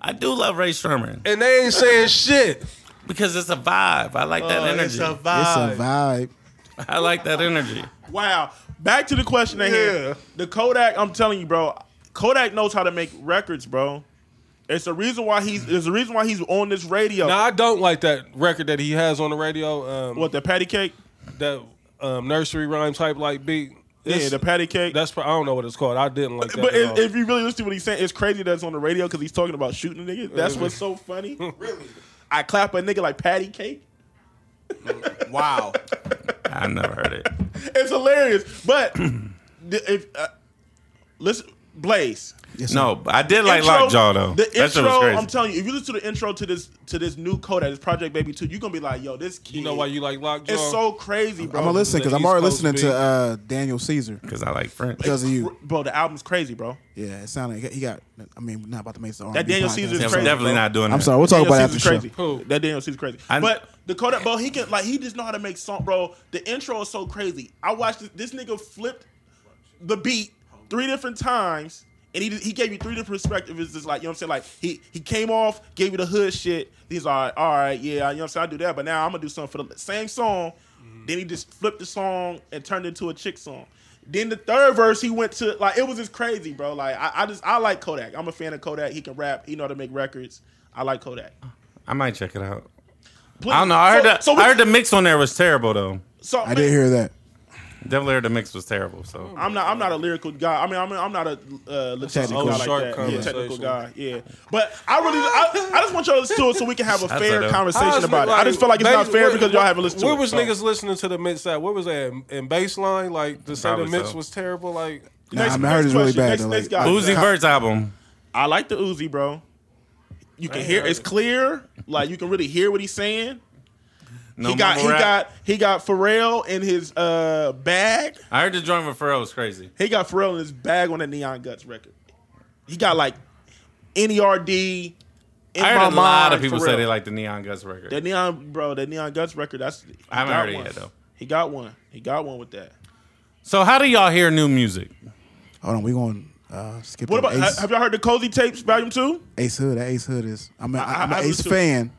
C: I do love Ray Sherman
B: And they ain't saying shit.
E: Oh,
C: because it's a vibe. I like that energy.
F: It's a vibe.
C: I like that energy.
E: Wow. Back to the question at
B: Yeah.
E: hand. The Kodak, I'm telling you, bro. Kodak knows how to make records, bro. It's the reason why he's. There's a reason why he's on this radio.
B: Now I don't like that record that he has on the radio. Um,
E: What the patty cake?
B: that um, nursery rhyme type like beat?
E: Yeah,
B: It's-
E: the patty cake.
B: that's pro- I don't know what it's called. I didn't like that.
E: but
B: at
E: if,
B: all.
E: if you really listen to what he's saying, it's crazy that it's on the radio because he's talking about shooting a nigga. That's what's so funny. really, I clap a nigga like patty cake.
D: Wow.
C: I never heard it.
E: It's hilarious. But the- if uh, listen, Blaze,
C: No, but I did like
E: intro-
C: Lockjaw though.
E: The
C: that shit
E: intro,
C: was crazy.
E: I'm telling you, if you listen to the intro to this to this new Kodak, this Project Baby Two, you're gonna be like, yo, this kid.
B: you know why you like Lockjaw?
E: It's so crazy, bro.
F: I'm gonna listen because
B: the
F: I'm
B: East
F: already
B: Coast
F: listening
B: beat.
F: to uh, Daniel Caesar
C: Because I like French.
F: because of you.
E: bro. The album's crazy, bro.
F: Yeah, it sounded. He got. I mean, not about to make the R&B
E: That Daniel
F: podcast.
E: Caesar's
C: Yeah,
E: crazy,
C: definitely
E: bro.
C: not doing that.
F: I'm sorry. We'll talk about it
E: Daniel
F: after the
E: Caesar's
F: show.
E: crazy.
B: Who?
E: That Daniel Caesar's crazy.
C: I-
E: but the Kodak, bro, he can like he just know how to make song, bro. The intro is so crazy. I watched this, this nigga flipped the beat three different times. And he, he gave you three different perspectives. It's just like, you know what I'm saying? Like, he, he came off, gave you the hood shit. He's like, all right, yeah, you know what I'm saying? I do that, but now I'm going to do something for the same song. Then he just flipped the song and turned it into a chick song. Then the third verse, he went to, like, it was just crazy, bro. Like, I, I just, I like Kodak. I'm a fan of Kodak. He can rap, he know how to make records. I like Kodak.
C: I might check it out.
E: Please.
C: I don't know. I
E: So-
C: heard that.
E: So we-
C: I heard the mix on there was terrible though.
E: So
F: I did hear that.
C: Definitely heard the mix was terrible. So
E: I'm not. I'm not a lyrical guy. I mean, I mean, I'm not a uh, technical
F: Technical.
E: guy like
B: Sharp
E: that. Yeah, technical
B: conversation.
E: guy. Yeah, but I really, I, I just want y'all to listen to it so we can have a
C: Shut
E: fair
C: that up.
E: conversation
B: Honestly,
E: about it. I just feel like it's
B: baby,
E: not fair
B: where-
E: because y'all haven't listened to
B: where
E: it.
B: was
E: so.
B: niggas listening to the mix at? Where was that in, in baseline? Like to say the
C: Probably
B: mix
E: uh,
C: so.
B: was terrible. Like
F: Nah,
E: Next-
F: I mean, I heard
E: next
F: it's really
E: question.
F: bad.
E: Next-
F: though,
E: next
F: like,
C: Uzi
E: guy.
C: Vert's album.
E: I like the Uzi, bro. You can hear it's clear. Like you can really hear what he's saying.
C: No
E: he got.
C: mumble
E: He
C: rap.
E: got. He got Pharrell in his uh bag.
C: I heard the joint with Pharrell was crazy.
E: He got Pharrell in his bag on that Neon Guts record. He got like N.E.R.D. In
C: I heard
E: my
C: a lot
E: mind,
C: of people say
E: Pharrell.
C: they like the Neon Guts record.
E: That Neon, bro, that Neon Guts record, that's he
C: I haven't
E: got
C: heard it
E: one.
C: yet, though.
E: He got one. He got one with that.
C: so how do y'all hear new music?
F: Hold on, we going to uh, skip.
E: What
F: What
E: about
F: Ace,
E: have y'all heard the Cozy Tapes Volume 2?
F: Ace Hood? That Ace Hood is. I mean, I, am
E: I- I
F: an
E: do
F: Ace
E: too.
F: fan.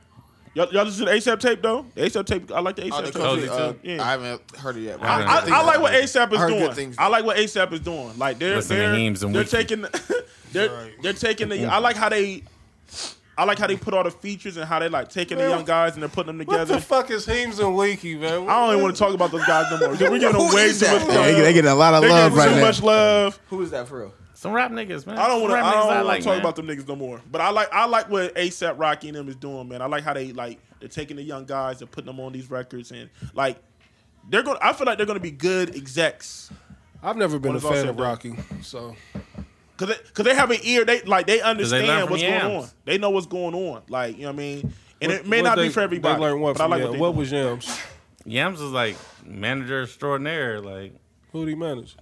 E: Y'all, y'all listen to the ASAP tape though? The ASAP tape, I like the ASAP
D: Oh, the
E: tape.
D: country,
C: Cozy
D: uh,
E: too. Yeah.
D: I haven't heard it yet. but
C: I haven't
E: I,
C: heard
D: think
E: I like what ASAP
D: I heard good
E: is doing.
D: things.
E: I like what ASAP is doing. Like they're
C: Listen to
E: they're,
C: Heems and
E: they're
C: Weezy.
E: taking they're they're taking the I like how they I like how they put all the features and how they like taking the
B: Man,
E: young guys and they're putting them
B: what
E: together.
B: the fuck is Heems and Leaky, man?
E: I don't even want to talk about those guys no more. We're giving them
D: Who
E: way
D: is
E: too
D: that?
E: much
D: Yeah,
F: Yeah, they,
E: love.
F: they get a lot of
E: They're
F: love
E: giving
F: right
E: too
F: now.
E: much love.
D: Who is that for real?
C: Some rap niggas, man.
E: I don't
C: Some
E: want to.
C: rap
E: I
C: niggas
E: don't want
C: like,
E: to talk
C: man.
E: about them niggas no more. But I like. I like what ASAP Rocky and them is doing, man. I like how they like they're taking the young guys and putting them on these records and like they're going. to I feel like they're going to be good execs
B: I've never been
E: What
B: a
E: is all
B: fan
E: said
B: of
E: done?
B: Rocky, so
E: because because they, have an ear. They like they understand
C: learn from
E: what's
C: the
E: going
C: yams.
E: on. They know what's going on. Like you know what I mean. And
B: What-
E: it may
B: what
E: not
B: they-
E: be for everybody.
B: They learned what
E: but I
B: from
E: like
B: Yams.
E: what, they
B: What
E: doing.
B: was Yams?
C: Yams was like manager extraordinaire. Like
B: Who would he manage?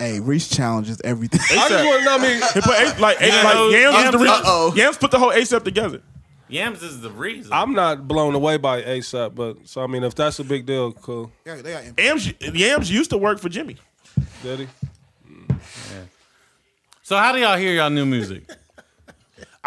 F: Hey, Reese challenges everything.
B: I just want to know. I mean,
E: They put A- like, A-
C: Yeah,
E: like
C: those-
E: Yams, is the reason-
D: uh-oh.
E: Yams put the whole ASAP together.
C: Yams is the reason.
B: I'm not blown away by ASAP, but so I mean, if that's a big deal, cool.
F: Yeah, they got-
E: Yams, Yams used to work for Jimmy.
B: Did he?
C: so how do y'all hear y'all new music?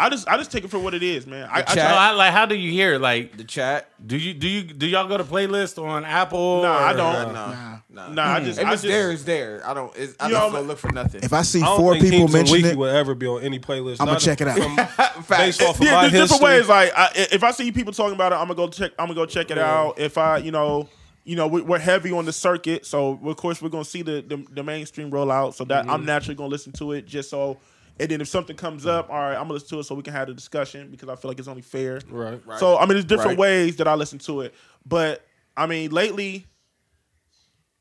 E: I just I just take it for what it is, man. I, I
D: chat-
E: try-
C: No, I, like how do you hear? it? Like
D: The chat?
C: do you do you do y'all go to playlist on Apple?
E: Nah, I
C: or-
E: don't.
D: Nah, nah, nah.
E: Nah, I just
D: If
E: I
D: it's
E: just
D: there, it's there. I don't. It's, I
E: You know,
D: don't go look for nothing.
F: If I see
B: I don't
F: four
B: think
F: people
B: Heems and
F: mention
B: Leaky
F: it,
B: would ever be on any playlist.
F: I'ma
B: Not
F: check it out.
B: from-
D: Facts.
B: Based off of
E: yeah,
B: my
E: there's different
B: history.
E: ways. Like, I, if I see people talking about it, I'm gonna go check. I'm gonna go check it out. If I, you know, you know, we, we're heavy on the circuit, so of course we're gonna see the the, the mainstream rollout. So that I'm naturally gonna listen to it just so. And then if something comes up, all right, I'm gonna listen to it so we can have the discussion because I feel like it's only fair.
B: Right.
D: Right.
E: So I mean, there's different
D: Right.
E: ways that I listen to it, but I mean, lately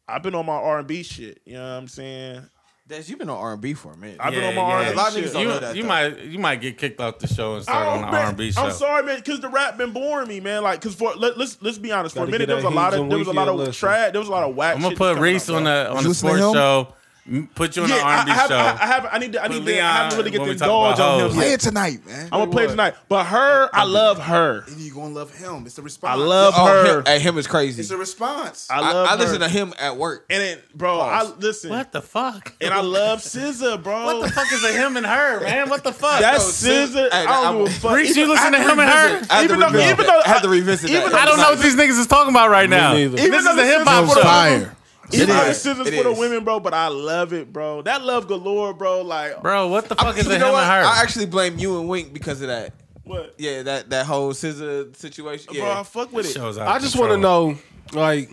E: I've been on my R and B shit. You know what I'm saying?
D: Des, you've been on R and B for a minute.
E: I've been on my
C: Yeah,
E: R
C: yeah.
E: and
D: A lot
E: B
D: of
E: shit.
D: niggas don't
C: You,
D: know that,
C: you
D: though.
C: might you might get kicked off the show and start
E: Oh,
C: on an
E: man.
C: R and B show.
E: I'm sorry, man, because the rap been boring me, man. Like, cause for let, us let's be honest, for a
B: Gotta
E: minute
B: get
E: there was a
B: that
E: lot
B: Heems
E: of
B: and
E: there was a lot
B: Weezy a
E: of
B: listen.
E: trash, there was a lot of whack.
C: I'm gonna
E: shit
C: put
E: that's coming
C: Reese
E: out,
C: on
E: bro.
C: the on
F: you
C: the
F: listen to
C: sports
F: him?
C: show. M- Put you on
E: Yeah,
C: an
E: I,
C: R&B
E: I have.
C: show.
E: I, I have. I need to. I
C: But
E: need to. I have to
C: Leon,
E: really get
C: when
E: the
C: we talk about
E: indulge on him.
C: hoes,
F: Play it tonight, man.
E: I'm gonna play tonight, but her. I love her.
F: And you gonna love him. It's the
E: I
F: response.
E: love
D: Oh, him,
E: her.
D: hey, him is
F: It's
D: crazy.
F: the response.
E: I
D: I,
E: love.
D: I listen
E: her.
D: to him at work.
E: And it, bro, I listen.
C: what the fuck?
E: And I love SZA, bro.
C: What the fuck is a him and her, man? What the fuck?
E: That's
D: Yo, SZA-
E: SZA.
D: Hey,
E: I
D: that-
E: don't give a
D: I'm-
E: fuck.
C: Reese, you
E: Even-
C: listen to him and her?
D: I have to
E: Even though-
D: revisit
E: even
D: that.
E: though
D: I have to
E: I-
D: revisit
E: even
D: that.
E: though
C: I don't know what these niggas is talking about right now.
G: neither.
C: This is
E: though
C: a hip
E: SZA
C: hop
E: for
F: It's
E: the-
C: show,
F: fire.
E: Even
D: It
E: though
D: is.
E: this is
D: It
E: for the
D: is.
E: women, bro, but I love it, bro. That love galore, bro. Like,
C: bro. What the fuck is a
D: you
C: him
D: know what?
C: and her?
D: I actually blame you and Wink because of that.
E: what?
D: Yeah, that that whole scissor situation.
E: Bro,
D: Yeah,
E: I fuck with it.
C: Show's out
B: I
C: of
B: just want to
C: control.
B: know, like,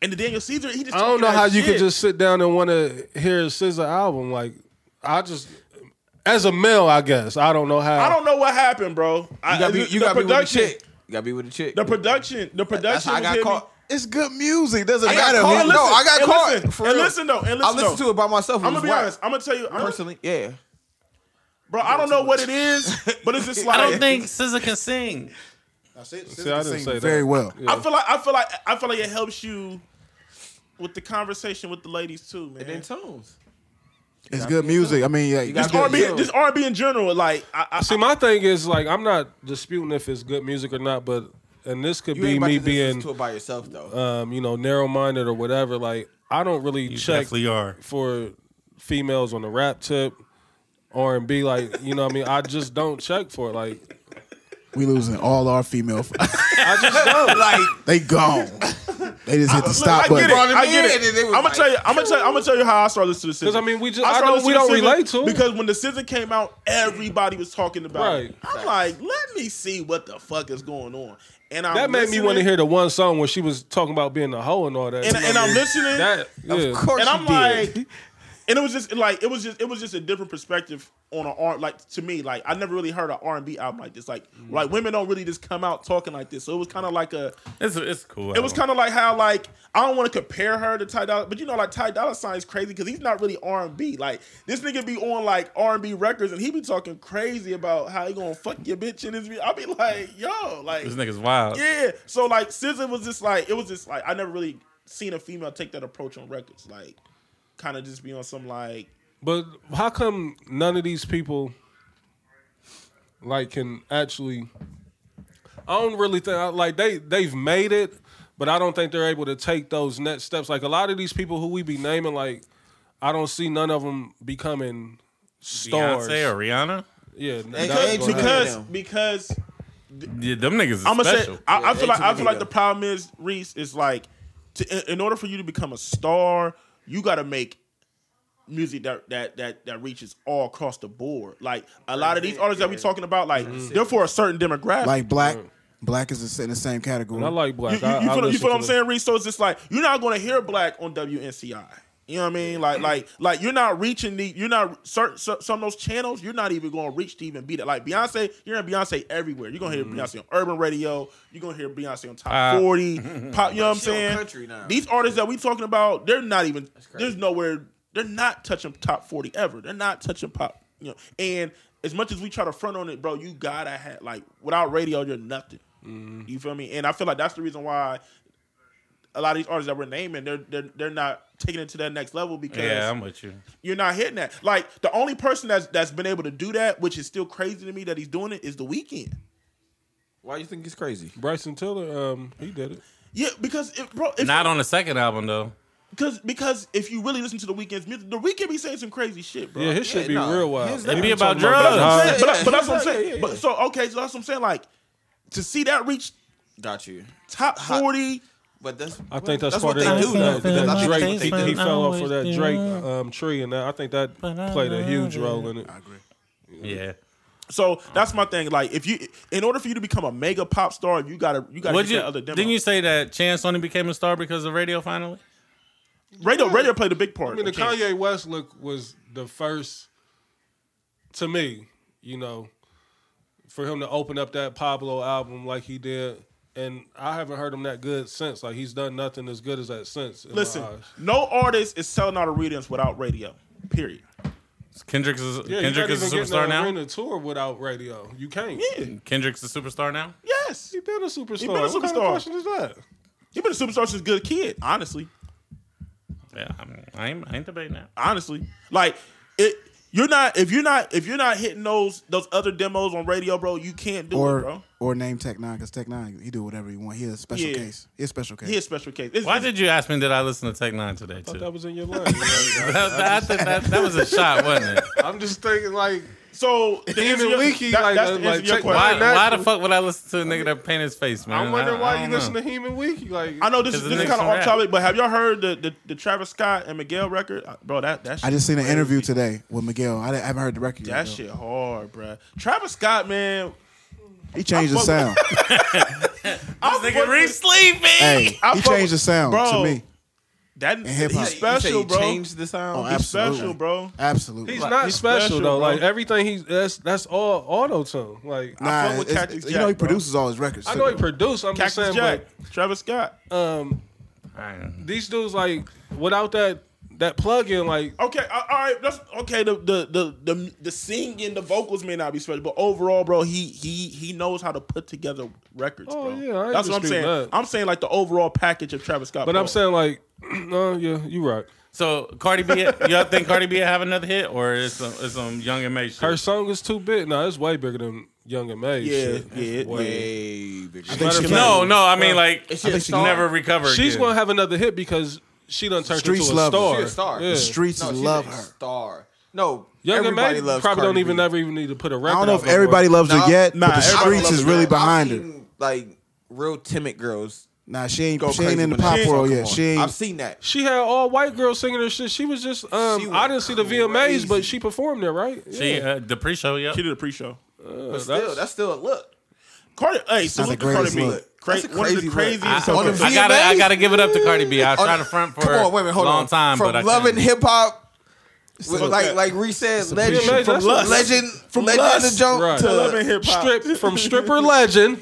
E: And the Daniel Caesar, he just
B: I don't
E: talking
B: know
E: that
B: how you
E: shit.
B: could just sit down and want to hear a SZA album. Like, I just, as a male, I guess I don't know how.
E: I don't know what happened, bro. I,
D: you gotta be,
E: the-
D: you
E: the
D: gotta be with a
E: production.
D: chick. You gotta be with a chick.
E: The production, the production.
D: That's how I
E: was
D: got
E: hitting me.
D: caught.
F: It's good music. Doesn't
D: I got
F: matter.
D: caught.
E: And
F: who-
D: No, I got
E: and
D: caught,
E: Listen,
D: for
E: and
D: real.
E: listen though, and listen
D: I listened
E: though.
D: to it by myself. It
E: I'm
D: was
E: gonna be
D: whack.
E: honest. I'm gonna tell you I'm-
D: personally. Yeah,
E: bro. I don't know what it is, but it's just like
C: I don't think SZA can sing.
B: See, I didn't say that.
F: Very well.
E: I feel like I feel like I feel like it helps you with the conversation with the ladies too, man.
D: and tunes.
F: It's good music. I mean, yeah,
D: gotta
F: it's
D: be
F: good.
E: R&B,
D: Yeah.
E: just R&B in general. Like, I, I,
B: See, my thing is like I'm not disputing if it's good music or not, but and this could
D: You ain't
B: be
D: about
B: me
D: to listen
B: being,
D: to it by yourself though.
B: um, you know, narrow-minded or whatever. Like, I don't really
C: You
B: check
C: definitely are.
B: for females on the rap tip, R and B. Like, you know, what I mean, I just don't check for it. Like,
F: We losing all our female. f-
B: I just don't.
D: like
F: they gone. They just hit the stop
E: I get it.
F: button.
E: I get
D: Yeah,
E: it.
D: and they
E: I'm
D: was
E: gonna
D: like-
E: tell you. I'm gonna tell. I'm gonna tell you how I started listening to the SZA.
B: 'Cause, I mean, we just- I
E: started
B: know
E: listening
B: we
E: to
B: don't
E: SZA
B: relate to 'em.
E: because when the SZA came out, everybody was talking about it.
B: Right.
E: I'm like, let me see what the fuck is going on, and I'm
B: That made me want to
E: listening,
B: hear the one song where she was talking about being a hoe and all that.
E: And, and I'm listening,
B: that, yeah.
D: Of course
E: and
D: you
E: I'm
D: did.
E: like, and it was just like it was just it was just a different perspective on an art. Like to me, like I never really heard an R and B album like this. Like
B: Mm.
E: like women don't really just come out talking like this. So it was kind of like a
C: It's it's cool.
E: It was kind of like how like I don't want to compare her to Ty Dolla, but you know like Ty Dolla Sign is crazy because he's not really R and B. Like this nigga be on like R and B records and he be talking crazy about how he gonna fuck your bitch in his. re- I be like, yo, like
C: this nigga's wild.
E: yeah. So like SZA was just like it was just like I never really seen a female take that approach on records. Like kind of just be on some like
B: But how come none of these people like can actually? I don't really think I- like they they've made it, but I don't think they're able to take those next steps. Like a lot of these people who we be naming, like I don't see none of them becoming stars.
C: Beyonce or Rihanna?
B: yeah,
D: they-
E: because
B: that's what I-
E: because
D: them.
E: because
C: Yeah, them niggas is
E: I'm gonna
C: special.
E: say I, I
D: Yeah,
E: feel
D: they
E: like
D: too
E: I
D: many
E: feel like
D: though.
E: the problem is Reese is like to, in- in order for you to become a star, you got to make music that, that that that reaches all across the board. Like a lot of these artists that we talking about, like they're for a certain demographic.
F: Like black, black is in the same category.
B: I like
E: you,
B: black.
E: you,
B: I-
E: you
B: I
E: feel, you
B: listen
E: feel
B: to
E: what I'm
B: them.
E: saying, Reese? So it's just like you're not gonna hear black on WNCI. You know what I mean?
B: Mm-hmm.
E: Like, like, like you're not reaching the, you're not certain so- some of those channels. You're not even gonna reach to even beat it. Like Beyonce, you're in Beyonce everywhere. You're gonna hear
B: Mm-hmm.
E: Beyonce on Urban Radio. You're gonna hear Beyonce on Top
C: Uh,
E: 40. Pop, you know what I'm
D: She on
E: saying?
D: country now.
E: These artists that we talking about, they're not even.
D: crazy.
E: There's nowhere. They're not touching top 40 ever. They're not touching pop. You know, and as much as we try to front on it, bro, you gotta have like without radio, you're nothing. You feel me? And I feel like that's the reason why a lot of these artists that we're naming, they're they're, they're not taking it to that next level because
C: yeah, I'm with you.
E: you're not hitting that. Like the only person that's that's been able to do that, which is still crazy to me that he's doing it, is the weekend.
D: Why you think it's crazy?
B: Bryson Tiller, um, he did it.
E: Yeah, because it, bro, if,
C: Not on the second album though.
E: because because if you really listen to the weekend's music, the weekend be saying some crazy shit, bro.
B: Yeah, his shit
D: Uh, yeah,
B: be
D: nah.
B: real wild.
C: They be about drugs.
E: But that's what I'm saying. But, but that's what I'm
D: Yeah, yeah,
E: saying.
D: yeah,
E: But so okay, so that's what I'm saying. Like to see that reach
D: Got you.
E: top forty.
D: But that's
B: I think that's,
D: that's
B: part
D: what
B: of that,
D: they do though.
B: that,
D: Because
B: that
D: I
B: Drake.
D: think
B: He,
D: they
B: he
D: do.
B: fell off for that Drake um, tree, and that, I think that
D: uh,
B: played a huge role in it.
C: Yeah.
E: So that's my thing. Like if you, in order for you to become a mega pop star, you gotta you gotta
C: Would
E: get
C: you?
E: that other demo.
C: Didn't you say that Chance only became a star because of radio? Finally,
E: radio radio played a big part.
B: I mean, the
E: of Chance.
B: Kanye West look was the first to me, you know, for him to open up that Pablo album like he did. And I haven't heard him that good since. Like he's done nothing as good as that since. in my
E: Listen,
B: eyes.
E: no artist is selling out arenas without radio. Period.
C: Kendrick's is,
B: yeah,
C: Kendrick
B: you
C: is
B: can't
C: a
B: even get
C: superstar
B: no
C: now.
B: arena tour without radio. You can't.
E: Yeah.
C: Kendrick's a superstar now.
E: Yes.
B: He been a superstar.
E: He been a
B: What kind
E: superstar.
B: of question is that?
E: He been a superstar since good kid. Honestly,
C: I'm, I ain't, I ain't debating that.
E: honestly. Like it you're not if you're not if you're not hitting those those other demos on radio, bro, you can't do it,
F: Or
E: bro.
F: or name Tech Nine because Tech Nine he do whatever he want. He a special
E: Yeah.
F: case. He a special case.
E: He a special case. It's-
C: Why did you ask me? Did I listen to Tech Nine today too?
B: That
C: That,
B: was in your line.
C: that, that- that was a shot, wasn't it?
B: I'm just thinking like
E: so the
B: Even
E: answer to your-
B: Leaky,
E: that-
B: like,
E: that's the
B: like,
E: answer to your
B: check-
E: question.
C: Why,
B: Why not?
C: why the fuck would I listen to a nigga that paint his face, man?
B: I'm wondering
C: I-
B: why
C: I
B: you
C: don't
B: listen
C: know.
B: to Him and Weeky. Like
E: I know this
C: Cause
E: is
C: the
E: this is
C: next
E: kind of
C: one rap.
E: off topic, but have y'all heard the, the, the Travis Scott and Miguel record, Uh, bro? That that shit,
F: I just seen an interview today with Miguel. I, didn't- I haven't heard the record yet.
E: that
F: though.
E: shit hard, bro. Travis Scott, man,
F: He changed the
E: I fuck
F: sound.
E: I
C: Nigga,
E: fuck
C: Reef
E: with-
C: sleeping.
F: hey,
E: I
F: he
E: fuck
F: changed the
E: with-
F: sound
E: bro,
F: to me.
E: That
F: hip
E: he's
F: hop. You say
E: special, bro.
D: Change the sound.
F: Oh,
E: He's
F: absolutely.
E: special, bro.
F: Absolutely.
B: he's
F: Like,
B: not
E: he's
B: special,
E: special,
B: though.
E: bro.
B: Like everything he's that's that's all auto tune. Like
F: nah,
E: fuck with
F: it's-
E: Cactus
F: you know he
E: Jack, bro.
F: produces all his records.
B: I
F: too.
B: know he produced. I'm
E: Cactus
B: just saying,
E: Jack, Travis Scott.
B: but um,
C: I don't know.
B: these dudes like without that that plug-in, like
E: Okay, uh, all all right. That's okay. The the the the, the singing, the vocals may not be special, but overall, bro, he he he knows how to put together records.
B: Oh,
E: bro.
B: yeah, I
E: that's what I'm
B: dispute
E: saying.
B: that.
E: I'm saying like the overall package of Travis Scott.
B: but
E: bro.
B: I'm saying like, no, yeah, you right.
C: So Cardi B, y'all think Cardi B have another hit, or it's some, it's some Young and May shit?
B: Her song is too big. No, it's way bigger than Young and May.
E: yeah,
B: shit.
E: yeah, yeah.
D: Way bigger.
B: Matter of
C: no,
B: fact,
C: Oh, no. I mean, like
D: she a
C: she
D: star?
C: never recovered.
B: She's
C: again.
B: gonna have another hit because she done turned
F: Streets
B: into a
F: love her.
B: star.
D: She a star.
B: Yeah.
D: The
F: Streets
D: No, she's
F: love
D: a
F: her.
D: Star. No,
B: Young and
D: everybody
B: May
D: loves
B: probably don't
D: Cardi
B: even
D: B.
B: ever even need to put a record.
F: I don't know
B: out
F: if
B: no more.
F: everybody loves
D: Nah,
F: her yet,
E: nah,
F: but the
E: everybody
F: streets
E: loves
F: is
E: her.
F: really
D: I've
F: behind her.
D: seen, Like real timid girls.
F: Nah, she ain't.
D: Go
F: She ain't
D: crazy
F: in the
D: when
F: pop
D: they-
F: world
D: Come on.
F: yet. She
D: I've
F: ain't.
D: seen that.
B: She had all white girls singing her shit. She was just um
D: She
B: I
D: went
B: didn't see the VMAs, but
D: crazy.
B: she performed there, right? Yeah,
C: She uh, the pre-show, yeah.
E: She did a pre-show.
D: But still, that's still a look.
E: Cardi, hey, so
F: not
E: what's
F: the
E: the Cardi
F: greatest
E: B?
F: look.
E: Cra-
D: That's a
E: one of
D: crazy
E: the
D: look.
E: craziest.
D: I- on
E: okay.
D: the
C: I gotta, I
D: VMAs?
C: gotta give it up to Cardi B. I tried to front for
D: Oh, Come on, wait a minute, hold
C: a long
D: on.
C: time,
D: From
C: but I
D: love and
C: couldn't.
D: hip hop,
E: look
D: like
E: at-
D: like Reese said,
B: amazing.
D: legend from
B: That's what-
D: legend from legend
E: Lust.
D: to jump
B: Right.
E: I
D: to
E: love it, hip hop.
B: strip from stripper legend.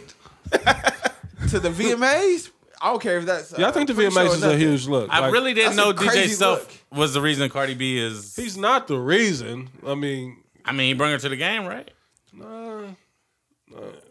D: to the VMAs. I don't care if that's. uh,
B: Yeah, I think the VMAs is a huge look.
C: I
B: Like,
C: really didn't know
D: that's
C: DJ
D: a crazy
C: Self
D: look.
C: was the reason Cardi B is.
B: He's not the reason. I mean,
C: I mean, he bring her to the game, right?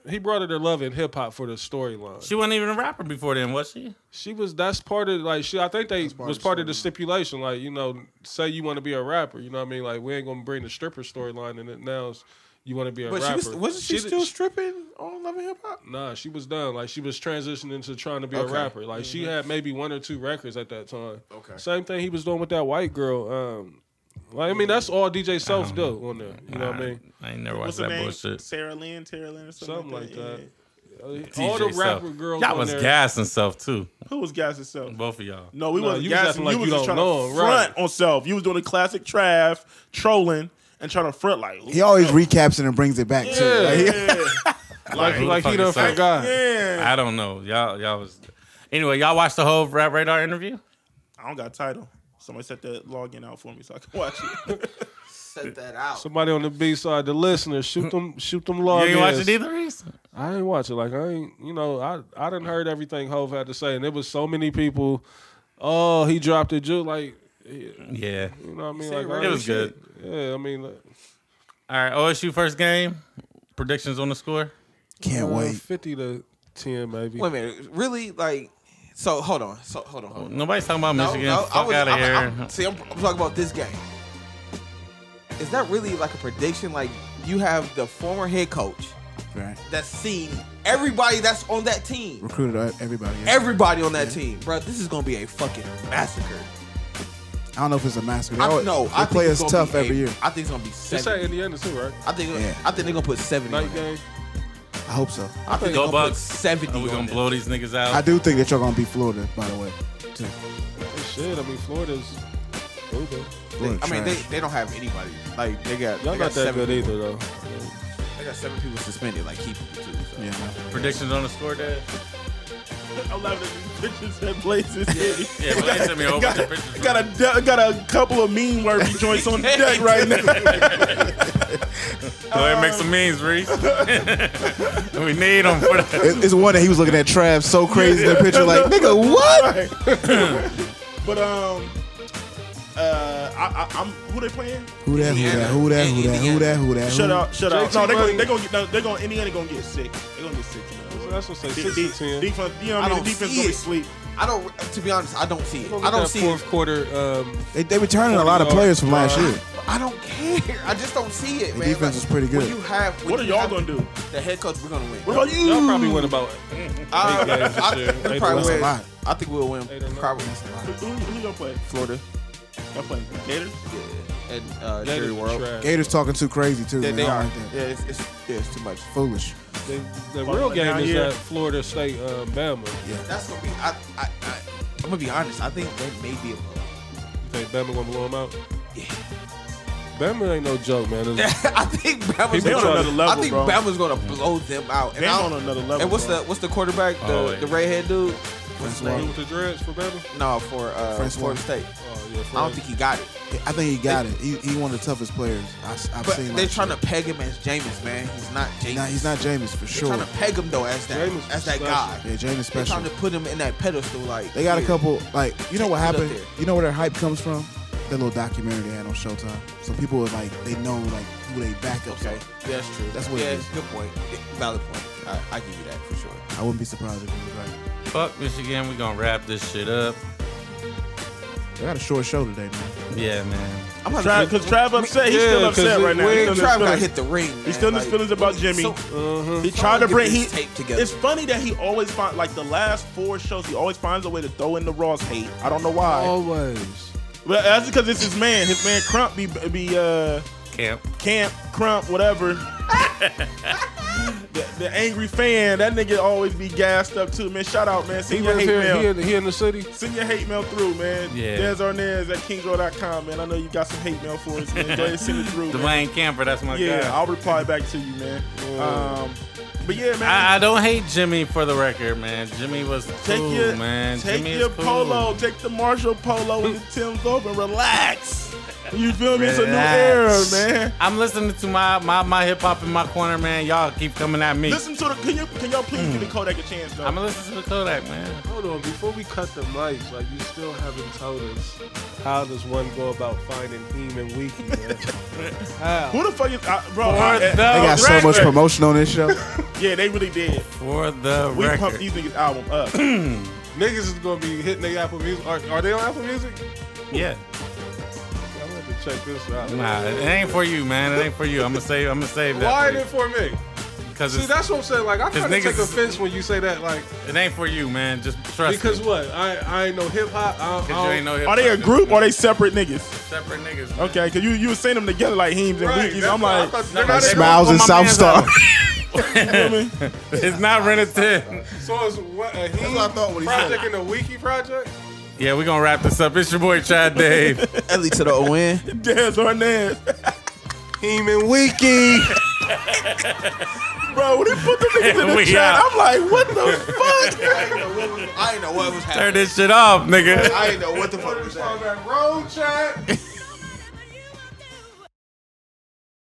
B: he brought her to love in hip hop for the storyline.
C: She wasn't even a rapper before then, was she?
B: She was that's part of like she I think they was part of the stipulation. Like, you know, say you want to be a rapper, you know what I mean? Like we ain't gonna bring the stripper storyline in it now it's you wanna be a
D: But she
B: rapper.
D: was, wasn't she,
B: did-
D: still stripping on Love and Hip Hop?
B: Nah, she was done. Like she was transitioning into trying to be a
D: Okay. Mm-hmm.
B: rapper. Like she had maybe one or two records at that time.
D: Okay.
B: Same thing he was doing with that white girl. Um, like I mean, that's all DJ Self do on there. You know what I mean?
C: I ain't never
E: What's
C: watched
E: her
C: that
E: name?
C: bullshit.
E: Sarah Lynn, Tara Lynn, or something,
B: Something like that. Uh,
E: yeah.
B: all the
C: DJ Self.
B: rapper girls.
C: Y'all
B: on
C: was
B: there.
C: gassing self too.
E: Who was guys itself?
C: Both of y'all.
E: No, we
B: No,
E: wasn't
B: you was
E: gassing.
B: acting like
E: you was
B: you
E: just
B: don't
E: trying to
B: know him,
E: front
B: right.
E: on self. You was doing the classic trav, trolling, and trying to front like
F: He always recaps it and brings it back too.
B: Yeah.
F: Like, he-
B: Like,
C: Who the
B: like he
C: fuck
B: done
C: is Self?
B: forgot.
E: Yeah.
C: I don't know. Y'all, y'all was. Anyway, y'all watched the whole Rap Radar interview.
E: I don't got a title. Somebody set the login out for me so I can watch it.
D: Set that out.
B: Somebody on the B side, the listeners, shoot them, shoot them log.
C: You ain't watch it either, Reese.
B: I didn't watch it. Like I ain't, you know, I I didn't heard everything Hove had to say, and it was so many people. Oh, he dropped a jewel. Like
C: Yeah,
B: you know what I mean? Like I
C: it was
B: ain't-
C: good.
B: Yeah, I mean. Like,
C: All right, OSU first game. Predictions on the score.
F: Can't
B: Uh,
F: wait.
B: 50 to 10, maybe.
D: Wait a minute, really? Like, so hold on, so hold on, hold on.
C: Nobody's talking about Michigan.
D: I
C: Fuck
D: was-
C: out of
D: I'm-
C: here.
D: I'm- see, I'm, I'm talking about this game. Is that really like a prediction? Like, you have the former head coach
F: Right.
D: that's seen everybody that's on that team,
F: Recruited everybody. yeah.
D: everybody on that team, bro. This is gonna be a fucking massacre.
F: I don't know if it's a massacre. They
D: I
F: always-
D: know.
F: They
D: I
F: play
D: think
F: us
D: it's gonna
F: tough
D: be
F: every
D: a-
F: year.
D: I think it's gonna be
B: It's at
D: seventy.
B: Indiana, too, right?
D: I think.
F: Yeah.
D: I think they're gonna put seventy. on
B: Night
D: it.
B: game.
F: I hope so.
D: I think
C: Go
D: they're gonna put
C: Bucks.
D: seventy.
C: Are we
D: on
C: gonna
D: it.
C: blow these niggas
F: I
C: out?
F: do think that y'all gonna beat Florida, by the way. Too.
B: They should. I mean, Florida's stupid.
F: Florida
D: I mean, they,
F: trash.
D: they don't have anybody. Like they got.
B: Y'all
D: they
B: not
D: got
B: that
D: seven
B: good either, though.
D: They got seven people suspended. Like keep people too. So.
F: Yeah. no.
C: Predictions on the score, Dad.
E: I love that these pictures that Blazes did.
C: Yeah, but they sent me over the pictures.
E: Got a de- got a couple of mean worthy joints on deck right now.
C: Go ahead and make some memes, Reese. we need them for the
F: It- It's one that he was looking at Trav so crazy in the picture, like, nigga, what?
E: But um, uh, I, I, I'm who they playing?
F: Who that? Who that? Who that? Who that? Who that? Who that?
E: Shut
F: who-
E: up! Shut up!
B: JT
E: No, they're
B: Money.
E: gonna they're gonna get no, they're gonna Indiana gonna get sick. They're gonna get sick. You know.
B: That's what I say.
E: De-
B: 6
E: de-
B: to 10.
E: Defense, you know
D: I
E: what I mean? The
D: don't
E: defense
D: see
E: gonna be
D: it.
E: sleep.
D: I don't. To be honest, I don't see it. I
B: Look at
D: don't
B: that
D: see
B: fourth
D: it.
B: quarter. Um,
F: They, they returning a lot of players from last year.
D: I don't care. I just don't see it,
F: The
D: man.
F: defense
D: Like,
F: is pretty good.
D: When you have, when
E: What are
D: you
E: y'all
D: have
E: gonna do?
D: The head coach, we're gonna win.
E: What about
B: y'all
E: you?
B: probably went about
D: I,
B: Eight games this
D: I,
B: year.
D: we'll
B: Eight
D: probably
B: wins.
D: win.
F: That's
D: I think we'll win.
B: Eight or nine.
D: Probably that's a lot.
E: Who, who y'all play?
D: Florida
E: Y'all play Gators?
D: and uh,
B: that
D: Jerry
B: is
D: World.
B: trash.
F: Gators talking too crazy too.
D: They,
F: man.
D: they
F: I
D: are.
F: don't like that.
D: Yeah, it's, it's, yeah, it's too much.
F: Foolish.
B: The, the real
E: Like
B: game
E: down
B: is
E: here.
B: that Florida State uh, Bama.
D: That's gonna be. I, I, I, I'm gonna be honest. I think that may be a blowout.
B: You think Bama gonna blow them out?
D: Yeah.
B: Bama ain't no joke, man. It's-
D: I think Bama's
E: They on
D: gonna,
E: another level,
D: I think
E: bro.
D: Bama's gonna blow them out. And,
E: They
D: I
E: on
D: don't-
E: another level.
D: and what's
E: bro.
D: the what's the quarterback? The
C: Oh, yeah.
D: the redhead dude. What's his
F: Francois.
D: name?
B: with the dreads for Bama.
D: No, for uh,
F: Francois.
D: Florida State.
B: Oh yeah,
D: I don't think he got it.
F: I think he got it. He, he one of the toughest players I, have
D: But
F: seen.
D: they're
F: last
D: trying
F: year.
D: to peg him as Jameis, man. He's not Jameis.
F: Nah, he's not Jameis for
D: They're
F: sure.
D: trying to peg him though as that
B: Jameis
D: as
B: is
D: that
B: special.
D: guy.
F: yeah, Jameis
D: They're
F: special.
D: trying to put him in that pedestal. Like
F: They got a
D: here.
F: couple, like, you know what
D: Put it up
F: happened?
D: there.
F: You know where their hype comes from? That little documentary they had on Showtime. So people are like, they know, like, who they backups
D: Okay,
F: are.
D: yeah, that's true.
F: That's what it
D: yeah,
F: is.
D: Good point. Valid point. I, I give you that for sure.
F: I wouldn't be surprised if he was right.
C: Fuck Michigan. We gonna wrap this shit up.
F: They got a short show today, man.
C: Yeah, man.
D: I'm about
E: Trav? Because Trav upset. He's
B: Yeah,
E: still
B: 'cause
E: upset right now.
B: we-
E: He's
D: Trav
E: still in his
D: got
E: feelings.
D: hit the ring. man.
E: He's still in his
D: Like,
E: feelings about Jimmy.
D: So,
B: Uh-huh.
E: He tried to
D: get
E: bring. He,
D: this tape together.
E: It's funny that he always find like the last four shows. He always finds a way to throw in the Ross hate. I don't know why.
D: Oh.
B: always.
E: But that's because it's his man. His man Crump be be uh
C: Camp.
E: Camp Crump whatever. the, the angry fan. That nigga always be gassed up too. Man, shout out man.
B: He
E: Send your
B: live
E: hate
B: here.
E: mail.
B: He in, he in the city.
E: Send your hate mail through, man.
C: Yeah.
E: Des Arnaz at kingsrow.com, man. I know you got some hate mail for us, man. Go ahead and send it through. man.
C: Dwayne Camper. That's my
E: Yeah,
C: guy.
E: I'll reply back to you, man. Um, but yeah, man.
C: I, I don't hate Jimmy for the record, man. Jimmy was cool,
E: Take your
C: man.
E: take
C: Jimmy
E: your
C: is cool.
E: polo, take the Marshall polo and the Tim's off and relax. You feel me? It's a new era,
C: Relax.
E: man.
C: I'm listening to my my, my hip hop in my corner, man. Y'all keep coming at me.
E: Listen to the can you can y'all please give the Kodak a chance though?
C: Hmm. I'm gonna listen to the Kodak, man.
B: Hold on, before we cut the mics, like you still haven't told us how does one go about finding Heem and Wiki, man? how?
E: Who the fuck is I, bro?
C: For
E: I-
C: the
F: They got so much
E: record.
F: promotion on this show.
E: Yeah, they really did.
C: For the
E: We
C: record.
E: pumped these niggas album up.
B: Niggas is gonna be hitting their Apple Music. Are, are they on Apple Music?
C: yeah.
B: I'm gonna have to check this out.
C: Nah, it ain't for you, man. It ain't for you. I'm gonna save. I'm gonna save that.
B: Why
C: for
B: is it for me?
C: you. Cause
B: See,
C: it's,
B: that's what I'm saying. Like, I try to
C: niggas
B: take
C: is-
B: offense when you say that. Like,
C: it ain't for you, man. Just trust
B: because
C: me.
B: what? I, I ain't no hip hop. I, don't- I
C: Cause you
B: don't-
C: ain't no hip
E: Are Oh, they a
C: hop.
E: group or they separate niggas?
C: separate niggas? man.
E: Okay, cause you you were seeing them together like Heems and
B: Right,
E: Weekies.
B: that's
E: I'm
B: why I
E: like,
B: thought
E: you
B: they're
C: Nah,
B: not
C: they
B: in-
F: Smiles
C: on
F: and
C: my
F: South
C: man's
F: Star.
C: album.
E: feel me?
C: It's not rented to.
B: So it's what a Heem
F: what I thought when he said
B: project and a Wiki project.
C: Yeah, we gonna wrap this up. It's your boy Chad Dave.
D: Ellie to the ON.
E: Dez Arnaz.
B: Heem and Wiki.
E: Bro, when they put them niggas in the
C: We
E: chat,
C: out.
E: I'm like, what the fuck?
D: I didn't know what was
C: Turn
D: happening.
C: this shit off, nigga.
D: I didn't know what the fuck was happening.
B: Road chat.